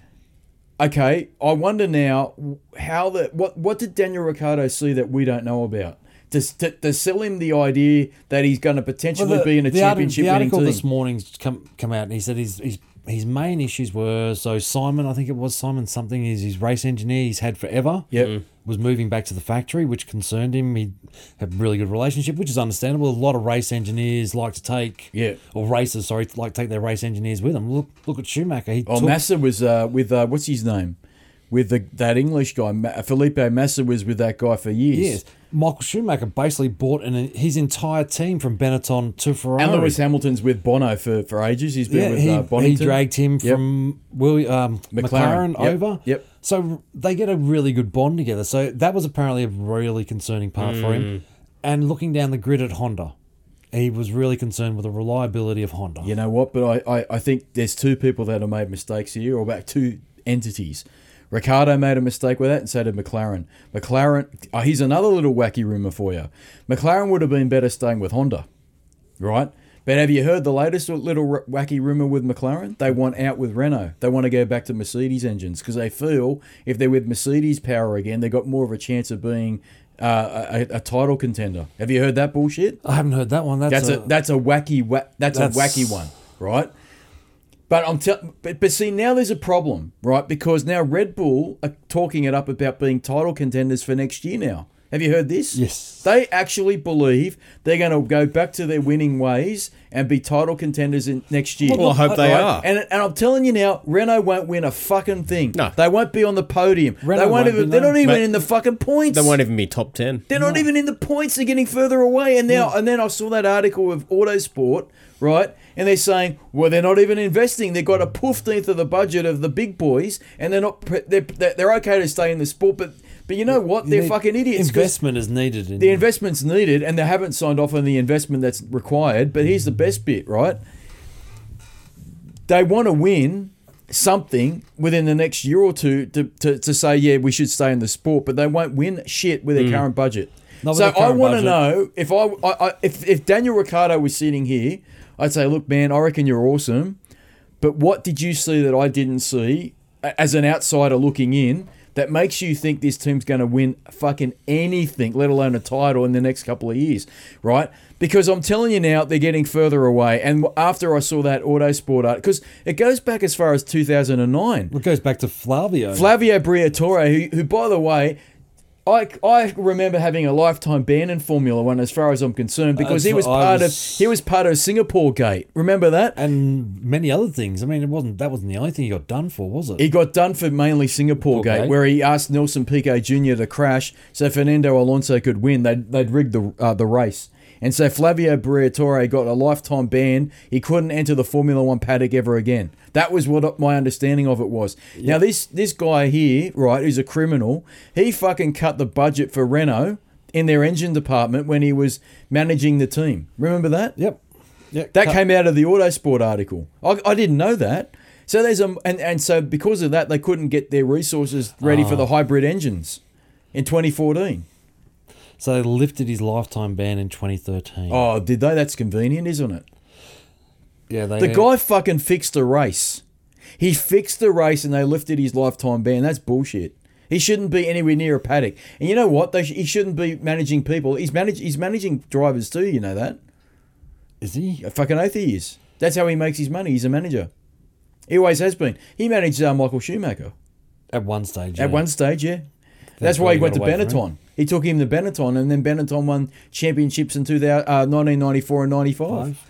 Speaker 1: okay, I wonder now how the what what did Daniel Ricciardo see that we don't know about? Does to, to sell him the idea that he's going to potentially
Speaker 2: Well,
Speaker 1: be in a
Speaker 2: arti-
Speaker 1: championship
Speaker 2: the
Speaker 1: winning
Speaker 2: article
Speaker 1: team?
Speaker 2: this morning's come come out, and he said his his his main issues were so Simon, I think it was Simon something, is his race engineer he's had forever.
Speaker 1: Yep. Mm.
Speaker 2: was moving back to the factory, which concerned him. He had a really good relationship, which is understandable. A lot of race engineers like to take
Speaker 1: Yeah.
Speaker 2: or racers, sorry, like to take their race engineers with them. Look look at Schumacher. He
Speaker 1: Oh,
Speaker 2: took,
Speaker 1: Massa was uh, with uh, what's his name? With the, that English guy, Ma- Felipe Massa was with that guy for years.
Speaker 2: yes. Michael Schumacher basically bought an, his entire team from Benetton to Ferrari.
Speaker 1: And Lewis Hamilton's with Bono for, for ages. He's been
Speaker 2: Yeah,
Speaker 1: with
Speaker 2: he,
Speaker 1: uh,
Speaker 2: he
Speaker 1: Bonington.
Speaker 2: dragged him
Speaker 1: Yep.
Speaker 2: from Willi um,
Speaker 1: McLaren.
Speaker 2: McLaren,
Speaker 1: Yep,
Speaker 2: over.
Speaker 1: yep.
Speaker 2: So they get a really good bond together. So that was apparently a really concerning part for
Speaker 1: Mm.
Speaker 2: him. And looking down the grid at Honda, he was really concerned with the reliability of Honda.
Speaker 1: You know what? But I, I, I think there's two people that have made mistakes here, or about two entities. Ricardo made a mistake with that, and so did McLaren. McLaren, oh, here's another little wacky rumor for you. McLaren would have been better staying with Honda, right? But have you heard the latest little r- wacky rumor with McLaren? They want out with Renault. They want to go back to Mercedes engines because they feel if they're with Mercedes power again, they got more of a chance of being uh, a, a- a title contender. Have you heard that bullshit?
Speaker 2: I haven't heard that one. That's,
Speaker 1: That's
Speaker 2: a,
Speaker 1: a, that's a wacky wa- that's,
Speaker 2: That's-
Speaker 1: a wacky one, right? But I'm tell- but, but see now there's a problem, right? Because now Red Bull are talking it up about being title contenders for next year now. Have you heard this?
Speaker 2: Yes.
Speaker 1: They actually believe they're going to go back to their winning ways and be title contenders in next year.
Speaker 3: Well, I hope they
Speaker 1: Right?
Speaker 3: are.
Speaker 1: And, and I'm telling you now, Renault won't win a fucking thing.
Speaker 3: No.
Speaker 1: They won't be on the podium.
Speaker 2: Renault
Speaker 1: they won't
Speaker 2: won't
Speaker 1: even,
Speaker 2: be,
Speaker 1: they're
Speaker 2: no.
Speaker 1: not even
Speaker 3: But-
Speaker 1: in the fucking points.
Speaker 3: They won't even be top 10.
Speaker 1: They're not even in the points. They're getting further away. And now, and then I saw that article of Autosport, right? And they're saying, well, they're not even investing. They've got a fifteenth of the budget of the big boys, and they're not. pre- They're, they're they're okay to stay in the sport, but but you know what? They're
Speaker 2: the
Speaker 1: fucking idiots. 'cause
Speaker 2: Investment is needed. In
Speaker 1: the investment's needed, and they haven't signed off on the investment that's required. But here's the
Speaker 2: Mm.
Speaker 1: best bit, right? They want to win something within the next year or two to, to, to say, yeah, we should stay in the sport, but they won't win shit with their current budget.
Speaker 2: Mm. Not with
Speaker 1: so
Speaker 2: their current
Speaker 1: I want to
Speaker 2: budget.
Speaker 1: know if I, I, I if, if Daniel Ricciardo was sitting here, I'd say, look, man, I reckon you're awesome, but what did you see that I didn't see a- as an outsider looking in that makes you think this team's going to win fucking anything, let alone a title in the next couple of years, right? Because I'm telling you now, they're getting further away. And after I saw that Autosport art, because it goes back as far as 2009.
Speaker 2: it goes back to Flavio.
Speaker 1: Flavio Briatore, who, who by the way, I, I remember having a lifetime ban in Formula One, as far as I'm concerned, because he
Speaker 2: That's
Speaker 1: was
Speaker 2: what I
Speaker 1: part
Speaker 2: was-
Speaker 1: of he was part of Singapore Gate. Remember that?
Speaker 2: and many other things. I mean, it wasn't that wasn't the only thing he got done for, was it?
Speaker 1: He got done for mainly Singapore
Speaker 2: Okay.
Speaker 1: Gate, where he asked Nelson Piquet Jr. to crash so Fernando Alonso could win. They'd, they'd rigged the uh, the race, And so Flavio Briatore got a lifetime ban. He couldn't enter the Formula One paddock ever again. That was what my understanding of it was. Now this this guy here, right, who's a criminal, he fucking cut the budget for Renault in their engine department when he was managing the team. Remember that?
Speaker 2: Yep. Yeah,
Speaker 1: That
Speaker 2: cut-
Speaker 1: came out of the Autosport article. I, I didn't know that. So there's a and, and so because of that they couldn't get their resources ready for the hybrid engines in 2014.
Speaker 2: So they lifted his lifetime ban in 2013.
Speaker 1: Oh, did they? That's convenient, isn't it?
Speaker 2: yeah, they
Speaker 1: The guy fucking fixed the race. He fixed the race and they lifted his lifetime ban. That's bullshit. He shouldn't be anywhere near a paddock. And you know what? They sh- he shouldn't be managing people. He's manage- he's managing drivers too, you know that?
Speaker 2: is he?
Speaker 1: A fucking oath he is. That's how he makes his money. He's a manager. He always has been. He managed uh, Michael Schumacher.
Speaker 2: At one stage.
Speaker 1: At
Speaker 2: yeah.
Speaker 1: one stage, yeah. That's why he
Speaker 2: why he
Speaker 1: went to
Speaker 2: got away from
Speaker 1: Benetton. He took him to Benetton, and then Benetton won championships in 2000, uh, 1994 and 95.
Speaker 2: Five.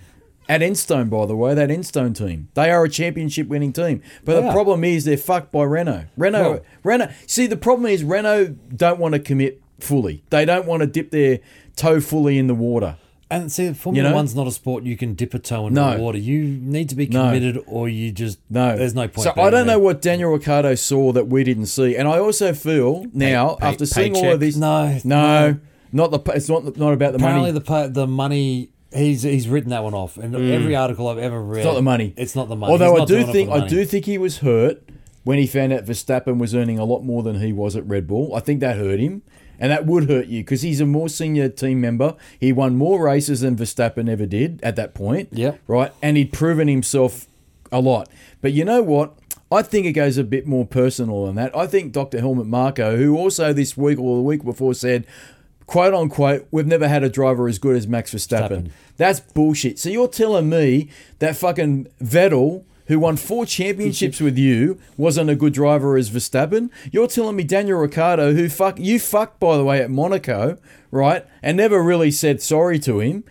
Speaker 1: At Enstone, by the way, that Enstone team. They are a championship winning team. But
Speaker 2: They
Speaker 1: the
Speaker 2: are.
Speaker 1: problem is they're fucked by Renault. Renault,
Speaker 2: Well-
Speaker 1: Renault. See, the problem is Renault don't want to commit fully. They don't want to dip their toe fully in the water.
Speaker 2: And see,
Speaker 1: You
Speaker 2: Formula
Speaker 1: know?
Speaker 2: One's not a sport you can dip a toe in
Speaker 1: No.
Speaker 2: the water. You need to be
Speaker 1: No.
Speaker 2: committed, or you just
Speaker 1: No,
Speaker 2: There's no point.
Speaker 1: So I
Speaker 2: being
Speaker 1: don't
Speaker 2: there.
Speaker 1: know what Daniel Ricciardo saw that we didn't see, and I also feel now
Speaker 3: pay-
Speaker 1: after seeing all
Speaker 3: paycheck.
Speaker 1: of this,
Speaker 2: No,
Speaker 1: no, not the. It's not not about the money.
Speaker 2: Apparently,
Speaker 1: Mm.
Speaker 2: the pa- the money he's he's written that one off, and every article I've ever read,
Speaker 1: It's not the money.
Speaker 2: It's not the money.
Speaker 1: Although
Speaker 2: He's
Speaker 1: I
Speaker 2: not
Speaker 1: do
Speaker 2: doing it for
Speaker 1: think
Speaker 2: the
Speaker 1: I
Speaker 2: money.
Speaker 1: do think he was hurt when he found out Verstappen was earning a lot more than he was at Red Bull. I think that hurt him, and that would hurt you because he's a more senior team member. He won more races than Verstappen ever did at that point.
Speaker 2: Yep.
Speaker 1: Right, and he'd proven himself a lot. But you know what? I think it goes a bit more personal than that. I think Dr. Helmut Marko, who also this week or the week before said, quote unquote, we've never had a driver as good as Max Verstappen.
Speaker 2: Verstappen.
Speaker 1: That's bullshit. So you're telling me that fucking Vettel, who won four championships with you, wasn't a good driver as Verstappen? You're telling me Daniel Ricciardo, who fuck you fucked by the way at Monaco, right, and never really said sorry to him.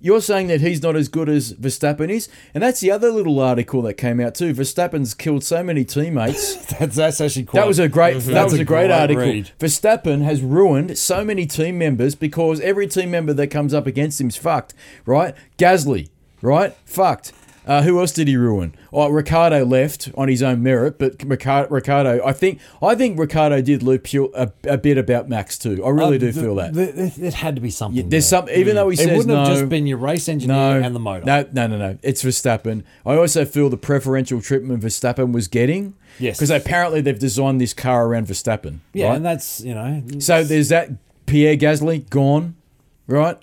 Speaker 1: You're saying that he's not as good as Verstappen is, and that's the other little article that came out too. Verstappen's killed so many teammates.
Speaker 2: That's, that's actually quite. Mm-hmm.
Speaker 1: That was a great. That
Speaker 2: That's
Speaker 1: was a great, article.
Speaker 2: read.
Speaker 1: Verstappen has ruined so many team members because every team member that comes up against him's fucked. Right, Gasly. Right, fucked. Uh, who else did he ruin? Oh, Ricardo left on his own merit, but Ricardo, Ricardo I think, I think Ricardo did loop you a, a bit about Max too. I really do
Speaker 2: Th-
Speaker 1: feel that.
Speaker 2: th- th- it had to be something.
Speaker 1: There's
Speaker 2: there.
Speaker 1: some, even though he
Speaker 2: Uh, It
Speaker 1: says
Speaker 2: wouldn't have
Speaker 1: no,
Speaker 2: just been your race engineer
Speaker 1: no,
Speaker 2: and the motor.
Speaker 1: No, no, no, no. It's Verstappen. I also feel the preferential treatment Verstappen was getting.
Speaker 2: Yes.
Speaker 1: Because apparently they've designed this car around Verstappen.
Speaker 2: yeah,
Speaker 1: right?
Speaker 2: and that's you know.
Speaker 1: So there's that Pierre Gasly gone, right?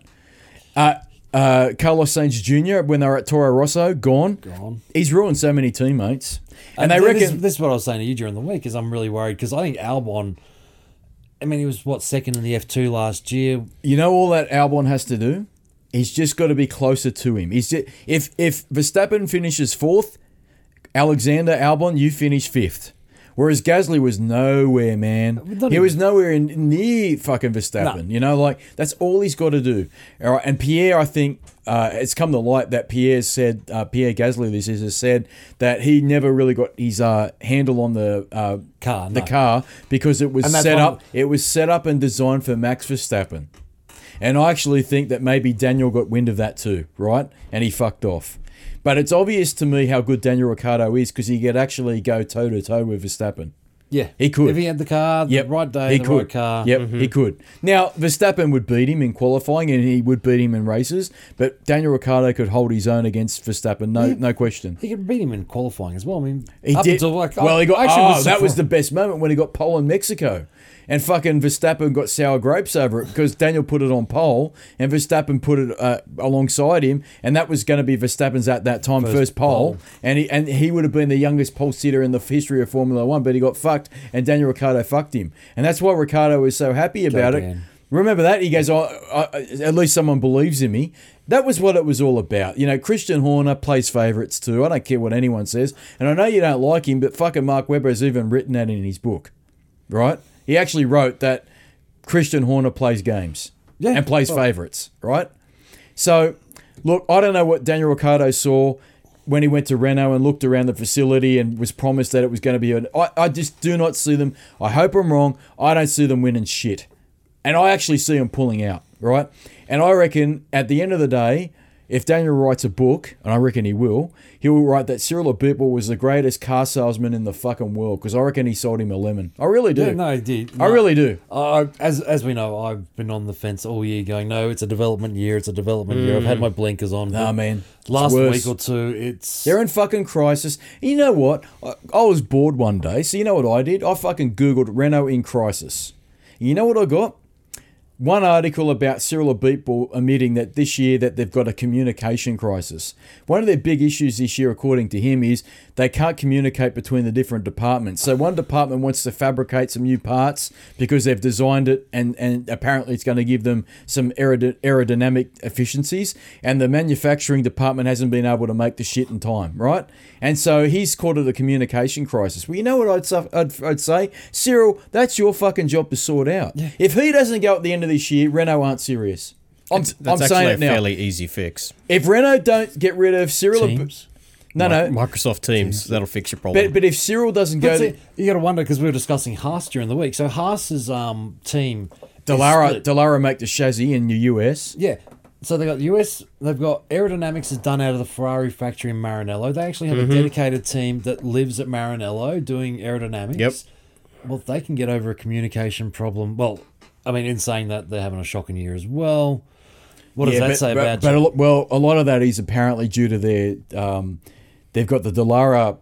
Speaker 1: Uh, uh, Carlos Sainz Jr. when they were at Toro Rosso gone.
Speaker 2: Gone.
Speaker 1: He's ruined so many teammates, and, they
Speaker 2: th- this-
Speaker 1: reckon
Speaker 2: this, is what I was saying to you during the week. Is I'm really worried because I think Albon. I mean, he was what second in the F2 last year.
Speaker 1: you know all that Albon has to do. He's just got to be closer to him. He's just, if if Verstappen finishes fourth, Alexander Albon, you finish fifth. Whereas Gasly was nowhere, man.
Speaker 2: Not
Speaker 1: He
Speaker 2: even-
Speaker 1: was nowhere in, near fucking Verstappen. You know, like that's all he's got to do. All right, and Pierre, I think uh, it's come to light that Pierre said uh, Pierre Gasly, this is has said that he never really got his uh, handle on the uh,
Speaker 2: Car,
Speaker 1: the
Speaker 2: no.
Speaker 1: car because it was
Speaker 2: And that's
Speaker 1: set
Speaker 2: one of-
Speaker 1: up. It was set up and designed for Max Verstappen. And I actually think that maybe Daniel got wind of that too, right? And he fucked off. But it's obvious to me how good Daniel Ricciardo is because he could actually go toe to toe with Verstappen.
Speaker 2: Yeah,
Speaker 1: He could.
Speaker 2: if he had the car, the
Speaker 1: Yep.
Speaker 2: right day,
Speaker 1: he
Speaker 2: the
Speaker 1: could.
Speaker 2: right car. Mm-hmm.
Speaker 1: Yep, he could. Now, Verstappen would beat him in qualifying and he would beat him in races, but Daniel Ricciardo could hold his own against Verstappen, no no question.
Speaker 2: He could beat him in qualifying as well. I mean,
Speaker 1: He
Speaker 2: up
Speaker 1: did.
Speaker 2: until like
Speaker 1: well, he got.
Speaker 2: actually
Speaker 1: oh, that was
Speaker 2: surprised.
Speaker 1: the best moment when he got pole in Mexico, and fucking Verstappen got sour grapes over it because Daniel put it on pole, and Verstappen put it uh, alongside him, and that was going to be Verstappen's at that time first, pole,
Speaker 2: pole.
Speaker 1: and he and he would have been the youngest pole sitter in the history of Formula One, but he got fucked, and Daniel Ricciardo fucked him, and that's why Ricciardo was so happy about it.
Speaker 2: Dan.
Speaker 1: Remember that he goes, oh, I, at least someone believes in me. That was what it was all about. You know, Christian Horner plays favourites too. I don't care what anyone says, and I know you don't like him, but fucking Mark Webber's even written that in his book, right? He actually wrote that Christian Horner plays games
Speaker 2: Yeah,
Speaker 1: and plays favourites, right? So, look, I don't know what Daniel Ricciardo saw when he went to Renault and looked around the facility and was promised that it was going to be an. I, I just do not see them. I hope I'm wrong. I don't see them winning shit. And I actually see them pulling out. right? And I reckon at the end of the day, if Daniel writes a book, and I reckon he will, he will write that Cyril Abitbol was the greatest car salesman in the fucking world because I reckon he sold him a lemon. I really do.
Speaker 2: Yeah, no, it did.
Speaker 1: I
Speaker 2: No.
Speaker 1: really do.
Speaker 2: I as as we know, I've been on the fence all year, going, no, it's a development year, it's a development year. I've had my blinkers on.
Speaker 1: Hmm. Nah,
Speaker 2: but
Speaker 1: man, it's
Speaker 2: Last
Speaker 1: worse.
Speaker 2: week or two, it's
Speaker 1: They're in fucking crisis. And you know what? I, I was bored one day, so you know what I did? I fucking Googled Renault in crisis. And you know what I got? One article about Cyril Abitbol admitting that this year that they've got a communication crisis. One of their big issues this year, according to him, is they can't communicate between the different departments. So one department wants to fabricate some new parts because they've designed it and, and apparently it's going to give them some aerod- aerodynamic efficiencies. And the manufacturing department hasn't been able to make the shit in time, right? And so he's called it a communication crisis. Well, you know what I'd, su- I'd, I'd say? Cyril, that's your fucking job to sort out. If he doesn't go at the end of this year, Renault aren't serious. I'm, I'm
Speaker 3: That's
Speaker 1: saying
Speaker 3: actually a
Speaker 1: it now.
Speaker 3: fairly easy fix.
Speaker 1: If Renault don't get rid of Cyril, Ab-
Speaker 2: teams.
Speaker 1: no, no.
Speaker 3: Mi- Microsoft Uh, Teams, that'll fix your problem.
Speaker 1: but, but if Cyril doesn't go,
Speaker 2: That's
Speaker 1: the,
Speaker 2: it. You got to wonder because we were discussing Haas during the week. So Haas's um team, is
Speaker 1: Delara
Speaker 2: split.
Speaker 1: Delara make the chassis in the US.
Speaker 2: yeah. So they got US. They've got aerodynamics is done out of the Ferrari factory in Maranello. They actually have
Speaker 1: Mm-hmm.
Speaker 2: a dedicated team that lives at Maranello doing aerodynamics.
Speaker 3: Yep.
Speaker 2: Well, if they can get over a communication problem. Well, I mean, in saying that they're having a shocking year as well. What does that
Speaker 1: but,
Speaker 2: say
Speaker 1: but-
Speaker 2: about?
Speaker 1: but a lot, well, a lot of that is apparently due to their um, they've got the Delara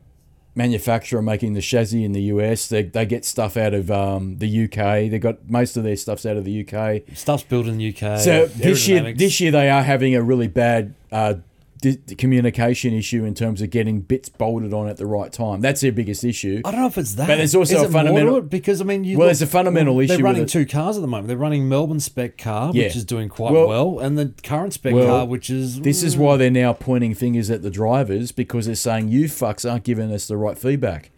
Speaker 1: manufacturer making the chassis in the US. They, they get stuff out of um, the UK. They got most of their stuffs out of the UK.
Speaker 2: stuff's built in the UK?
Speaker 1: So this year,
Speaker 2: Oh, aerodynamics.
Speaker 1: this year they are having a really bad uh, di- communication issue in terms of getting bits bolted on at the right time. That's their biggest issue.
Speaker 2: I don't know if it's that.
Speaker 1: But there's also
Speaker 2: Is
Speaker 1: a
Speaker 2: it more to
Speaker 1: fundamental-
Speaker 2: it? because I mean, you
Speaker 1: Well,
Speaker 2: look-
Speaker 1: there's a fundamental
Speaker 2: they're
Speaker 1: issue with
Speaker 2: running
Speaker 1: it.
Speaker 2: two cars at the moment. They're running Melbourne spec car,
Speaker 1: Yeah.
Speaker 2: which is doing quite
Speaker 1: Well-
Speaker 2: well, and the current spec
Speaker 1: Well,
Speaker 2: car, which is
Speaker 1: This is why they're now pointing fingers at the drivers because they're saying you fucks aren't giving us the right feedback.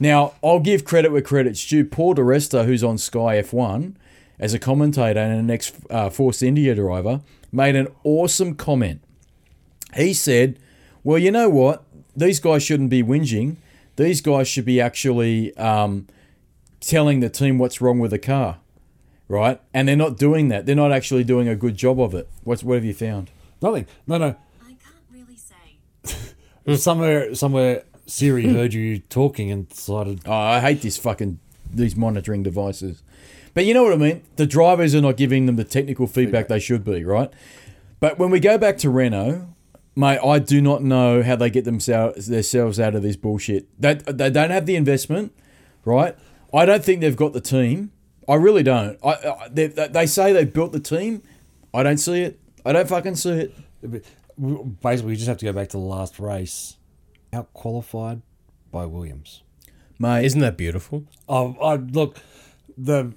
Speaker 1: Now, I'll give credit where credit's due. Paul DiResta, who's on Sky F1 as a commentator and an ex uh, Force India driver, made an awesome comment. He said, Well, you know what? These guys shouldn't be whinging. These guys should be actually um, telling the team what's wrong with the car, right? And they're not doing that. They're not actually doing a good job of it. What's, what have you found?
Speaker 2: nothing. No, no.
Speaker 4: I can't really say.
Speaker 2: Somewhere, somewhere, Siri
Speaker 1: Hmm.
Speaker 2: heard you talking and decided.
Speaker 1: Oh, I hate these fucking these monitoring devices. But you know what I mean? The drivers are not giving them the technical feedback they should be, right? But when we go back to Renault, mate, I do not know how they get themselves themselves out of this bullshit. They, they don't have the investment, right? I don't think they've got the team. I really don't. I, I they, they say they've built the team. I don't see it. I don't fucking see it.
Speaker 2: Basically, you just have to go back to the last race, out qualified by Williams.
Speaker 1: Mate,
Speaker 3: Isn't that beautiful?
Speaker 2: Oh, I look the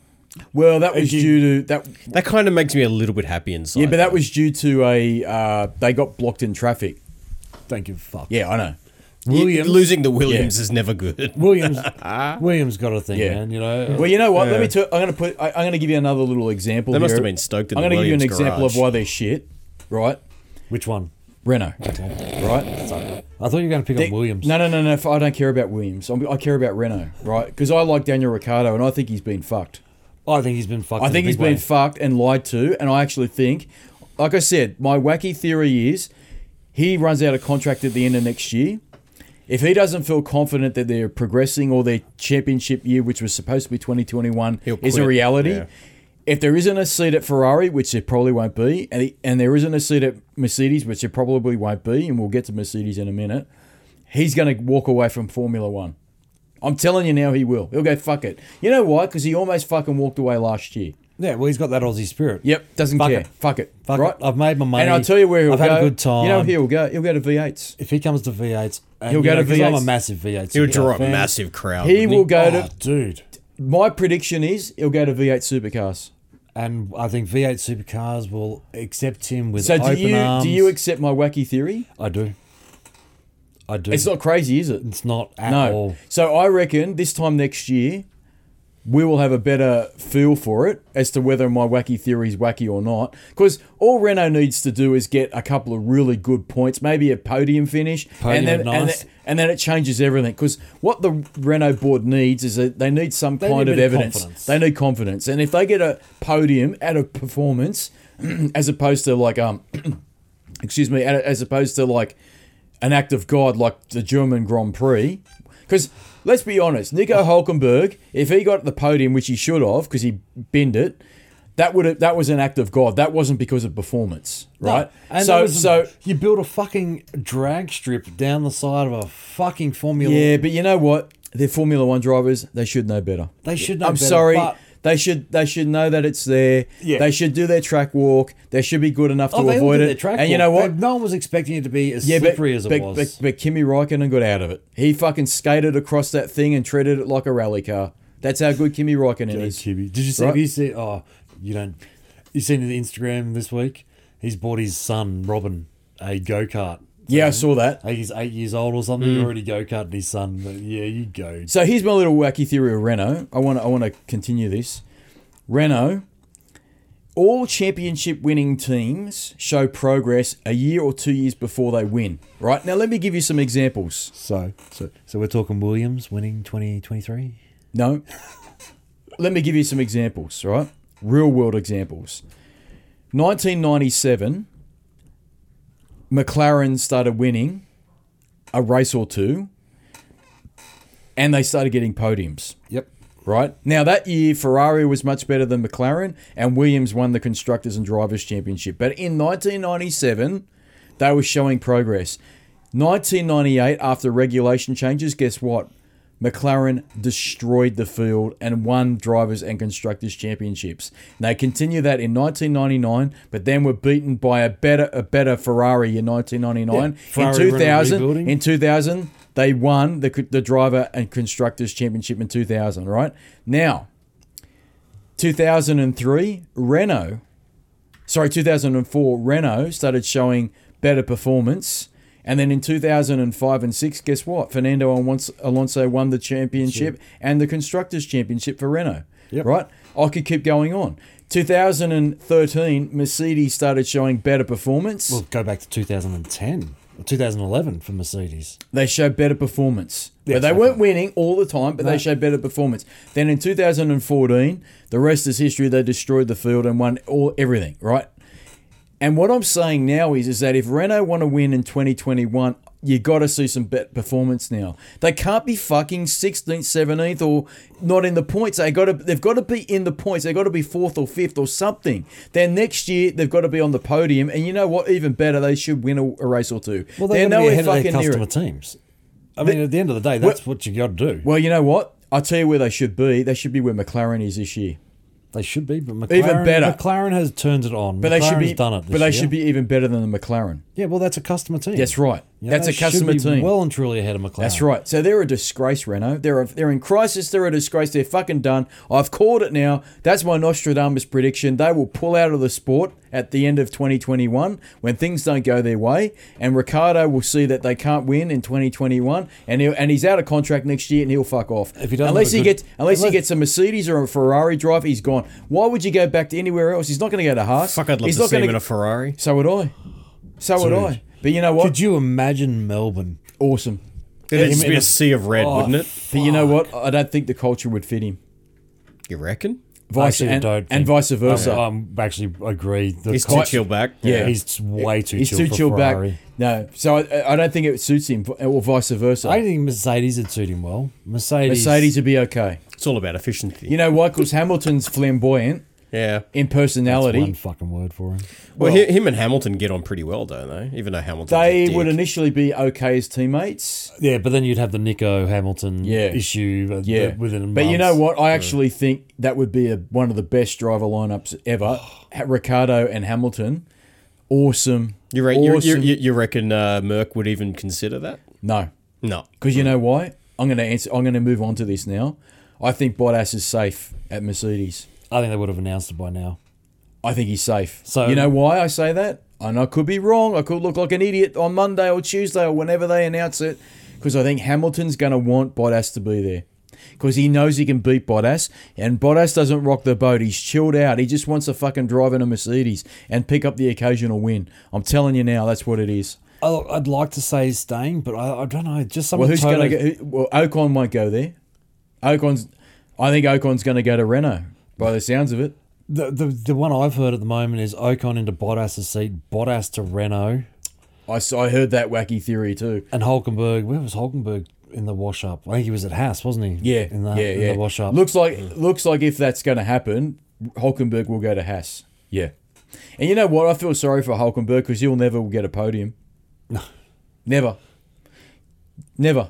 Speaker 1: well, that was due to that
Speaker 3: That kind of makes me a little bit happy inside.
Speaker 1: Yeah, but that was due to a uh, they got blocked in traffic.
Speaker 2: thank you fuck
Speaker 1: Yeah, I know.
Speaker 3: You-
Speaker 2: Williams
Speaker 3: Losing the Williams is never good.
Speaker 2: Williams Williams got a thing,
Speaker 1: Yeah.
Speaker 2: man. You know,
Speaker 1: Well, you know what? Let me. T- I'm going to put. I, I'm going to give you another little example.
Speaker 3: They must
Speaker 1: here.
Speaker 3: have been stoked in
Speaker 1: I'm
Speaker 3: the
Speaker 1: gonna give you an
Speaker 3: Williams
Speaker 1: example of
Speaker 3: garage.
Speaker 1: why they're shit, right?
Speaker 2: which one?
Speaker 1: Renault, right?
Speaker 2: I thought you were going to pick on Williams.
Speaker 1: No, no, no, no. f- I don't care about Williams. I'm, I care about Renault, right? Because I like Daniel Ricciardo, and I think he's been fucked.
Speaker 2: I think he's been fucked.
Speaker 1: I
Speaker 2: in a
Speaker 1: think he's
Speaker 2: big way.
Speaker 1: been fucked and lied to, and I actually think, like I said, my wacky theory is he runs out of contract at the end of next year. If he doesn't feel confident that they're progressing or their championship year, which was supposed to be 2021,
Speaker 3: He'll
Speaker 1: is a
Speaker 3: quit,
Speaker 1: reality.
Speaker 3: yeah.
Speaker 1: If there isn't a seat at Ferrari, which there probably won't be, and, the- and there isn't a seat at Mercedes, which there probably won't be, and we'll get to Mercedes in a minute, he's going to walk away from Formula One. I'm telling you now, he will. He'll go fuck it. You know why? Because he almost fucking walked away last year.
Speaker 2: Yeah, well, he's got that Aussie spirit.
Speaker 1: Yep, doesn't
Speaker 2: Fuck
Speaker 1: care.
Speaker 2: it.
Speaker 1: Fuck it.
Speaker 2: Fuck
Speaker 1: right?
Speaker 2: it. I've made my money.
Speaker 1: And I'll tell you where he'll
Speaker 2: I've
Speaker 1: go.
Speaker 2: had a good time.
Speaker 1: You know where he'll go? He'll go to V8s.
Speaker 2: If he comes to V8s, and,
Speaker 1: He'll
Speaker 2: you
Speaker 1: go
Speaker 2: know,
Speaker 1: to
Speaker 2: 'cause I'm a
Speaker 1: V8s.
Speaker 2: massive V8.
Speaker 3: He would
Speaker 2: supercar
Speaker 3: draw a
Speaker 2: fan.
Speaker 3: massive crowd.
Speaker 1: He
Speaker 3: wouldn't
Speaker 1: will go
Speaker 2: Oh,
Speaker 1: to.
Speaker 2: dude.
Speaker 1: My prediction is he'll go to V8 supercars.
Speaker 2: And I think V8 supercars will accept him with
Speaker 1: So do
Speaker 2: open
Speaker 1: you
Speaker 2: arms.
Speaker 1: do you accept my wacky theory?
Speaker 2: I do. I do.
Speaker 1: It's not crazy, is it?
Speaker 2: It's not at
Speaker 1: No.
Speaker 2: all.
Speaker 1: So I reckon this time next year, we will have a better feel for it as to whether my wacky theory is wacky or not. Because all Renault needs to do is get a couple of really good points, maybe a podium finish,
Speaker 2: Podium,
Speaker 1: and then and,
Speaker 2: nice.
Speaker 1: then, and then it changes everything. Because what the Renault board needs is that they need some
Speaker 2: need
Speaker 1: kind
Speaker 2: a
Speaker 1: of
Speaker 2: bit of
Speaker 1: evidence.
Speaker 2: confidence.
Speaker 1: They need confidence, and if they get a podium out of performance, as opposed to like um, excuse me, a- as opposed to like an act of God like the German Grand Prix. Because let's be honest, Nico Hulkenberg, if he got the podium, which he should have, because he binned it, that would have, that was an act of God. That wasn't because of performance, right?
Speaker 2: And
Speaker 1: so
Speaker 2: there was-
Speaker 1: so
Speaker 2: you build a fucking drag strip down the side of a fucking Formula.
Speaker 1: yeah, but you know what? They're Formula One drivers. They should know better.
Speaker 2: They should know
Speaker 1: I'm
Speaker 2: better,
Speaker 1: sorry.
Speaker 2: but-
Speaker 1: They should they should know that it's there.
Speaker 2: Yeah.
Speaker 1: They should do their track walk. They should be good enough
Speaker 2: Oh,
Speaker 1: to
Speaker 2: they all
Speaker 1: avoid
Speaker 2: did
Speaker 1: it.
Speaker 2: their track
Speaker 1: and you
Speaker 2: walk.
Speaker 1: know what?
Speaker 2: They- no one was expecting it to be as slippery as it
Speaker 1: but,
Speaker 2: was.
Speaker 1: But, but Kimi Raikkonen got out of it. He fucking skated across that thing and treated it like a rally car. That's how good Kimi Raikkonen
Speaker 2: Hey,
Speaker 1: is.
Speaker 2: Chibi, Did you see?
Speaker 1: Right?
Speaker 2: Have you see? Oh, you don't. You seen the Instagram this week? He's bought his son Robin a go kart.
Speaker 1: Yeah, I saw that.
Speaker 2: I think he's eight years old or something. He already go karted his son. But yeah, you go.
Speaker 1: So here's my little wacky theory of Renault. I want to I want to continue this. Renault, all championship winning teams show progress a year or two years before they win. Right now, let me give you some examples.
Speaker 2: So, so, so we're talking Williams winning twenty twenty three.
Speaker 1: No. Let me give you some examples, right? Real world examples. 1997, McLaren started winning a race or two, and they started getting podiums,
Speaker 2: Yep.
Speaker 1: right? Now, that year, Ferrari was much better than McLaren, and Williams won the Constructors and Drivers' Championship. But in 1997, they were showing progress. 1998, after regulation changes, guess what? McLaren destroyed the field and won drivers and constructors championships. And they continue that in 1999, but then were beaten by a better a better Ferrari in 1999.
Speaker 2: Yeah,
Speaker 1: in
Speaker 2: Ferrari were
Speaker 1: 2000,
Speaker 2: rebuilding.
Speaker 1: in 2000, they won the co- the driver and constructors championship in 2000. Right now, 2003, Renault sorry, 2004, Renault started showing better performance. And then in 2005 and 6, guess what? Fernando Alonso- Alonso won the championship and the Constructors' Championship for Renault.
Speaker 2: Yep.
Speaker 1: Right? I could keep going on. 2013, Mercedes started showing better performance.
Speaker 2: Well, go back to two thousand and ten. 2011 for Mercedes.
Speaker 1: they showed better performance.
Speaker 2: Yeah,
Speaker 1: but they
Speaker 2: okay.
Speaker 1: weren't winning all the time, but they showed better performance. Then in 2014, the rest is history. They destroyed the field and won all everything, right? And what I'm saying now is, is that if Renault want to win in 2021, you got to see some bet performance now. They can't be fucking 16th, 17th, or not in the points. They got to, they've got to be in the points. They've got to be fourth or fifth or something. Then next year they've got to be on the podium. And you know what? Even better, they should win a, a race or two.
Speaker 2: Well, they're,
Speaker 1: They're
Speaker 2: going to be
Speaker 1: nowhere
Speaker 2: ahead of their
Speaker 1: fucking near it.
Speaker 2: customer teams. I mean, at the end of the day, that's what you got to do.
Speaker 1: Well, you know what? I'll tell you where they should be. They should be where McLaren is this year.
Speaker 2: They should be, but McLaren,
Speaker 1: Even better.
Speaker 2: McLaren has turned it on.
Speaker 1: But they should be
Speaker 2: done it.
Speaker 1: But they should be even better than the McLaren.
Speaker 2: Yeah, well, that's a customer team.
Speaker 1: That's right.
Speaker 2: You know,
Speaker 1: That's
Speaker 2: they
Speaker 1: a customer
Speaker 2: should be
Speaker 1: team.
Speaker 2: Well and truly ahead of McLaren.
Speaker 1: That's right. So they're a disgrace, Renault. They're a, they're in crisis. They're a disgrace. They're fucking done. I've called it now. That's my Nostradamus prediction. They will pull out of the sport at the end of 2021 when things don't go their way, and Ricardo will see that they can't win in 2021, and he'll, and he's out of contract next year, and he'll fuck off.
Speaker 2: If he doesn't
Speaker 1: unless
Speaker 2: have a
Speaker 1: he
Speaker 2: good-
Speaker 1: gets unless he
Speaker 2: unless-
Speaker 1: gets a Mercedes or a Ferrari drive, he's gone. Why would you go back to anywhere else? He's not going to go to Haas.
Speaker 3: Fuck, I'd love
Speaker 1: he's
Speaker 3: to
Speaker 1: not
Speaker 3: see him
Speaker 1: gonna
Speaker 3: in a
Speaker 1: go-
Speaker 3: Ferrari.
Speaker 1: so would I. So would
Speaker 2: Dude.
Speaker 1: I. But you know what?
Speaker 2: Could you imagine Melbourne?
Speaker 1: awesome.
Speaker 3: It'd just
Speaker 2: him
Speaker 3: be
Speaker 2: in
Speaker 3: a
Speaker 2: a-
Speaker 3: sea of red,
Speaker 2: Oh,
Speaker 3: wouldn't it?
Speaker 1: But you know what? I don't think the culture would fit him.
Speaker 3: You reckon?
Speaker 1: Vice
Speaker 2: Actually, I
Speaker 1: and,
Speaker 2: don't
Speaker 1: and
Speaker 2: think-
Speaker 1: vice versa.
Speaker 2: I um, actually agree. The
Speaker 3: He's
Speaker 2: cult-
Speaker 3: too chill back.
Speaker 1: Yeah.
Speaker 2: he's way too
Speaker 1: He's
Speaker 2: chill
Speaker 1: too
Speaker 2: for
Speaker 1: chilled
Speaker 2: Ferrari.
Speaker 1: back. No, so I, I don't think it suits him, or vice versa.
Speaker 2: I don't think Mercedes would suit him well. Mercedes.
Speaker 1: Mercedes would be okay.
Speaker 3: It's all about efficiency.
Speaker 1: You know why? Because Hamilton's flamboyant
Speaker 3: yeah.
Speaker 1: in
Speaker 2: that's one
Speaker 1: personality.
Speaker 2: fucking word for him.
Speaker 3: Well, hi him and Hamilton get on pretty well, don't they? Even though Hamilton.
Speaker 1: They would initially be okay as teammates.
Speaker 2: Yeah, but then you'd have the Nico Hamilton
Speaker 1: Yeah.
Speaker 2: issue. uh,
Speaker 1: Yeah,
Speaker 2: within.
Speaker 1: but you know
Speaker 2: months.
Speaker 1: what? I actually think that would be a, one of the best driver lineups ever. Ha- Ricardo and Hamilton, awesome.
Speaker 3: You, re- you,
Speaker 1: awesome.
Speaker 3: you, you, you reckon uh, Merck would even consider that?
Speaker 1: no,
Speaker 3: No.
Speaker 1: Because you know why? I'm going to answer. I'm going to move on to this now. I think Bottas is safe at Mercedes.
Speaker 2: I think they would have announced it by now.
Speaker 1: I think he's safe.
Speaker 2: So-
Speaker 1: you know why I say that? And I could be wrong. I could look like an idiot on Monday or Tuesday or whenever they announce it, because I think Hamilton's going to want Bottas to be there. because he knows he can beat Bottas, and Bottas doesn't rock the boat. He's chilled out. He just wants to fucking drive in a Mercedes and pick up the occasional win. I'm telling you now, that's what it is.
Speaker 2: I- I'd like to say he's staying, but I, I don't know. Just some
Speaker 1: Well,
Speaker 2: of
Speaker 1: who's going to
Speaker 2: Toto's-
Speaker 1: go? Who, well, Ocon won't go there. Ocon's. I think Ocon's going to go to Renault by the sounds of it.
Speaker 2: The, the the one I've heard at the moment is Ocon into Bottas's seat, Bottas to Renault,
Speaker 1: I, s- I heard that wacky theory too.
Speaker 2: and Hulkenberg. Where was Hulkenberg in the wash up? I think he was at Haas, wasn't he?
Speaker 1: Yeah,
Speaker 2: in the,
Speaker 1: yeah,
Speaker 2: in
Speaker 1: yeah.
Speaker 2: the wash up.
Speaker 1: Looks like looks like if that's going to happen, Hulkenberg will go to Haas. Yeah, and you know what? I feel sorry for Hulkenberg because he'll never get a podium. never, never.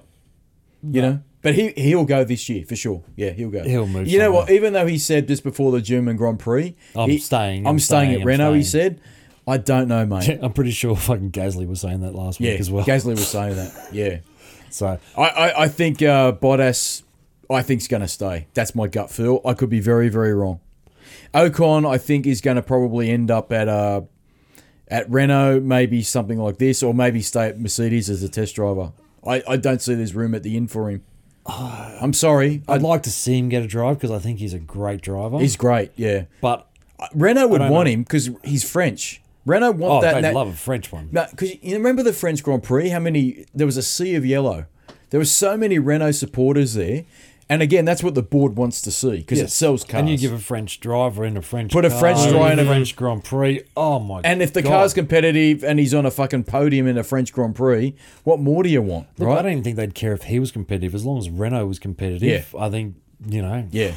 Speaker 1: You know, but he he'll go this year for sure. Yeah, he'll go.
Speaker 2: He'll move
Speaker 1: You know what? Even though he said this before the German Grand Prix,
Speaker 2: I'm
Speaker 1: he-
Speaker 2: staying,
Speaker 1: I'm,
Speaker 2: I'm
Speaker 1: staying,
Speaker 2: staying,
Speaker 1: at
Speaker 2: I'm
Speaker 1: Renault. He
Speaker 2: staying.
Speaker 1: said, I don't know, mate.
Speaker 2: I'm pretty sure fucking Gasly was saying that last
Speaker 1: yeah,
Speaker 2: week as well.
Speaker 1: Gasly was saying that. Yeah.
Speaker 2: so
Speaker 1: I, I, I think uh, Bottas, I think's going to stay. That's my gut feel. I could be very, very wrong. Ocon, I think, is going to probably end up at uh, at Renault, maybe something like this, or maybe stay at Mercedes as a test driver. I, I don't see there's room at the inn for him.
Speaker 2: Uh,
Speaker 1: I'm sorry. I,
Speaker 2: I'd like to see him get a drive because I think he's a great driver.
Speaker 1: he's great, yeah.
Speaker 2: but
Speaker 1: Renault would
Speaker 2: don't
Speaker 1: want him because he's French. Renault want
Speaker 2: oh,
Speaker 1: that.
Speaker 2: they'd
Speaker 1: that-
Speaker 2: love a French one.
Speaker 1: No, because you remember the French Grand Prix? How many? There was a sea of yellow. There were so many Renault supporters there, and again, that's what the board wants to see because it sells cars.
Speaker 2: And you give a French driver in a French
Speaker 1: Put a
Speaker 2: car,
Speaker 1: French driver in
Speaker 2: in
Speaker 1: a-
Speaker 2: a French Grand Prix. Oh my!
Speaker 1: and if the
Speaker 2: God.
Speaker 1: car's competitive and he's on a fucking podium in a French Grand Prix, what more do you want,
Speaker 2: Look, I
Speaker 1: right?
Speaker 2: don't even think they'd care if he was competitive as long as Renault was competitive. I think you know.
Speaker 1: Yeah,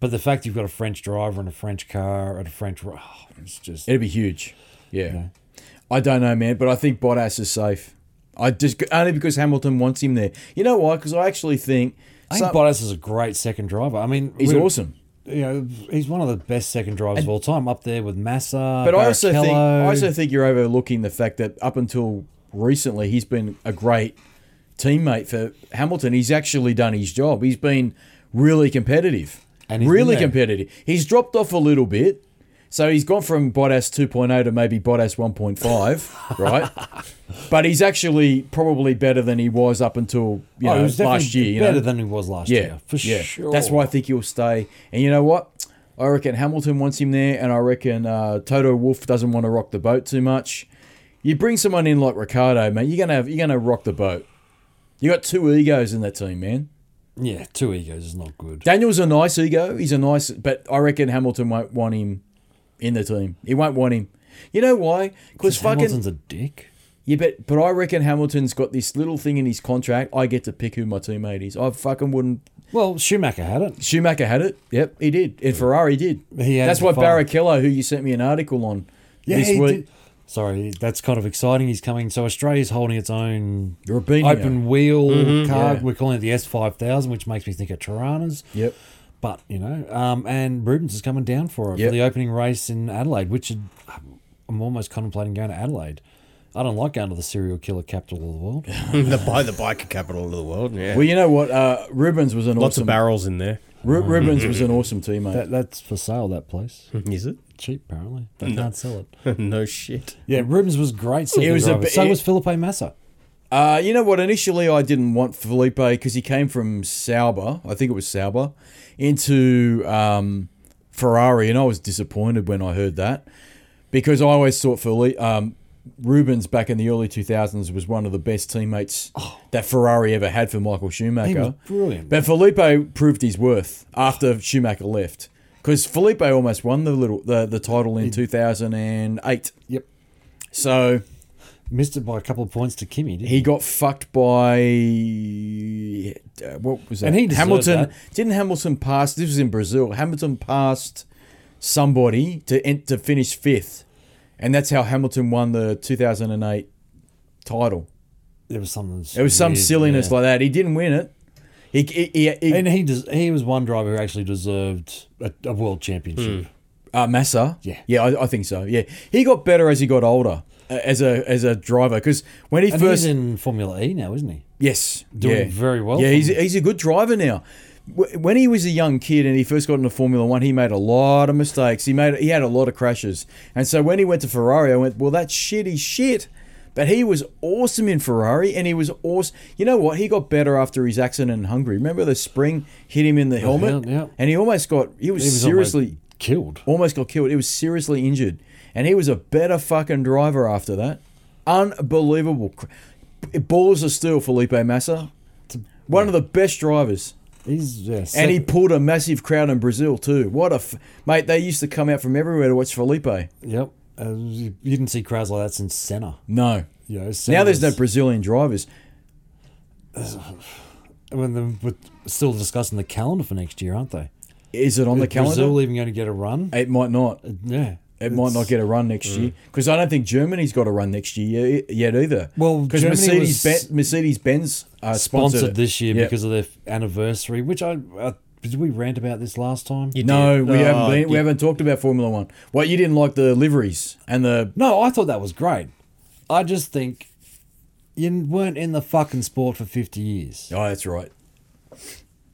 Speaker 2: But the fact you've got a French driver and a French car and a French, oh, it's just
Speaker 1: it'd be huge. Yeah. I don't know, man, but I think Bottas is safe. I just only because Hamilton wants him there. You know why? Because I actually think,
Speaker 2: I think
Speaker 1: some-
Speaker 2: Bottas is a great second driver. I mean,
Speaker 1: he's
Speaker 2: we-
Speaker 1: awesome.
Speaker 2: You know, he's one of the best second drivers of all time, up there with Massa.
Speaker 1: But I also think I
Speaker 2: Barrichello.
Speaker 1: also think you're overlooking the fact that up until recently he's been a great teammate for Hamilton. He's actually done his job. He's been really competitive.
Speaker 2: And he's been
Speaker 1: really
Speaker 2: there.
Speaker 1: competitive. He's dropped off a little bit. So he's gone from Bottas 2.0 to maybe Bottas 1.5, right? But he's actually probably better than he was up until you
Speaker 2: Oh, he
Speaker 1: know
Speaker 2: was definitely
Speaker 1: last year. you know?
Speaker 2: better than he was last year, for sure.
Speaker 1: That's why I think he'll stay. And you know what? I reckon Hamilton wants him there, and I reckon uh, Toto Wolf doesn't want to rock the boat too much. You bring someone in like Ricardo, man, you're gonna have, you're gonna rock the boat. You got two egos in that team, man.
Speaker 2: Yeah, two egos is not good.
Speaker 1: Daniel's a nice ego. He's a nice, but I reckon Hamilton won't want him in the team. He won't want him. You know why? Because fucking
Speaker 2: Hamilton's a dick.
Speaker 1: yeah, but but I reckon Hamilton's got this little thing in his contract. I get to pick who my teammate is. I fucking wouldn't
Speaker 2: Well, Schumacher had it.
Speaker 1: Schumacher had it. Yep, he did. And Ferrari did.
Speaker 2: He had
Speaker 1: That's
Speaker 2: the
Speaker 1: why
Speaker 2: final.
Speaker 1: Barrichello, who you sent me an article on this
Speaker 2: he
Speaker 1: week,
Speaker 2: did- Sorry, that's kind of exciting. He's coming. So Australia's holding its own
Speaker 1: Rubinho.
Speaker 2: open wheel car.
Speaker 1: Mm-hmm, Yeah.
Speaker 2: We're calling it the S5000, which makes me think of Tirana's.
Speaker 1: Yep.
Speaker 2: But, you know, um, and Rubens is coming down for it
Speaker 1: Yep.
Speaker 2: for the opening race in Adelaide, which is- I'm almost contemplating going to Adelaide. I don't like going to the serial killer capital of the world.
Speaker 4: the bi- the biker capital of the world. Yeah,
Speaker 1: Well, you know what? Uh, Rubens was an
Speaker 4: lots
Speaker 1: awesome.
Speaker 4: of Mm-hmm. barrels in there.
Speaker 1: Ru- Rubens was an awesome teammate.
Speaker 2: That, that's for sale, that place.
Speaker 4: Is it?
Speaker 2: Cheap, apparently. They can't sell it.
Speaker 4: no shit.
Speaker 2: Yeah, Rubens was great. Second
Speaker 1: was a
Speaker 2: driver.
Speaker 1: bit-
Speaker 2: so
Speaker 1: it-
Speaker 2: was Felipe Massa.
Speaker 1: Uh, you know what? Initially, I didn't want Felipe because he came from Sauber, I think it was Sauber, into um, Ferrari, and I was disappointed when I heard that because I always thought Felipe um, Rubens back in the early two thousands was one of the best teammates that Ferrari ever had for Michael Schumacher.
Speaker 2: Oh. He was brilliant.
Speaker 1: But Felipe proved his worth after Schumacher left because Felipe almost won the little the, the title in two thousand and eight.
Speaker 2: Yep.
Speaker 1: So
Speaker 2: Missed it by a couple of points to Kimmy, didn't he?
Speaker 1: he got fucked by uh, what was that?
Speaker 2: And he deserved
Speaker 1: Hamilton
Speaker 2: that.
Speaker 1: didn't Hamilton pass. This was in Brazil. Hamilton passed somebody to en- to finish fifth, and that's how Hamilton won the 2008 title.
Speaker 2: There was something.
Speaker 1: It was some silliness like that. He didn't win it. He, he, he, he-
Speaker 2: And he des- he was one driver who actually deserved a, a world championship.
Speaker 1: uh, Massa.
Speaker 2: Yeah.
Speaker 1: yeah, I, I think so. Yeah, he got better as he got older uh, as a as a driver because when he
Speaker 2: And
Speaker 1: first
Speaker 2: he's in Formula E now, isn't he?
Speaker 1: Yes,
Speaker 2: Doing
Speaker 1: yeah.
Speaker 2: very well
Speaker 1: Yeah,
Speaker 2: for
Speaker 1: he's,
Speaker 2: him.
Speaker 1: he's a good driver now. Wh- When he was a young kid and he first got into Formula One, he made a lot of mistakes. He made he had a lot of crashes, and so when he went to Ferrari, I went, "Well, that's shitty shit." But he was awesome in Ferrari, and he was awesome. You know what? He got better after his accident in Hungary. Remember the spring hit him in the helmet,
Speaker 2: yeah.
Speaker 1: and he almost got. He was,
Speaker 2: He was almost
Speaker 1: seriously
Speaker 2: killed.
Speaker 1: almost got killed. He was seriously injured, and he was a better fucking driver after that. Unbelievable. Cr- Balls of steel, Felipe Massa. One of the best drivers.
Speaker 2: He's yeah,
Speaker 1: And he pulled a massive crowd in Brazil too. What a f- mate! They used to come out from everywhere to watch Felipe.
Speaker 2: Yep. Uh, you you didn't see crowds like that since Senna.
Speaker 1: No,
Speaker 2: You know,
Speaker 1: now
Speaker 2: Senna
Speaker 1: there's no
Speaker 2: was-
Speaker 1: Brazilian drivers.
Speaker 2: I mean, they're- we're still discussing the calendar for next year, aren't they?
Speaker 1: Is it on the calendar?
Speaker 2: Brazil even going to get a run?
Speaker 1: It might not.
Speaker 2: Yeah.
Speaker 1: It might not get a run
Speaker 2: Mm.
Speaker 1: next year. 'Cause year because I don't think Germany's got a run next year ye- yet either.
Speaker 2: Well,
Speaker 1: because
Speaker 2: Germany
Speaker 1: Mercedes
Speaker 2: was
Speaker 1: Mercedes Benz uh,
Speaker 2: sponsored,
Speaker 1: sponsored, it.
Speaker 2: this year
Speaker 1: Yep.
Speaker 2: because of their f- anniversary, which I uh, did we rant about this last time?
Speaker 1: no, we
Speaker 4: Oh,
Speaker 1: haven't been, we
Speaker 4: yeah.
Speaker 1: haven't talked about Formula One. What you didn't like the liveries and the
Speaker 2: No, I thought that was great. I just think you weren't in the fucking sport for fifty years.
Speaker 1: oh, that's right.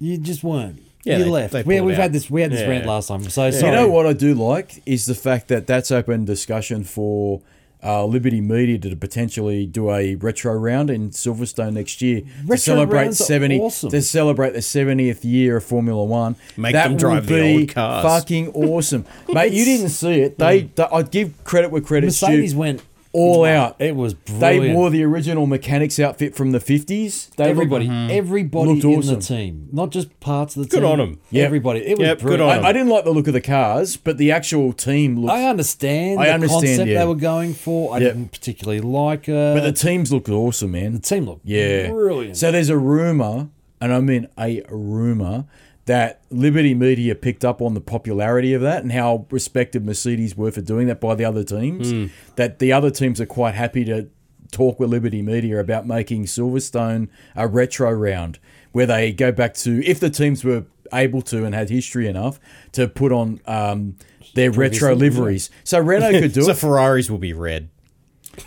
Speaker 2: You just weren't.
Speaker 4: Yeah,
Speaker 2: you
Speaker 4: they-
Speaker 2: left.
Speaker 4: they
Speaker 2: we,
Speaker 4: pulled
Speaker 2: we've
Speaker 4: out.
Speaker 2: had this. We had this
Speaker 4: Yeah.
Speaker 2: rant last time. So sorry.
Speaker 1: You know what I do like is the fact that that's open discussion for uh, Liberty Media to potentially do a retro round in Silverstone next year
Speaker 2: Retro
Speaker 1: to celebrate
Speaker 2: rounds are
Speaker 1: seventy
Speaker 2: awesome.
Speaker 1: to celebrate the seventieth year of Formula One.
Speaker 4: Make
Speaker 1: that
Speaker 4: them drive
Speaker 1: will
Speaker 4: the
Speaker 1: be
Speaker 4: old cars.
Speaker 1: Fucking awesome, mate! You didn't see it. They, they I'd give credit where credit's
Speaker 2: Mm. Mercedes
Speaker 1: due.
Speaker 2: went
Speaker 1: all out.
Speaker 2: It was
Speaker 1: They
Speaker 2: brilliant.
Speaker 1: wore the original mechanic's outfit from the fifties.
Speaker 2: everybody, everybody
Speaker 1: Mm-hmm. Looked
Speaker 2: in
Speaker 1: awesome.
Speaker 2: the team, not just parts of the
Speaker 4: Good
Speaker 2: team.
Speaker 4: on 'em.
Speaker 1: Yep.
Speaker 2: Everybody. It was
Speaker 4: Yep, good
Speaker 2: brilliant.
Speaker 4: on
Speaker 1: I, I didn't like the look of the cars, but the actual team looked.
Speaker 2: I understand
Speaker 1: I
Speaker 2: the
Speaker 1: understand,
Speaker 2: concept
Speaker 1: yeah.
Speaker 2: they were going for. I
Speaker 1: Yep.
Speaker 2: didn't particularly like it.
Speaker 1: but the teams looked awesome, man.
Speaker 2: the team looked
Speaker 1: Yeah.
Speaker 2: brilliant.
Speaker 1: So there's a rumor, and I mean a rumor, that Liberty Media picked up on the popularity of that and how respected Mercedes were for doing that by the other teams. That the other teams are quite happy to talk with Liberty Media about making Silverstone a retro round where they go back to if the teams were able to and had history enough to put on um, their retro liveries. So Renault could do
Speaker 4: So
Speaker 1: it.
Speaker 4: Ferraris will be red.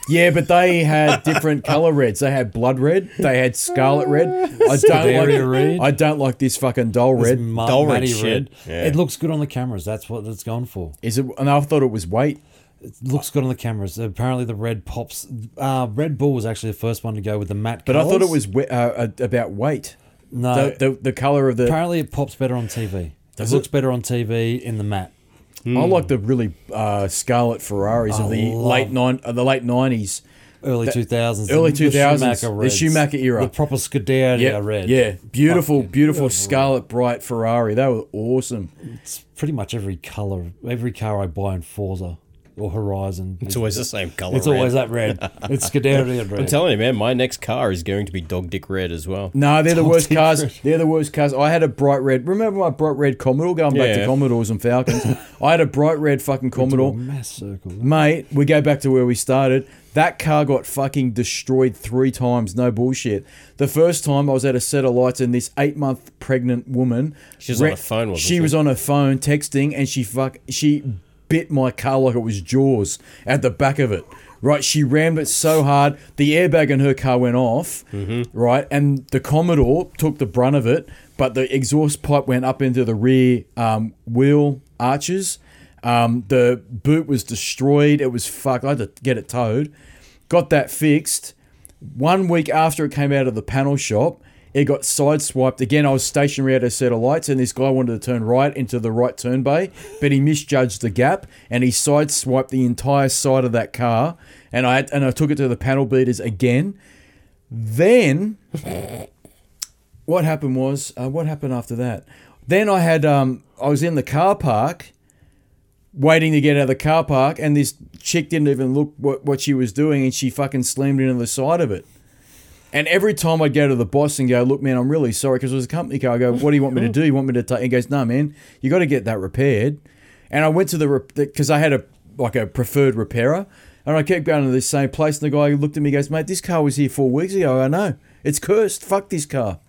Speaker 1: Yeah, but they had different color reds. They had blood red. They had scarlet red. I don't like.
Speaker 2: Bavaria red.
Speaker 1: I don't like this fucking dull red.
Speaker 2: Ma-
Speaker 4: Dull red
Speaker 2: Matty
Speaker 4: shit.
Speaker 2: red.
Speaker 4: Yeah.
Speaker 2: It looks good on the cameras. That's what it's gone for.
Speaker 1: Is it? And I thought it was white.
Speaker 2: It looks good on the cameras. Apparently, the red pops. Uh, red Bull was actually the first one to go with the matte.
Speaker 1: But I thought it was
Speaker 2: colours.
Speaker 1: we- uh, uh, about weight.
Speaker 2: no.
Speaker 1: the, the the color of the.
Speaker 2: apparently, it pops better on TV.
Speaker 1: Does
Speaker 2: it looks
Speaker 1: it?
Speaker 2: better on TV in the matte.
Speaker 1: I like the really uh, scarlet Ferraris of
Speaker 2: Hmm. I
Speaker 1: the
Speaker 2: love-
Speaker 1: late nine, uh, the late nineties.
Speaker 2: Early two thousands.
Speaker 1: early 2000s,
Speaker 2: Schumacher
Speaker 1: the
Speaker 2: reds.
Speaker 1: Schumacher era.
Speaker 2: The proper Scuderia
Speaker 1: Yeah,
Speaker 2: red.
Speaker 1: yeah, beautiful,
Speaker 2: Fucking
Speaker 1: beautiful scarlet bright Ferrari. They were awesome.
Speaker 2: It's pretty much every color. Every car I buy in Forza or Horizon.
Speaker 4: It's always the same color.
Speaker 2: It's always that red. It's Scuderia red.
Speaker 4: I'm telling you, man, my next car is going to be dog dick red as well.
Speaker 1: No, they're the worst cars. They're the worst cars. I had a bright red. Remember my bright red Commodore? Going back to
Speaker 4: Yeah.
Speaker 1: Commodores and Falcons. I had a bright red fucking Commodore.
Speaker 2: mass circle.
Speaker 1: Mate, we go back to where we started. That car got fucking destroyed three times. No bullshit. The first time I was at a set of lights and this eight month pregnant woman.
Speaker 4: She was on her phone, wasn't
Speaker 1: she
Speaker 4: she?
Speaker 1: was on her phone texting and she fuck she bit my car like it was jaws at the back of it. Right, she rammed it so hard, the airbag in her car went off. Right, and the Commodore took the brunt of it, but the exhaust pipe went up into the rear um, wheel arches. Um, the boot was destroyed. It was fucked. I had to get it towed. Got that fixed. One week after it came out of the panel shop, it got sideswiped. Again, I was stationary at a set of lights, and this guy wanted to turn right into the right turn bay, but he misjudged the gap and he sideswiped the entire side of that car. And I had, and I took it to the panel beaters again. Then what happened was uh, what happened after that then i had um, i was in the car park waiting to get out of the car park and this chick didn't even look what, what she was doing and she fucking slammed into the side of it and every time I'd go to the boss and go, look, man, I'm really sorry because it was a company car. I go, what do you want me to do? You want me to take? He goes, no, man, you got to get that repaired. And I went to the because I had a like a preferred repairer, and I kept going to the same place. And the guy looked at me, and goes, mate, this car was here four weeks ago. I go, know it's cursed. Fuck this car.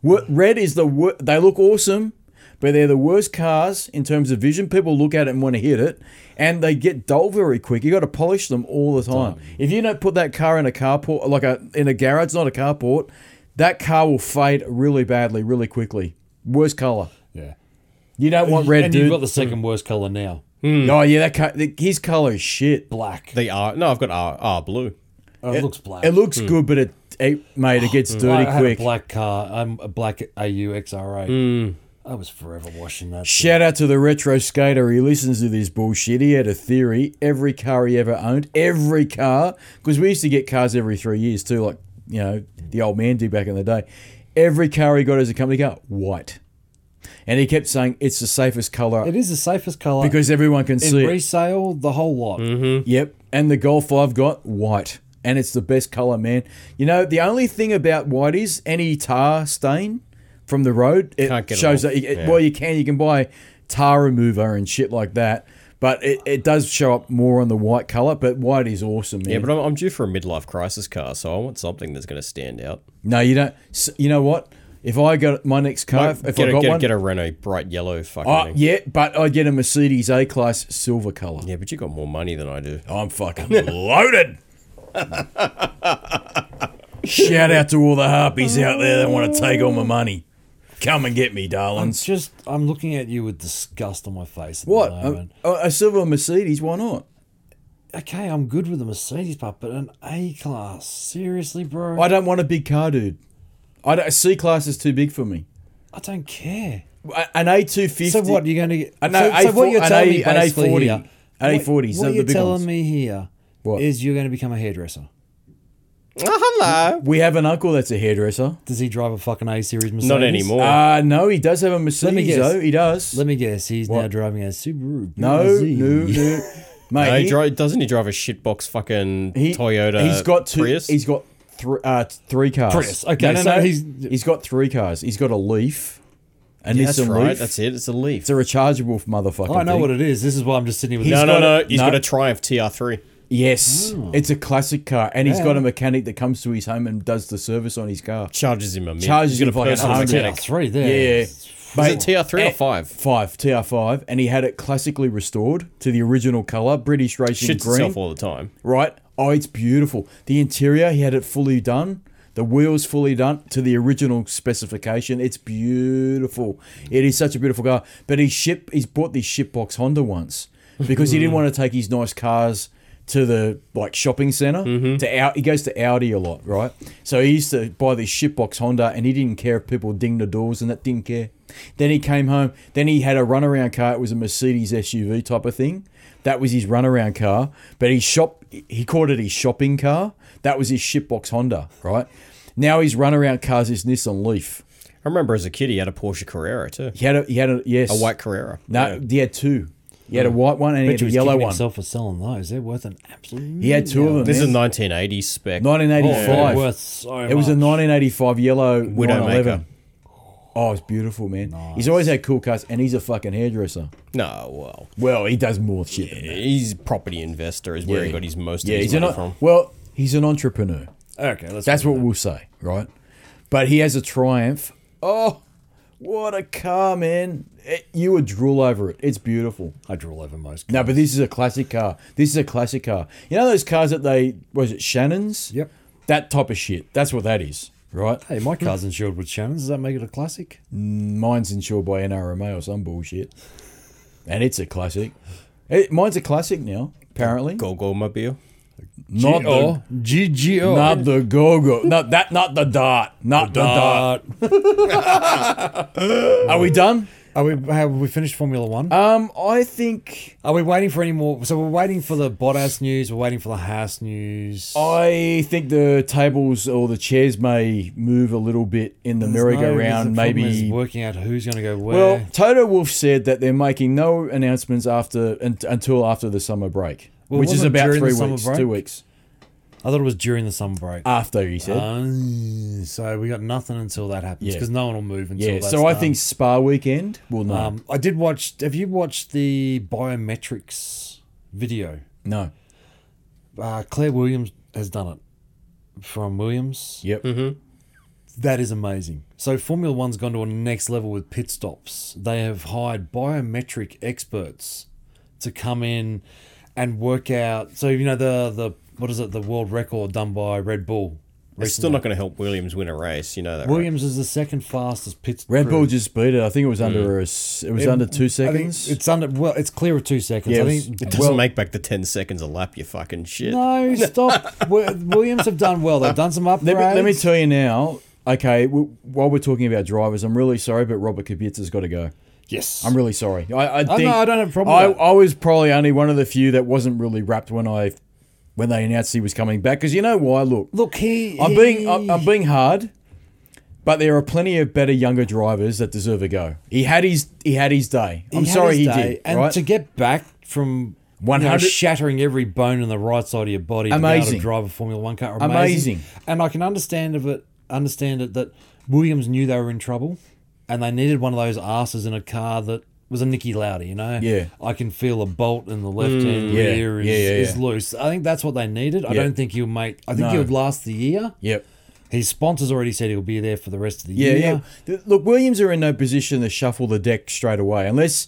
Speaker 1: Wo- Red is the wor- they look awesome, but they're the worst cars in terms of vision. People look at it and want to hit it, and they get dull very quick. You got to polish them all the time. If you don't put that car in a carport, like a in a garage, not a carport, that car will fade really badly, really quickly. Worst color.
Speaker 2: Yeah.
Speaker 1: You don't want red,
Speaker 2: and
Speaker 1: dude.
Speaker 2: you've got the second worst color now,
Speaker 1: oh yeah, that car, his color is shit.
Speaker 2: black.
Speaker 4: The R. No, I've got R. R blue.
Speaker 2: Oh, it, looks black.
Speaker 1: It looks good, but it, it mate, it gets
Speaker 2: Oh, hmm. I
Speaker 1: dirty
Speaker 2: had
Speaker 1: quick. Hmm.
Speaker 2: a black car. I'm a black AU XRA. I was forever washing that. shit.
Speaker 1: Shout out to the retro skater. He listens to this bullshit. He had a theory. Every car he ever owned, every car, because we used to get cars every three years too, like you know the old man did back in the day. Every car he got as a company car, white, and he kept saying it's the safest color
Speaker 2: It is the safest color
Speaker 1: because everyone can
Speaker 2: in
Speaker 1: see Mm-hmm. it.
Speaker 2: resale. The whole lot.
Speaker 1: Yep. And the golf I've got, white. And it's the best colour, man. You know, the only thing about white is any tar stain from the road, it
Speaker 4: Can't get it
Speaker 1: shows
Speaker 4: off.
Speaker 1: that. You, it- Well, you can. You can buy tar remover and shit like that. But it, it does show up more on the white colour. But white is awesome, man.
Speaker 4: Yeah, but I'm, I'm due for a midlife crisis car, so I want something that's going to stand out.
Speaker 1: no, you don't. s- You know what? If I got my next car, if
Speaker 4: get,
Speaker 1: I
Speaker 4: a,
Speaker 1: got
Speaker 4: get, a-
Speaker 1: one,
Speaker 4: get a Renault bright yellow fucking
Speaker 1: oh,
Speaker 4: thing. Yeah.
Speaker 1: yeah, but I'd get a Mercedes A Class silver colour.
Speaker 4: but you got more money than I do.
Speaker 1: I'm fucking loaded. Shout out to all the harpies out there that want to take all my money. Come and get me,
Speaker 2: It's
Speaker 1: darlings.
Speaker 2: just I'm looking at you with disgust on my face. At
Speaker 1: What? Um,
Speaker 2: The
Speaker 1: A,
Speaker 2: moment.
Speaker 1: a, a silver Mercedes? Why not?
Speaker 2: okay, I'm good with a Mercedes part, but an A class, seriously, bro.
Speaker 1: I
Speaker 2: I,
Speaker 1: don't want a big car, dude. I don't, a C class is too big for me.
Speaker 2: don't care.
Speaker 1: A- An A250.
Speaker 2: So what you're going to get?
Speaker 1: I know,
Speaker 2: so, so what
Speaker 1: A4
Speaker 2: you're
Speaker 1: an
Speaker 2: telling
Speaker 1: A-
Speaker 2: me
Speaker 1: an
Speaker 2: basically
Speaker 1: A40,
Speaker 2: here?
Speaker 1: an
Speaker 2: what-
Speaker 1: A40s,
Speaker 2: What
Speaker 1: they're the
Speaker 2: you're
Speaker 1: big
Speaker 2: telling
Speaker 1: ones.
Speaker 2: me here
Speaker 1: What?
Speaker 2: is you're going to become a hairdresser.
Speaker 1: Oh,
Speaker 4: hello.
Speaker 1: We have an uncle that's a hairdresser.
Speaker 2: Does he drive a fucking A series Mercedes?
Speaker 4: Not anymore.
Speaker 1: Uh, no, he does have a Mercedes,
Speaker 2: guess.
Speaker 1: though. He does.
Speaker 2: Let me guess. He's now
Speaker 1: What?
Speaker 2: driving a Subaru.
Speaker 1: no,
Speaker 2: BRZ.
Speaker 1: no, no. Mate,
Speaker 4: No, he
Speaker 1: he-
Speaker 4: dri- doesn't he drive a shitbox fucking
Speaker 1: he-
Speaker 4: Toyota?
Speaker 1: He's got two.
Speaker 4: Prius?
Speaker 1: He's got three. Uh, three cars.
Speaker 2: Prius, okay, so he's-
Speaker 1: he's got three cars. He's got a Leaf, and
Speaker 4: Yeah,
Speaker 1: Nissan
Speaker 4: that's right.
Speaker 1: Leaf.
Speaker 4: That's it. Oh, It's a Leaf.
Speaker 1: It's a rechargeable motherfucker.
Speaker 2: I know what it is. This is why I'm just sitting here with.
Speaker 4: no,
Speaker 1: he's got
Speaker 4: no, no.
Speaker 1: a-
Speaker 4: He's
Speaker 1: no.
Speaker 4: got a Triumph TR3.
Speaker 1: Yes,
Speaker 4: Oh.
Speaker 1: it's a classic car, and he's got
Speaker 2: Yeah.
Speaker 1: a mechanic that comes to his home and does the service on his car.
Speaker 4: Charges him a minute.
Speaker 1: Charges
Speaker 4: he's got
Speaker 1: him fucking
Speaker 4: a personal
Speaker 1: hundred.
Speaker 2: Yeah,
Speaker 4: mechanic.
Speaker 2: three
Speaker 1: Yeah,
Speaker 2: there.
Speaker 1: Mate,
Speaker 4: Is it TR3 or
Speaker 1: eh,
Speaker 4: 5?
Speaker 1: Five TR5, and he had it classically restored to the original color, British racing
Speaker 4: Shits
Speaker 1: green.
Speaker 4: itself all the time.
Speaker 1: right? Oh, it's beautiful. The interior, he had it fully done. The wheels fully done to the original specification. It's beautiful. It is such a beautiful car. But he ship he's bought this shipbox Honda once because he didn't want to take his nice cars to the like shopping center to out he goes to Audi a lot, right? So he used to buy this shipbox Honda and he didn't care if people dinged the doors and that didn't care. Then he came home. Then he had a runaround car. It was a Mercedes SUV type of thing. That was his runaround car. But he shop he called it his shopping car. That was his shipbox Honda, right? Now his runaround car is his Nissan Leaf.
Speaker 4: I remember as a kid, he had a Porsche Carrera too.
Speaker 1: He had a he had a yes
Speaker 4: A white Carrera.
Speaker 1: no
Speaker 4: Yeah.
Speaker 1: he had two. He had a white one and he had a yellow one.
Speaker 2: Himself for selling those. They're worth an absolute.
Speaker 1: He had two of them.
Speaker 4: This is
Speaker 1: man.
Speaker 4: 1980s spec.
Speaker 1: 1985.
Speaker 2: They're Oh, worth so
Speaker 1: It was a
Speaker 2: much.
Speaker 1: 1985 yellow 911.
Speaker 4: Widowmaker.
Speaker 1: Oh, it's beautiful, man. He's always had cool cuts, and he's a fucking hairdresser.
Speaker 4: no, well,
Speaker 1: Well, he does more shit than that.
Speaker 4: he's a property investor is where he got his most
Speaker 1: Yeah,
Speaker 4: of
Speaker 1: he's
Speaker 4: his
Speaker 1: an
Speaker 4: money
Speaker 1: o-
Speaker 4: from.
Speaker 1: well, he's an entrepreneur.
Speaker 2: Okay, let's.
Speaker 1: That's what we'll say, right? But he has a Triumph. Oh, what a car, man! It- you would drool over it. It's beautiful.
Speaker 2: I drool over most.
Speaker 1: No, but this is a classic car. This is a classic car. You know those cars that they was it Shannon's?
Speaker 2: Yep.
Speaker 1: That type of shit. That's what that is, right?
Speaker 2: Hey, my car's insured with Shannon's. Does that make it a classic?
Speaker 1: Mine's insured by NRMA or some bullshit, and it's a classic. It, mine's a classic now, apparently.
Speaker 4: Gogo Mobile.
Speaker 1: Not
Speaker 2: oh.
Speaker 1: the,
Speaker 2: GGO.
Speaker 1: not the go-go. Not that. Not the dart. Not the, dart. Are we done?
Speaker 2: Are we? Have we finished Formula One?
Speaker 1: Um, I think
Speaker 2: Are we waiting for any more? So we're waiting for the Bottas news. We're waiting for the Haas news.
Speaker 1: Oh, I think the tables or the chairs may move a little bit in the
Speaker 2: There's no-
Speaker 1: merry-go-round.
Speaker 2: the problem is
Speaker 1: maybe
Speaker 2: working out who's going to go where.
Speaker 1: Well, Toto Wolf said that they're making no announcements after un- until after the summer break,
Speaker 2: Well,
Speaker 1: which is
Speaker 2: wasn't
Speaker 1: about
Speaker 2: during the
Speaker 1: three
Speaker 2: summer
Speaker 1: weeks,
Speaker 2: break?
Speaker 1: two weeks
Speaker 2: I thought it was during the summer break.
Speaker 1: after. He said,
Speaker 2: Uh, so we got nothing until that happens
Speaker 1: Yeah.
Speaker 2: because no one will move until.
Speaker 1: "Yeah."
Speaker 2: that's
Speaker 1: So I
Speaker 2: done.
Speaker 1: think Spa weekend will know.
Speaker 2: Um, I did watch. Have you watched the biometrics video?
Speaker 1: no.
Speaker 2: Uh, Claire Williams has done it from Williams.
Speaker 1: Yep.
Speaker 2: That is amazing. So Formula One's gone to a next level with pit stops. They have hired biometric experts to come in and work out. So you know the the what is it? The world record done by Red Bull
Speaker 4: It's still not going to help Williams win a race. You know that. right?
Speaker 2: Williams is the second fastest pit.
Speaker 1: Red
Speaker 2: crew.
Speaker 1: Bull just beat it. I think it was under a s It was under two
Speaker 2: Mm. I think
Speaker 1: seconds.
Speaker 2: it's under. Well, it's clear of two seconds.
Speaker 1: Yeah,
Speaker 2: I
Speaker 1: it was-
Speaker 2: think
Speaker 4: It doesn't make back the 10 seconds a lap, you fucking shit.
Speaker 2: No, stop. Wi- Williams have done well. They've done some upgrades.
Speaker 1: Let me, let me tell you now. Okay, w- while we're talking about drivers, I'm really sorry, but Robert Kubica's got to go.
Speaker 2: yes.
Speaker 1: I'm really sorry. I, I think
Speaker 2: Oh, no, I don't have a problem
Speaker 1: I,
Speaker 2: with that.
Speaker 1: I was probably only one of the few that wasn't really wrapped when I when they announced he was coming back. Because you know why? Look,
Speaker 2: Look, he.
Speaker 1: I'm
Speaker 2: he-
Speaker 1: being I'm, I'm being hard, but there are plenty of better younger drivers that deserve a go. He had his he had his day.
Speaker 2: he
Speaker 1: I'm
Speaker 2: had
Speaker 1: sorry
Speaker 2: his
Speaker 1: he
Speaker 2: day,
Speaker 1: did.
Speaker 2: And
Speaker 1: right?
Speaker 2: to get back from. One
Speaker 1: 100
Speaker 2: hundred shattering every bone in the right side of your body. To be able
Speaker 1: Amazing.
Speaker 2: to drive a Formula One car.
Speaker 1: Amazing.
Speaker 2: And I can understand of it. Understand it that Williams knew they were in trouble, and they needed one of those asses in a car that was a Nicky Lauda. You know.
Speaker 1: Yeah. Mm,
Speaker 2: I can feel a bolt in the left hand
Speaker 1: yeah,
Speaker 2: rear is,
Speaker 1: yeah, yeah,
Speaker 2: is
Speaker 1: yeah.
Speaker 2: loose. I think that's what they needed. I
Speaker 1: Yeah.
Speaker 2: don't think he'll make. I think
Speaker 1: No.
Speaker 2: he would last the year.
Speaker 1: yep.
Speaker 2: His sponsors already said he'll be there for the rest of the
Speaker 1: Yeah,
Speaker 2: year.
Speaker 1: yeah. Th- Look, Williams are in no position to shuffle the deck straight away unless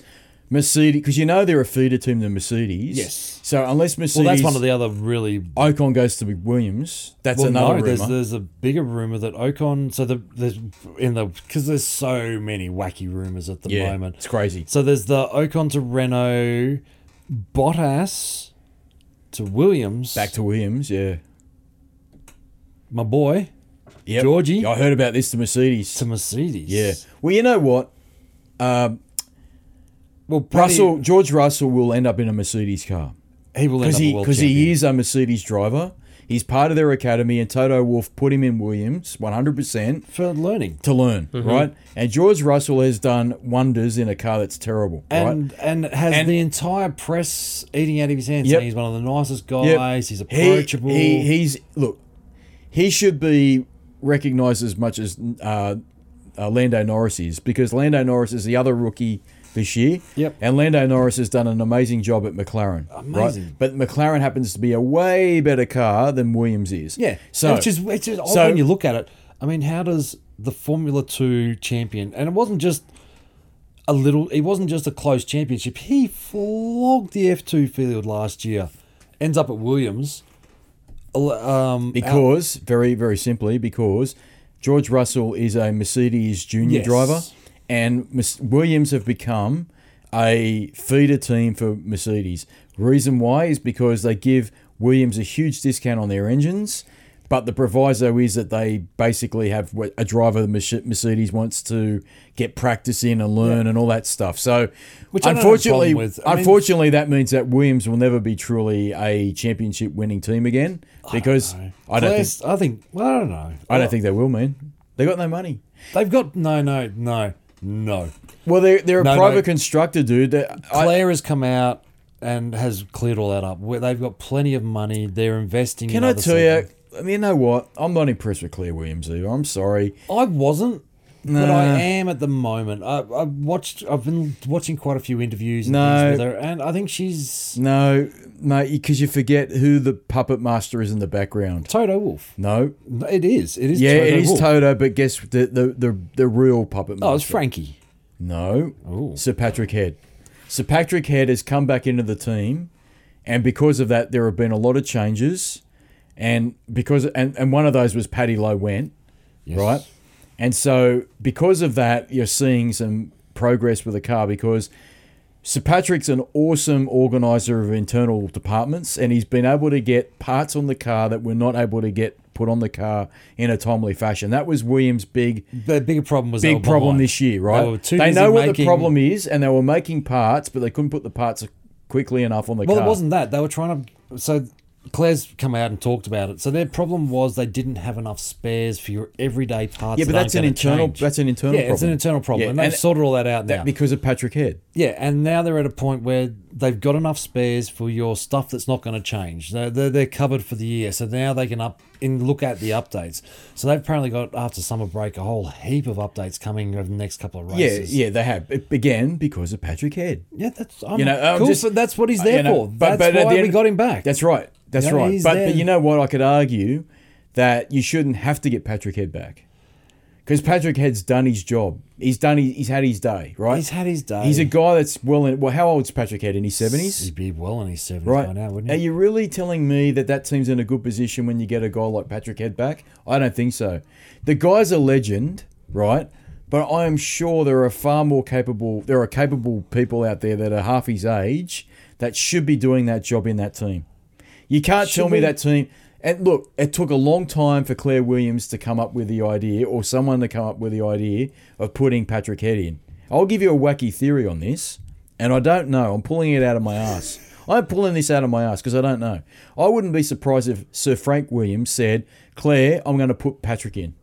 Speaker 1: Mercedes, because you know they're a feeder team to Mercedes.
Speaker 2: Yes.
Speaker 1: So unless Mercedes,
Speaker 2: Well, that's one of the other really.
Speaker 1: Ocon goes to Williams. That's
Speaker 2: Well,
Speaker 1: another
Speaker 2: no, there's
Speaker 1: rumor.
Speaker 2: there's a bigger rumor that Ocon. So the there's in the because there's so many wacky rumors at the
Speaker 1: yeah,
Speaker 2: moment.
Speaker 1: it's crazy.
Speaker 2: So there's the Ocon to Renault, Bottas to Williams.
Speaker 1: Back to Williams, yeah.
Speaker 2: my boy
Speaker 1: Yep.
Speaker 2: Georgie?
Speaker 1: I heard about this to Mercedes.
Speaker 2: to Mercedes.
Speaker 1: yeah. Well, you know what? Um,
Speaker 2: Well, Paddy-
Speaker 1: Russell, George Russell will end up in a Mercedes car.
Speaker 2: he will end
Speaker 1: because
Speaker 2: up
Speaker 1: he
Speaker 2: a world
Speaker 1: because
Speaker 2: champion.
Speaker 1: he is a Mercedes driver. He's part of their academy, and Toto Wolf put him in Williams 100 percent
Speaker 2: for learning.
Speaker 1: to learn,
Speaker 2: Mm-hmm.
Speaker 1: right? And George Russell has done wonders in a car that's terrible, right?
Speaker 2: and and has
Speaker 1: And-
Speaker 2: the entire press eating out of his hands.
Speaker 1: Yep.
Speaker 2: saying He's one of the nicest guys.
Speaker 1: Yep.
Speaker 2: He's
Speaker 1: He-
Speaker 2: approachable.
Speaker 1: He, he's look, he should be recognised as much as uh, uh, Lando Norris is because Lando Norris is the other rookie this year.
Speaker 2: Yep.
Speaker 1: And Lando Norris has done an amazing job at McLaren.
Speaker 2: Amazing.
Speaker 1: Right? But McLaren happens to be a way better car than Williams is.
Speaker 2: yeah.
Speaker 1: So
Speaker 2: which is which is
Speaker 1: so-
Speaker 2: when you look at it. I mean, how does the Formula Two champion? And it wasn't just a little. It wasn't just a close championship. He flogged the F two field last year. Ends up at Williams. Al- Um,
Speaker 1: Because, very, very simply, because George Russell is a Mercedes junior
Speaker 2: Yes.
Speaker 1: driver and Mes- Williams have become a feeder team for Mercedes. Reason why is because they give Williams a huge discount on their engines, but the proviso is that they basically have what a driver the Merce- Mercedes wants to get practice in and learn and all that stuff. So,
Speaker 2: Which I don't have a
Speaker 1: unfortunately,
Speaker 2: problem with. I mean-
Speaker 1: unfortunately, that means that Williams will never be truly a championship winning team again because I don't think
Speaker 2: Class- I think well, I don't know.
Speaker 1: I don't think they will, man. They got no money.
Speaker 2: They've got no, no, no, no.
Speaker 1: Well, they're they're a
Speaker 2: No, no.
Speaker 1: private constructor, dude. That I,
Speaker 2: Claire has come out and has cleared all that up. Where they've got plenty of money, they're investing.
Speaker 1: Can
Speaker 2: in
Speaker 1: I
Speaker 2: other
Speaker 1: tell
Speaker 2: segments.
Speaker 1: you? I mean, you know what? I'm not impressed with Claire Williams either. I'm sorry.
Speaker 2: I wasn't, but
Speaker 1: Nah.
Speaker 2: I am at the moment. I, I watched. I've been watching quite a few interviews and
Speaker 1: No.
Speaker 2: things with her, and I think she's
Speaker 1: No, mate, because you forget who the puppet master is in the background.
Speaker 2: Toto Wolf.
Speaker 1: No.
Speaker 2: It is. It is.
Speaker 1: Yeah,
Speaker 2: Toto
Speaker 1: it is
Speaker 2: Wolf.
Speaker 1: Toto, but guess the the the, the real puppet master.
Speaker 2: Oh, it's Frankie.
Speaker 1: No.
Speaker 2: Ooh.
Speaker 1: Sir Patrick Head. Sir Patrick Head has come back into the team, and because of that, there have been a lot of changes, and because and, and one of those was Paddy Lowe went.
Speaker 2: Yes.
Speaker 1: right? And so because of that, you're seeing some progress with the car because Sir Patrick's an awesome organizer of internal departments, and he's been able to get parts on the car that were not able to get put on the car in a timely fashion. That was Williams' big
Speaker 2: The bigger problem was they were
Speaker 1: big problem
Speaker 2: behind.
Speaker 1: this year, right?
Speaker 2: They, were too busy
Speaker 1: know what the
Speaker 2: making-
Speaker 1: problem is, and they were making parts, but they couldn't put the parts quickly enough on the
Speaker 2: Well,
Speaker 1: car.
Speaker 2: it wasn't that. They were trying to. So Claire's come out and talked about it. So their problem was they didn't have enough spares for your everyday parts.
Speaker 1: Yeah, but
Speaker 2: that
Speaker 1: that's an
Speaker 2: aren't gonna
Speaker 1: internal.
Speaker 2: change.
Speaker 1: That's an internal.
Speaker 2: yeah,
Speaker 1: problem.
Speaker 2: it's an internal problem,
Speaker 1: Yeah,
Speaker 2: and they've
Speaker 1: and-
Speaker 2: sorted all that out now.
Speaker 1: That because of Patrick Head.
Speaker 2: yeah, and now they're at a point where they've got enough spares for your stuff that's not going to change. They're, they're, they're covered for the year, so now they can up and look at the updates. So they've apparently got after summer break a whole heap of updates coming over the next couple of
Speaker 1: Yeah,
Speaker 2: races.
Speaker 1: yeah, they have again because of Patrick Head.
Speaker 2: yeah. That's I'm,
Speaker 1: You know, I'm
Speaker 2: cool.
Speaker 1: just- uh,
Speaker 2: but that's what he's there
Speaker 1: you know,
Speaker 2: for.
Speaker 1: but-
Speaker 2: That's
Speaker 1: but at
Speaker 2: why
Speaker 1: the
Speaker 2: we
Speaker 1: end-
Speaker 2: got him back.
Speaker 1: That's right. That's
Speaker 2: You know,
Speaker 1: right.
Speaker 2: he's
Speaker 1: But
Speaker 2: there.
Speaker 1: but you know what? I could argue that you shouldn't have to get Patrick Head back because Patrick Head's done his job. He's done. His, he's had his day, right?
Speaker 2: He's had his day.
Speaker 1: He's a guy that's well. In, well, how old's Patrick Head? In his seventies,
Speaker 2: He'd be well in his 70s
Speaker 1: right?
Speaker 2: by now, wouldn't
Speaker 1: Are
Speaker 2: he?
Speaker 1: you really telling me that that team's in a good position when you get a guy like Patrick Head back? I don't think so. The guy's a legend, right? But I am sure there are far more capable. There are capable people out there that are half his age that should be doing that job in that team. You can't tell me
Speaker 2: we-
Speaker 1: that team. And look, it took a long time for Claire Williams to come up with the idea, or someone to come up with the idea of putting Patrick Head in. I'll give you a wacky theory on this, and I don't know. I'm pulling it out of my ass. I'm pulling this out of my ass because I don't know. I wouldn't be surprised if Sir Frank Williams said, "Claire, I'm going to put Patrick in."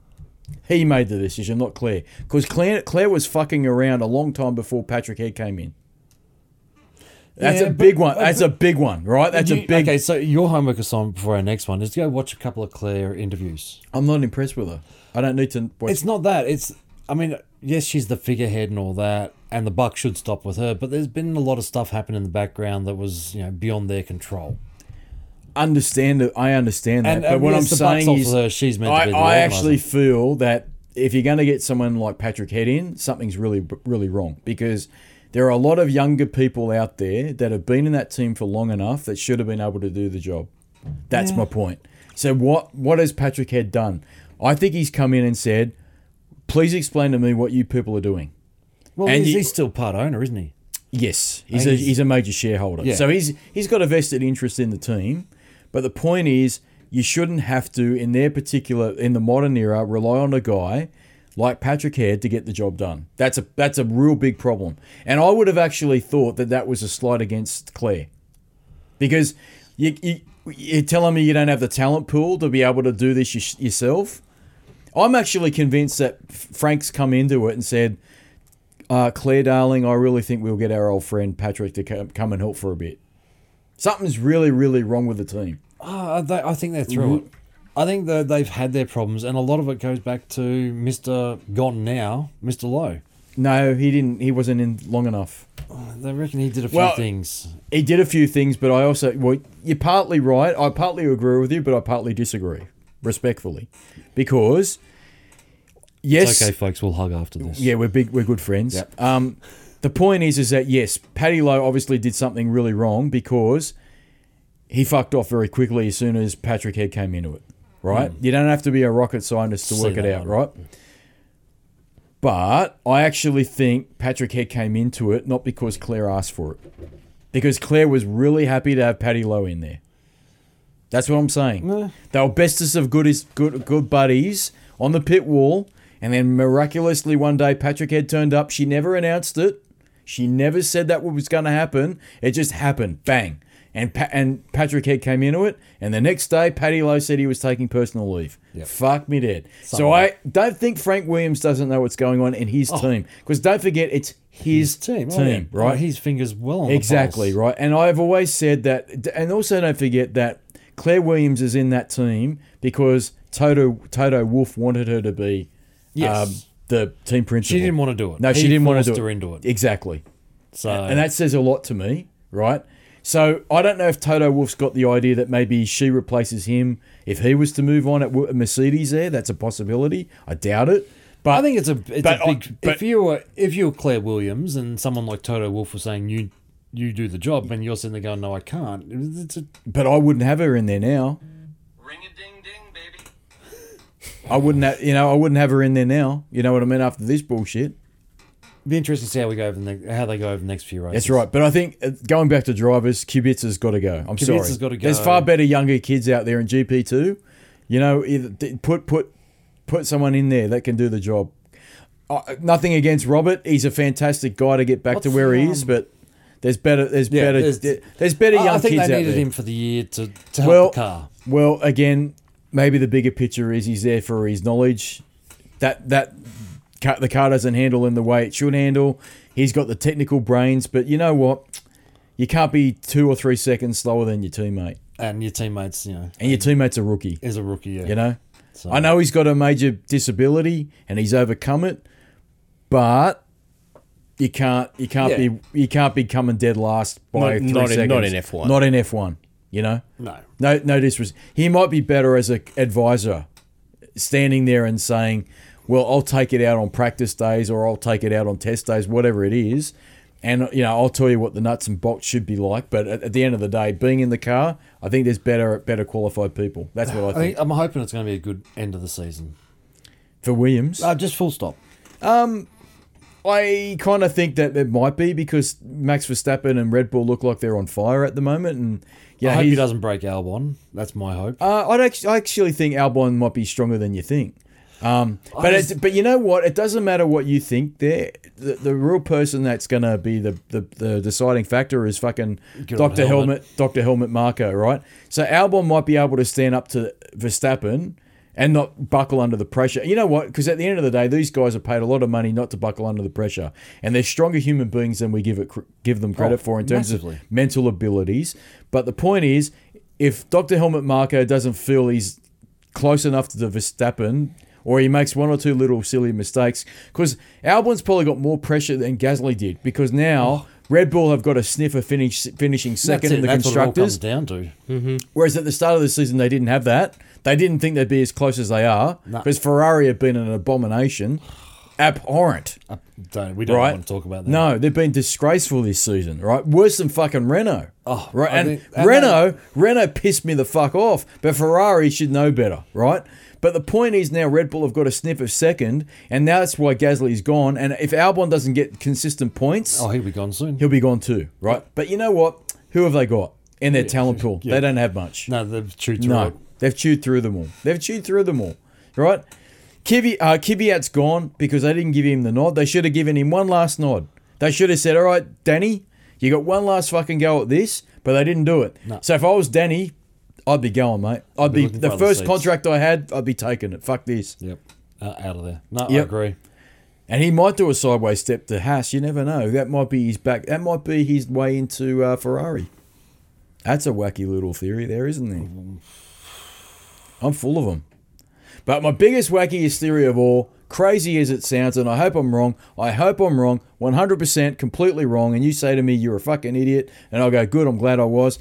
Speaker 1: He made the decision, not Claire, because Claire Claire was fucking around a long time before Patrick Head came in. That's
Speaker 2: Yeah,
Speaker 1: a
Speaker 2: but-
Speaker 1: big one.
Speaker 2: but-
Speaker 1: That's a big one, right? That's a
Speaker 2: You-
Speaker 1: big.
Speaker 2: Okay, so your homework assignment before our next one is to go watch a couple of Claire interviews.
Speaker 1: I'm not impressed with her. I don't need to watch.
Speaker 2: It's not that. It's, I mean, yes, she's the figurehead and all that, and the buck should stop with her, but there's been a lot of stuff happening in the background that was, you know, beyond their control.
Speaker 1: understand that. I understand that.
Speaker 2: And,
Speaker 1: but
Speaker 2: and
Speaker 1: what
Speaker 2: yes,
Speaker 1: I'm
Speaker 2: the buck's
Speaker 1: saying
Speaker 2: off
Speaker 1: is,
Speaker 2: with her. She's meant to
Speaker 1: I,
Speaker 2: be the
Speaker 1: I
Speaker 2: organizer.
Speaker 1: actually feel that if you're going to get someone like Patrick Head in, something's really, really wrong because there are a lot of younger people out there that have been in that team for long enough that should have been able to do the job. That's my point. So what what has Patrick Head done? I think he's come in and said, "Please explain to me what you people are doing."
Speaker 2: Well,
Speaker 1: and
Speaker 2: he's,
Speaker 1: you-
Speaker 2: he's still part owner, isn't he?
Speaker 1: Yes, he's
Speaker 2: And
Speaker 1: a,
Speaker 2: he's-
Speaker 1: he's a major shareholder.
Speaker 2: Yeah.
Speaker 1: So he's he's got a vested interest in the team, but the point is you shouldn't have to in their particular in the modern era rely on a guy like Patrick Head to get the job done. That's a that's a real big problem. And I would have actually thought that that was a slight against Claire. Because you, you you're telling me you don't have the talent pool to be able to do this your, yourself. I'm actually convinced that F- Frank's come into it and said, uh, Claire, darling, I really think we'll get our old friend Patrick to co- come and help for a bit. Something's really, really wrong with the team.
Speaker 2: Uh, they, I think they're through it. I think that they've had their problems, and a lot of it goes back to Mr. Gone now, Mr. Lowe.
Speaker 1: No, he didn't. He wasn't in long enough.
Speaker 2: They reckon he did a few
Speaker 1: Well-
Speaker 2: things.
Speaker 1: He did a few things, but I also well, you're partly right. I partly agree with you, but I partly disagree, respectfully, because yes,
Speaker 2: It's okay, folks. We'll hug after this.
Speaker 1: Yeah, we're big. We're good friends.
Speaker 2: Yep.
Speaker 1: Um, the point is, is that yes, Paddy Lowe obviously did something really wrong because he fucked off very quickly as soon as Patrick Head came into it. Right? You don't have to be a rocket scientist to
Speaker 2: Hmm. See
Speaker 1: work it
Speaker 2: that
Speaker 1: out,
Speaker 2: one.
Speaker 1: right? But I actually think Patrick Head came into it not because Claire asked for it, because Claire was really happy to have Paddy Lowe in there. That's what I'm saying. They were bestest of good is good good buddies on the pit wall, and then miraculously one day Patrick Head turned up. She never announced it. She never said that what was going to happen. It just happened, bang. And pa- and Patrick Head came into it, and the next day Paddy Lowe said he was taking personal leave. Fuck me dead. So I don't think Frank Williams doesn't know what's going on in his team because don't forget it's his, team,
Speaker 2: Team, oh, yeah.
Speaker 1: right?
Speaker 2: His fingers well on
Speaker 1: Exactly
Speaker 2: the pulse.
Speaker 1: right, and I've always said that, and also don't forget that Claire Williams is in that team because Toto Toto Wolf wanted her to be, um,
Speaker 2: Yes.
Speaker 1: the team principal.
Speaker 2: She didn't want to do it.
Speaker 1: No, she
Speaker 2: He
Speaker 1: didn't want to
Speaker 2: forced
Speaker 1: do
Speaker 2: her
Speaker 1: it.
Speaker 2: into it. Uh,
Speaker 1: Exactly,
Speaker 2: So
Speaker 1: and that says a lot to me, right? So I don't know if Toto Wolf's got the idea that maybe she replaces him if he was to move on at Wo- Mercedes. There, that's a possibility. I doubt it, but
Speaker 2: I think it's a it's
Speaker 1: But
Speaker 2: a
Speaker 1: I-
Speaker 2: big.
Speaker 1: but-
Speaker 2: if you were if you were Claire Williams and someone like Toto Wolf was saying you you do the job and you're sitting there going no I can't. It's a,
Speaker 1: but I wouldn't have her in there now.
Speaker 5: Ring a ding ding, baby.
Speaker 1: I wouldn't, have, you know, I wouldn't have her in there now. You know what I mean? After this bullshit.
Speaker 2: it'd be interesting to see how we go over the next, how they go over the next few races.
Speaker 1: That's right. But I think uh, going back to drivers, Kubica's got to go. I'm sorry.
Speaker 2: Kubica's gotta go.
Speaker 1: There's far better younger kids out there in GP2. You know, either- d- put put put someone in there that can do the job. Uh, nothing against Robert. He's a fantastic guy to get back to
Speaker 2: What's,
Speaker 1: where he is,
Speaker 2: um,
Speaker 1: but there's better there's better
Speaker 2: there's-
Speaker 1: there's, better young
Speaker 2: I, I think
Speaker 1: kids
Speaker 2: they
Speaker 1: out
Speaker 2: needed
Speaker 1: there.
Speaker 2: him for the year to, to help
Speaker 1: well,
Speaker 2: the car.
Speaker 1: well, again, maybe the bigger picture is he's there for his knowledge. That that ca- the car doesn't handle in the way it should handle. He's got the technical brains, but you know what? You can't be two or three seconds slower than your teammate,
Speaker 2: And your teammates, you know,
Speaker 1: and your teammate's a rookie.
Speaker 2: is a rookie. Yeah.
Speaker 1: You know, I know he's got a major disability and he's overcome it, but you can't you can't
Speaker 2: Yeah.
Speaker 1: be you can't be coming dead last by
Speaker 4: Not-
Speaker 1: three
Speaker 4: not in-
Speaker 1: seconds.
Speaker 4: not in F1.
Speaker 1: Not in F one. You know.
Speaker 2: No.
Speaker 1: No, no disrespect. He might be better as a advisor, standing there and saying, well, I'll take it out on practice days or I'll take it out on test days, whatever it is. And, you know, I'll tell you what the nuts and bolts should be like. But at, at the end of the day, being in the car, I think there's better better qualified people. That's what I
Speaker 2: I
Speaker 1: think.
Speaker 2: think, I'm hoping it's going to be a good end of the season.
Speaker 1: For Williams,
Speaker 2: Uh, just full stop.
Speaker 1: I kind of think that it might be because Max Verstappen and Red Bull look like they're on fire at the moment. And,
Speaker 2: I
Speaker 1: yeah,
Speaker 2: hope
Speaker 1: he's-
Speaker 2: he doesn't break Albon. That's my hope.
Speaker 1: Uh, I'd actually, I actually think Albon might be stronger than you think. Um, but
Speaker 2: just-
Speaker 1: it, but you know what? It doesn't matter what you think. There, the, the real person that's gonna be the, the, the deciding factor is fucking
Speaker 2: Good old
Speaker 1: Doctor
Speaker 2: Helmet.
Speaker 1: Helmet, Doctor Helmet Marco, right? So Albon might be able to stand up to Verstappen and not buckle under the pressure. You know what? Because at the end of the day, these guys are paid a lot of money not to buckle under the pressure, and they're stronger human beings than we give it cr- give them credit
Speaker 2: Oh,
Speaker 1: for in terms
Speaker 2: massively.
Speaker 1: of mental abilities. But the point is, if Dr. Helmet Marco doesn't feel he's close enough to the Verstappen, or he makes one or two little silly mistakes, because Albon's probably got more pressure than Gasly did, because now Red Bull have got a sniff of finish, finishing second
Speaker 2: Oh. That's it.
Speaker 1: in the
Speaker 2: That's
Speaker 1: constructors,
Speaker 2: what it all comes down to.
Speaker 1: whereas at the start of the season they didn't have that. They didn't think they'd be as close as they are,
Speaker 2: No.
Speaker 1: because Ferrari have been an abomination, abhorrent
Speaker 2: Uh, don't, we don't
Speaker 1: right?
Speaker 2: want to talk about that.
Speaker 1: No, they've been disgraceful this season, right? Worse than fucking Renault.
Speaker 2: Oh,
Speaker 1: right.
Speaker 2: I
Speaker 1: And,
Speaker 2: think- and
Speaker 1: Renault, Renault pissed me the fuck off, but Ferrari should know better, right? But the point is now Red Bull have got a sniff of second, and that's why Gasly's gone. And if Albon doesn't get consistent points,
Speaker 2: Oh, he'll be gone soon.
Speaker 1: he'll be gone too, right? But you know what? Who have they got in their talent pool? They don't have much.
Speaker 2: no, the truth.
Speaker 1: No,
Speaker 2: No.
Speaker 1: they've chewed through them all. They've chewed through them all, right? Kivi, uh, Kvyat's gone because they didn't give him the nod. They should have given him one last nod. They should have said, "All right, Danny, you got one last fucking go at this," but they didn't do it. So if I was Danny, I'd be going, mate. I'd,
Speaker 2: be
Speaker 1: be,
Speaker 2: looking
Speaker 1: the
Speaker 2: for other
Speaker 1: first
Speaker 2: seats.
Speaker 1: contract I had. I'd be taking it. Fuck this.
Speaker 2: Yep. Uh, out of there. No, I
Speaker 1: Yep.
Speaker 2: agree.
Speaker 1: And he might do a sideways step to Haas. You never know. That might be his back. That might be his way into uh, Ferrari. That's a wacky little theory, there, isn't there? I'm full of them. But my biggest wackiest theory of all, crazy as it sounds, and I hope I'm wrong. I hope I'm wrong, 100% completely wrong. And you say to me, "You're a fucking idiot," and I'll go, "Good, I'm glad I was."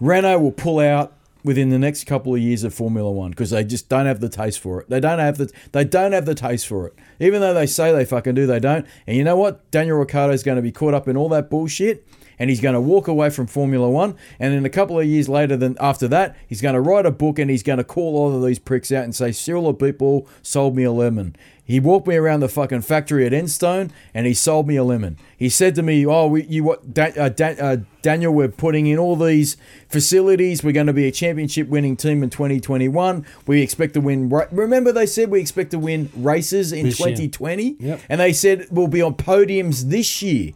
Speaker 1: Renault will pull out within the next couple of years of Formula One because they just don't have the taste for it. They don't have the they don't have the taste for it. Even though they say they fucking do, they don't. And you know what? Daniel Ricciardo's going to be caught up in all that bullshit. And he's going to walk away from Formula One, and then a couple of years later, than after that, he's going to write a book and he's going to call all of these pricks out and say, "Cyril people sold me a lemon." He walked me around the fucking factory at Enstone, and he sold me a lemon. He said to me, "Oh, we, you what, da, uh, da, uh, Daniel? We're putting in all these facilities. We're going to be a championship-winning team in 2021. We expect to win. ra- Remember, they said we expect to win races in
Speaker 2: This year.
Speaker 1: 2020,
Speaker 2: Yep.
Speaker 1: and they said we'll be on podiums this year.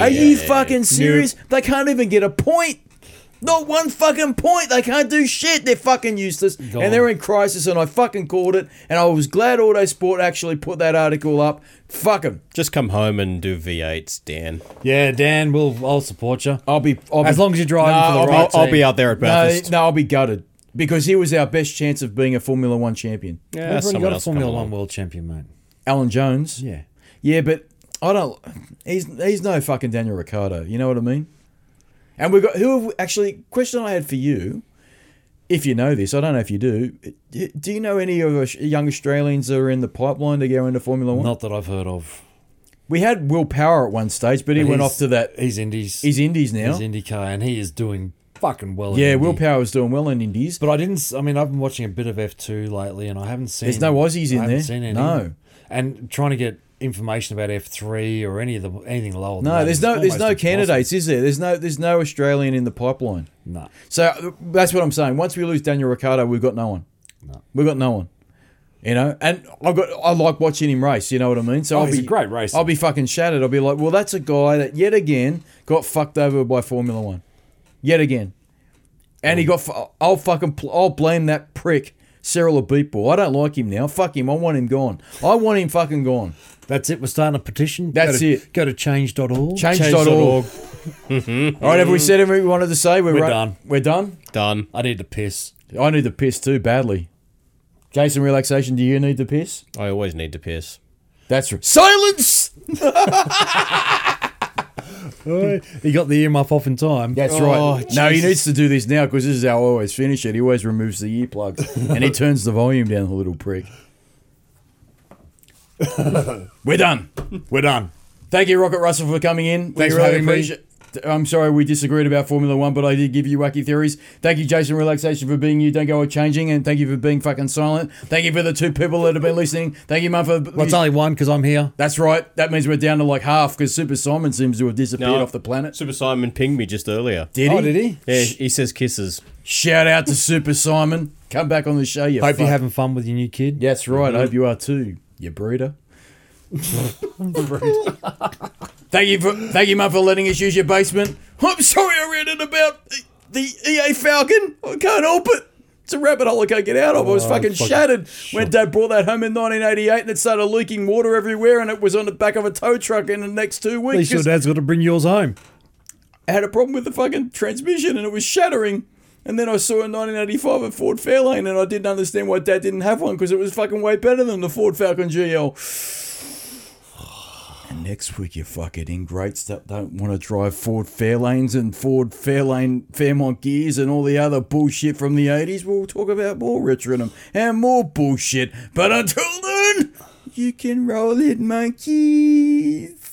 Speaker 1: Are you
Speaker 4: Yeah.
Speaker 1: fucking serious? They can't even get a point." Not one fucking point. They can't do shit. They're fucking useless.
Speaker 2: on.
Speaker 1: and they're in crisis, and I fucking called it. And I was glad Autosport actually put that article up. Fuck 'em.
Speaker 4: Just come home and do V8s, Dan.
Speaker 2: Yeah, Dan, we'll I'll support you.
Speaker 1: I'll be. I'll
Speaker 2: As
Speaker 1: be,
Speaker 2: long as you're driving
Speaker 1: Nah,
Speaker 2: for the
Speaker 1: I'll be-
Speaker 2: right
Speaker 4: I'll, I'll
Speaker 2: team.
Speaker 4: be out there at
Speaker 1: No,
Speaker 4: Bathurst.
Speaker 1: no, I'll be gutted because he was our best chance of being a Formula One champion.
Speaker 4: Yeah,
Speaker 2: We've already
Speaker 4: someone
Speaker 2: got a
Speaker 4: else come
Speaker 2: Formula One
Speaker 4: along.
Speaker 2: world champion, mate.
Speaker 1: Alan Jones.
Speaker 2: Yeah.
Speaker 1: Yeah, but I don't. He's he's no fucking Daniel Ricciardo. You know what I mean? And we've got who have, actually question I had for you, if you know this, I don't know if you do. Do you know any of us young Australians that are in the pipeline to go into Formula One?
Speaker 2: Not that I've heard of.
Speaker 1: We had Will Power at one stage, but he
Speaker 2: But
Speaker 1: went
Speaker 2: he's-
Speaker 1: off to that.
Speaker 2: He's Indies.
Speaker 1: He's Indies now.
Speaker 2: He's IndyCar, and he is doing fucking well. in
Speaker 1: yeah,
Speaker 2: Indy.
Speaker 1: Will Power was doing well in Indies.
Speaker 2: But I didn't. s- I mean, I've been watching a bit of F two lately, and I haven't seen.
Speaker 1: There's no Aussies in
Speaker 2: I haven't
Speaker 1: there.
Speaker 2: Seen any.
Speaker 1: No.
Speaker 2: And trying to get information about F three or any of the anything lower. than
Speaker 1: No,
Speaker 2: that
Speaker 1: there's
Speaker 2: is
Speaker 1: no there's
Speaker 2: almost
Speaker 1: no
Speaker 2: impossible.
Speaker 1: candidates, is there? There's no there's no Australian in the pipeline.
Speaker 2: No.
Speaker 1: So uh, that's what I'm saying. Once we lose Daniel Ricciardo, we've got no one. We've got no one. You know, and I've got I like watching him race. You know what I mean? So I'll
Speaker 2: Oh, he's
Speaker 1: be
Speaker 2: a great racer.
Speaker 1: I'll be fucking shattered. I'll be like, well, that's a guy that yet again got fucked over by Formula One, yet again, and
Speaker 2: Mm.
Speaker 1: he got. fu- I'll fucking pl- I'll blame that prick Cyril Beatball. I don't like him now. Fuck him. I want him gone. I want him fucking gone.
Speaker 2: That's it. We're starting a petition.
Speaker 1: That's
Speaker 2: go to,
Speaker 1: it.
Speaker 2: Go to change.org.
Speaker 1: Change.org. All right, have we said everything we wanted to say? We're,
Speaker 2: We're
Speaker 1: right-
Speaker 2: done.
Speaker 1: We're done.
Speaker 4: Done.
Speaker 2: I need to piss.
Speaker 1: I need to piss too badly. Jason, relaxation. Do you need to piss?
Speaker 4: I always need to piss.
Speaker 1: That's right. Silence.
Speaker 2: he got the earmuff off in time. Oh.
Speaker 1: That's
Speaker 6: Oh,
Speaker 1: right. No, he needs to do this now because this is how I always finish it. He always removes the earplugs and he turns the volume down, the little prick. We're done.
Speaker 6: We're done.
Speaker 1: Thank you, Rocket Russell, for coming in. We
Speaker 6: Thanks for having me.
Speaker 1: appreciate- I'm sorry we disagreed about Formula One, but I did give you wacky theories. Thank you, Jason Relaxation, for being you. Don't go changing, and thank you for being fucking silent. Thank you for the two people that have been listening. Thank you, Mum, for.
Speaker 2: Well, it's only one because I'm here.
Speaker 1: That's right. That means we're down to like half because Super Simon seems to have disappeared
Speaker 4: No.
Speaker 1: off the planet.
Speaker 4: Super Simon pinged me just earlier.
Speaker 1: Did
Speaker 2: oh,
Speaker 1: he?
Speaker 2: did he?
Speaker 4: Yeah, he says kisses.
Speaker 1: Shout out to Super Simon. Come back on the show. You
Speaker 2: Hope Mhm.
Speaker 1: fuck.
Speaker 2: you're having fun with your new kid.
Speaker 1: That's right. I hope you are too, you breeder. thank you for thank you, Mum, for letting us use your basement. I'm sorry I read it about E, the EA Falcon. I can't help it. It's a rabbit hole I can't get out of. I
Speaker 2: Oh,
Speaker 1: was fucking shattered when Dad brought that home in 1988, and it started leaking water everywhere, and it was on the back of a tow truck in the next two
Speaker 2: At
Speaker 1: weeks.
Speaker 2: least your
Speaker 1: 'cause
Speaker 2: dad's got to bring yours home.
Speaker 1: I had a problem with the fucking transmission, and it was shattering. And then I saw a 1985 at Ford Fairlane, and I didn't understand why Dad didn't have one because it was fucking way better than the Ford Falcon GL. Next week, you fucking ingrates that don't want to drive Ford Fairlanes and Ford Fairlane Fairmont Gears and all the other bullshit from the 80s. We'll talk about more Retronum and more bullshit. But until then, you can roll it, monkeys.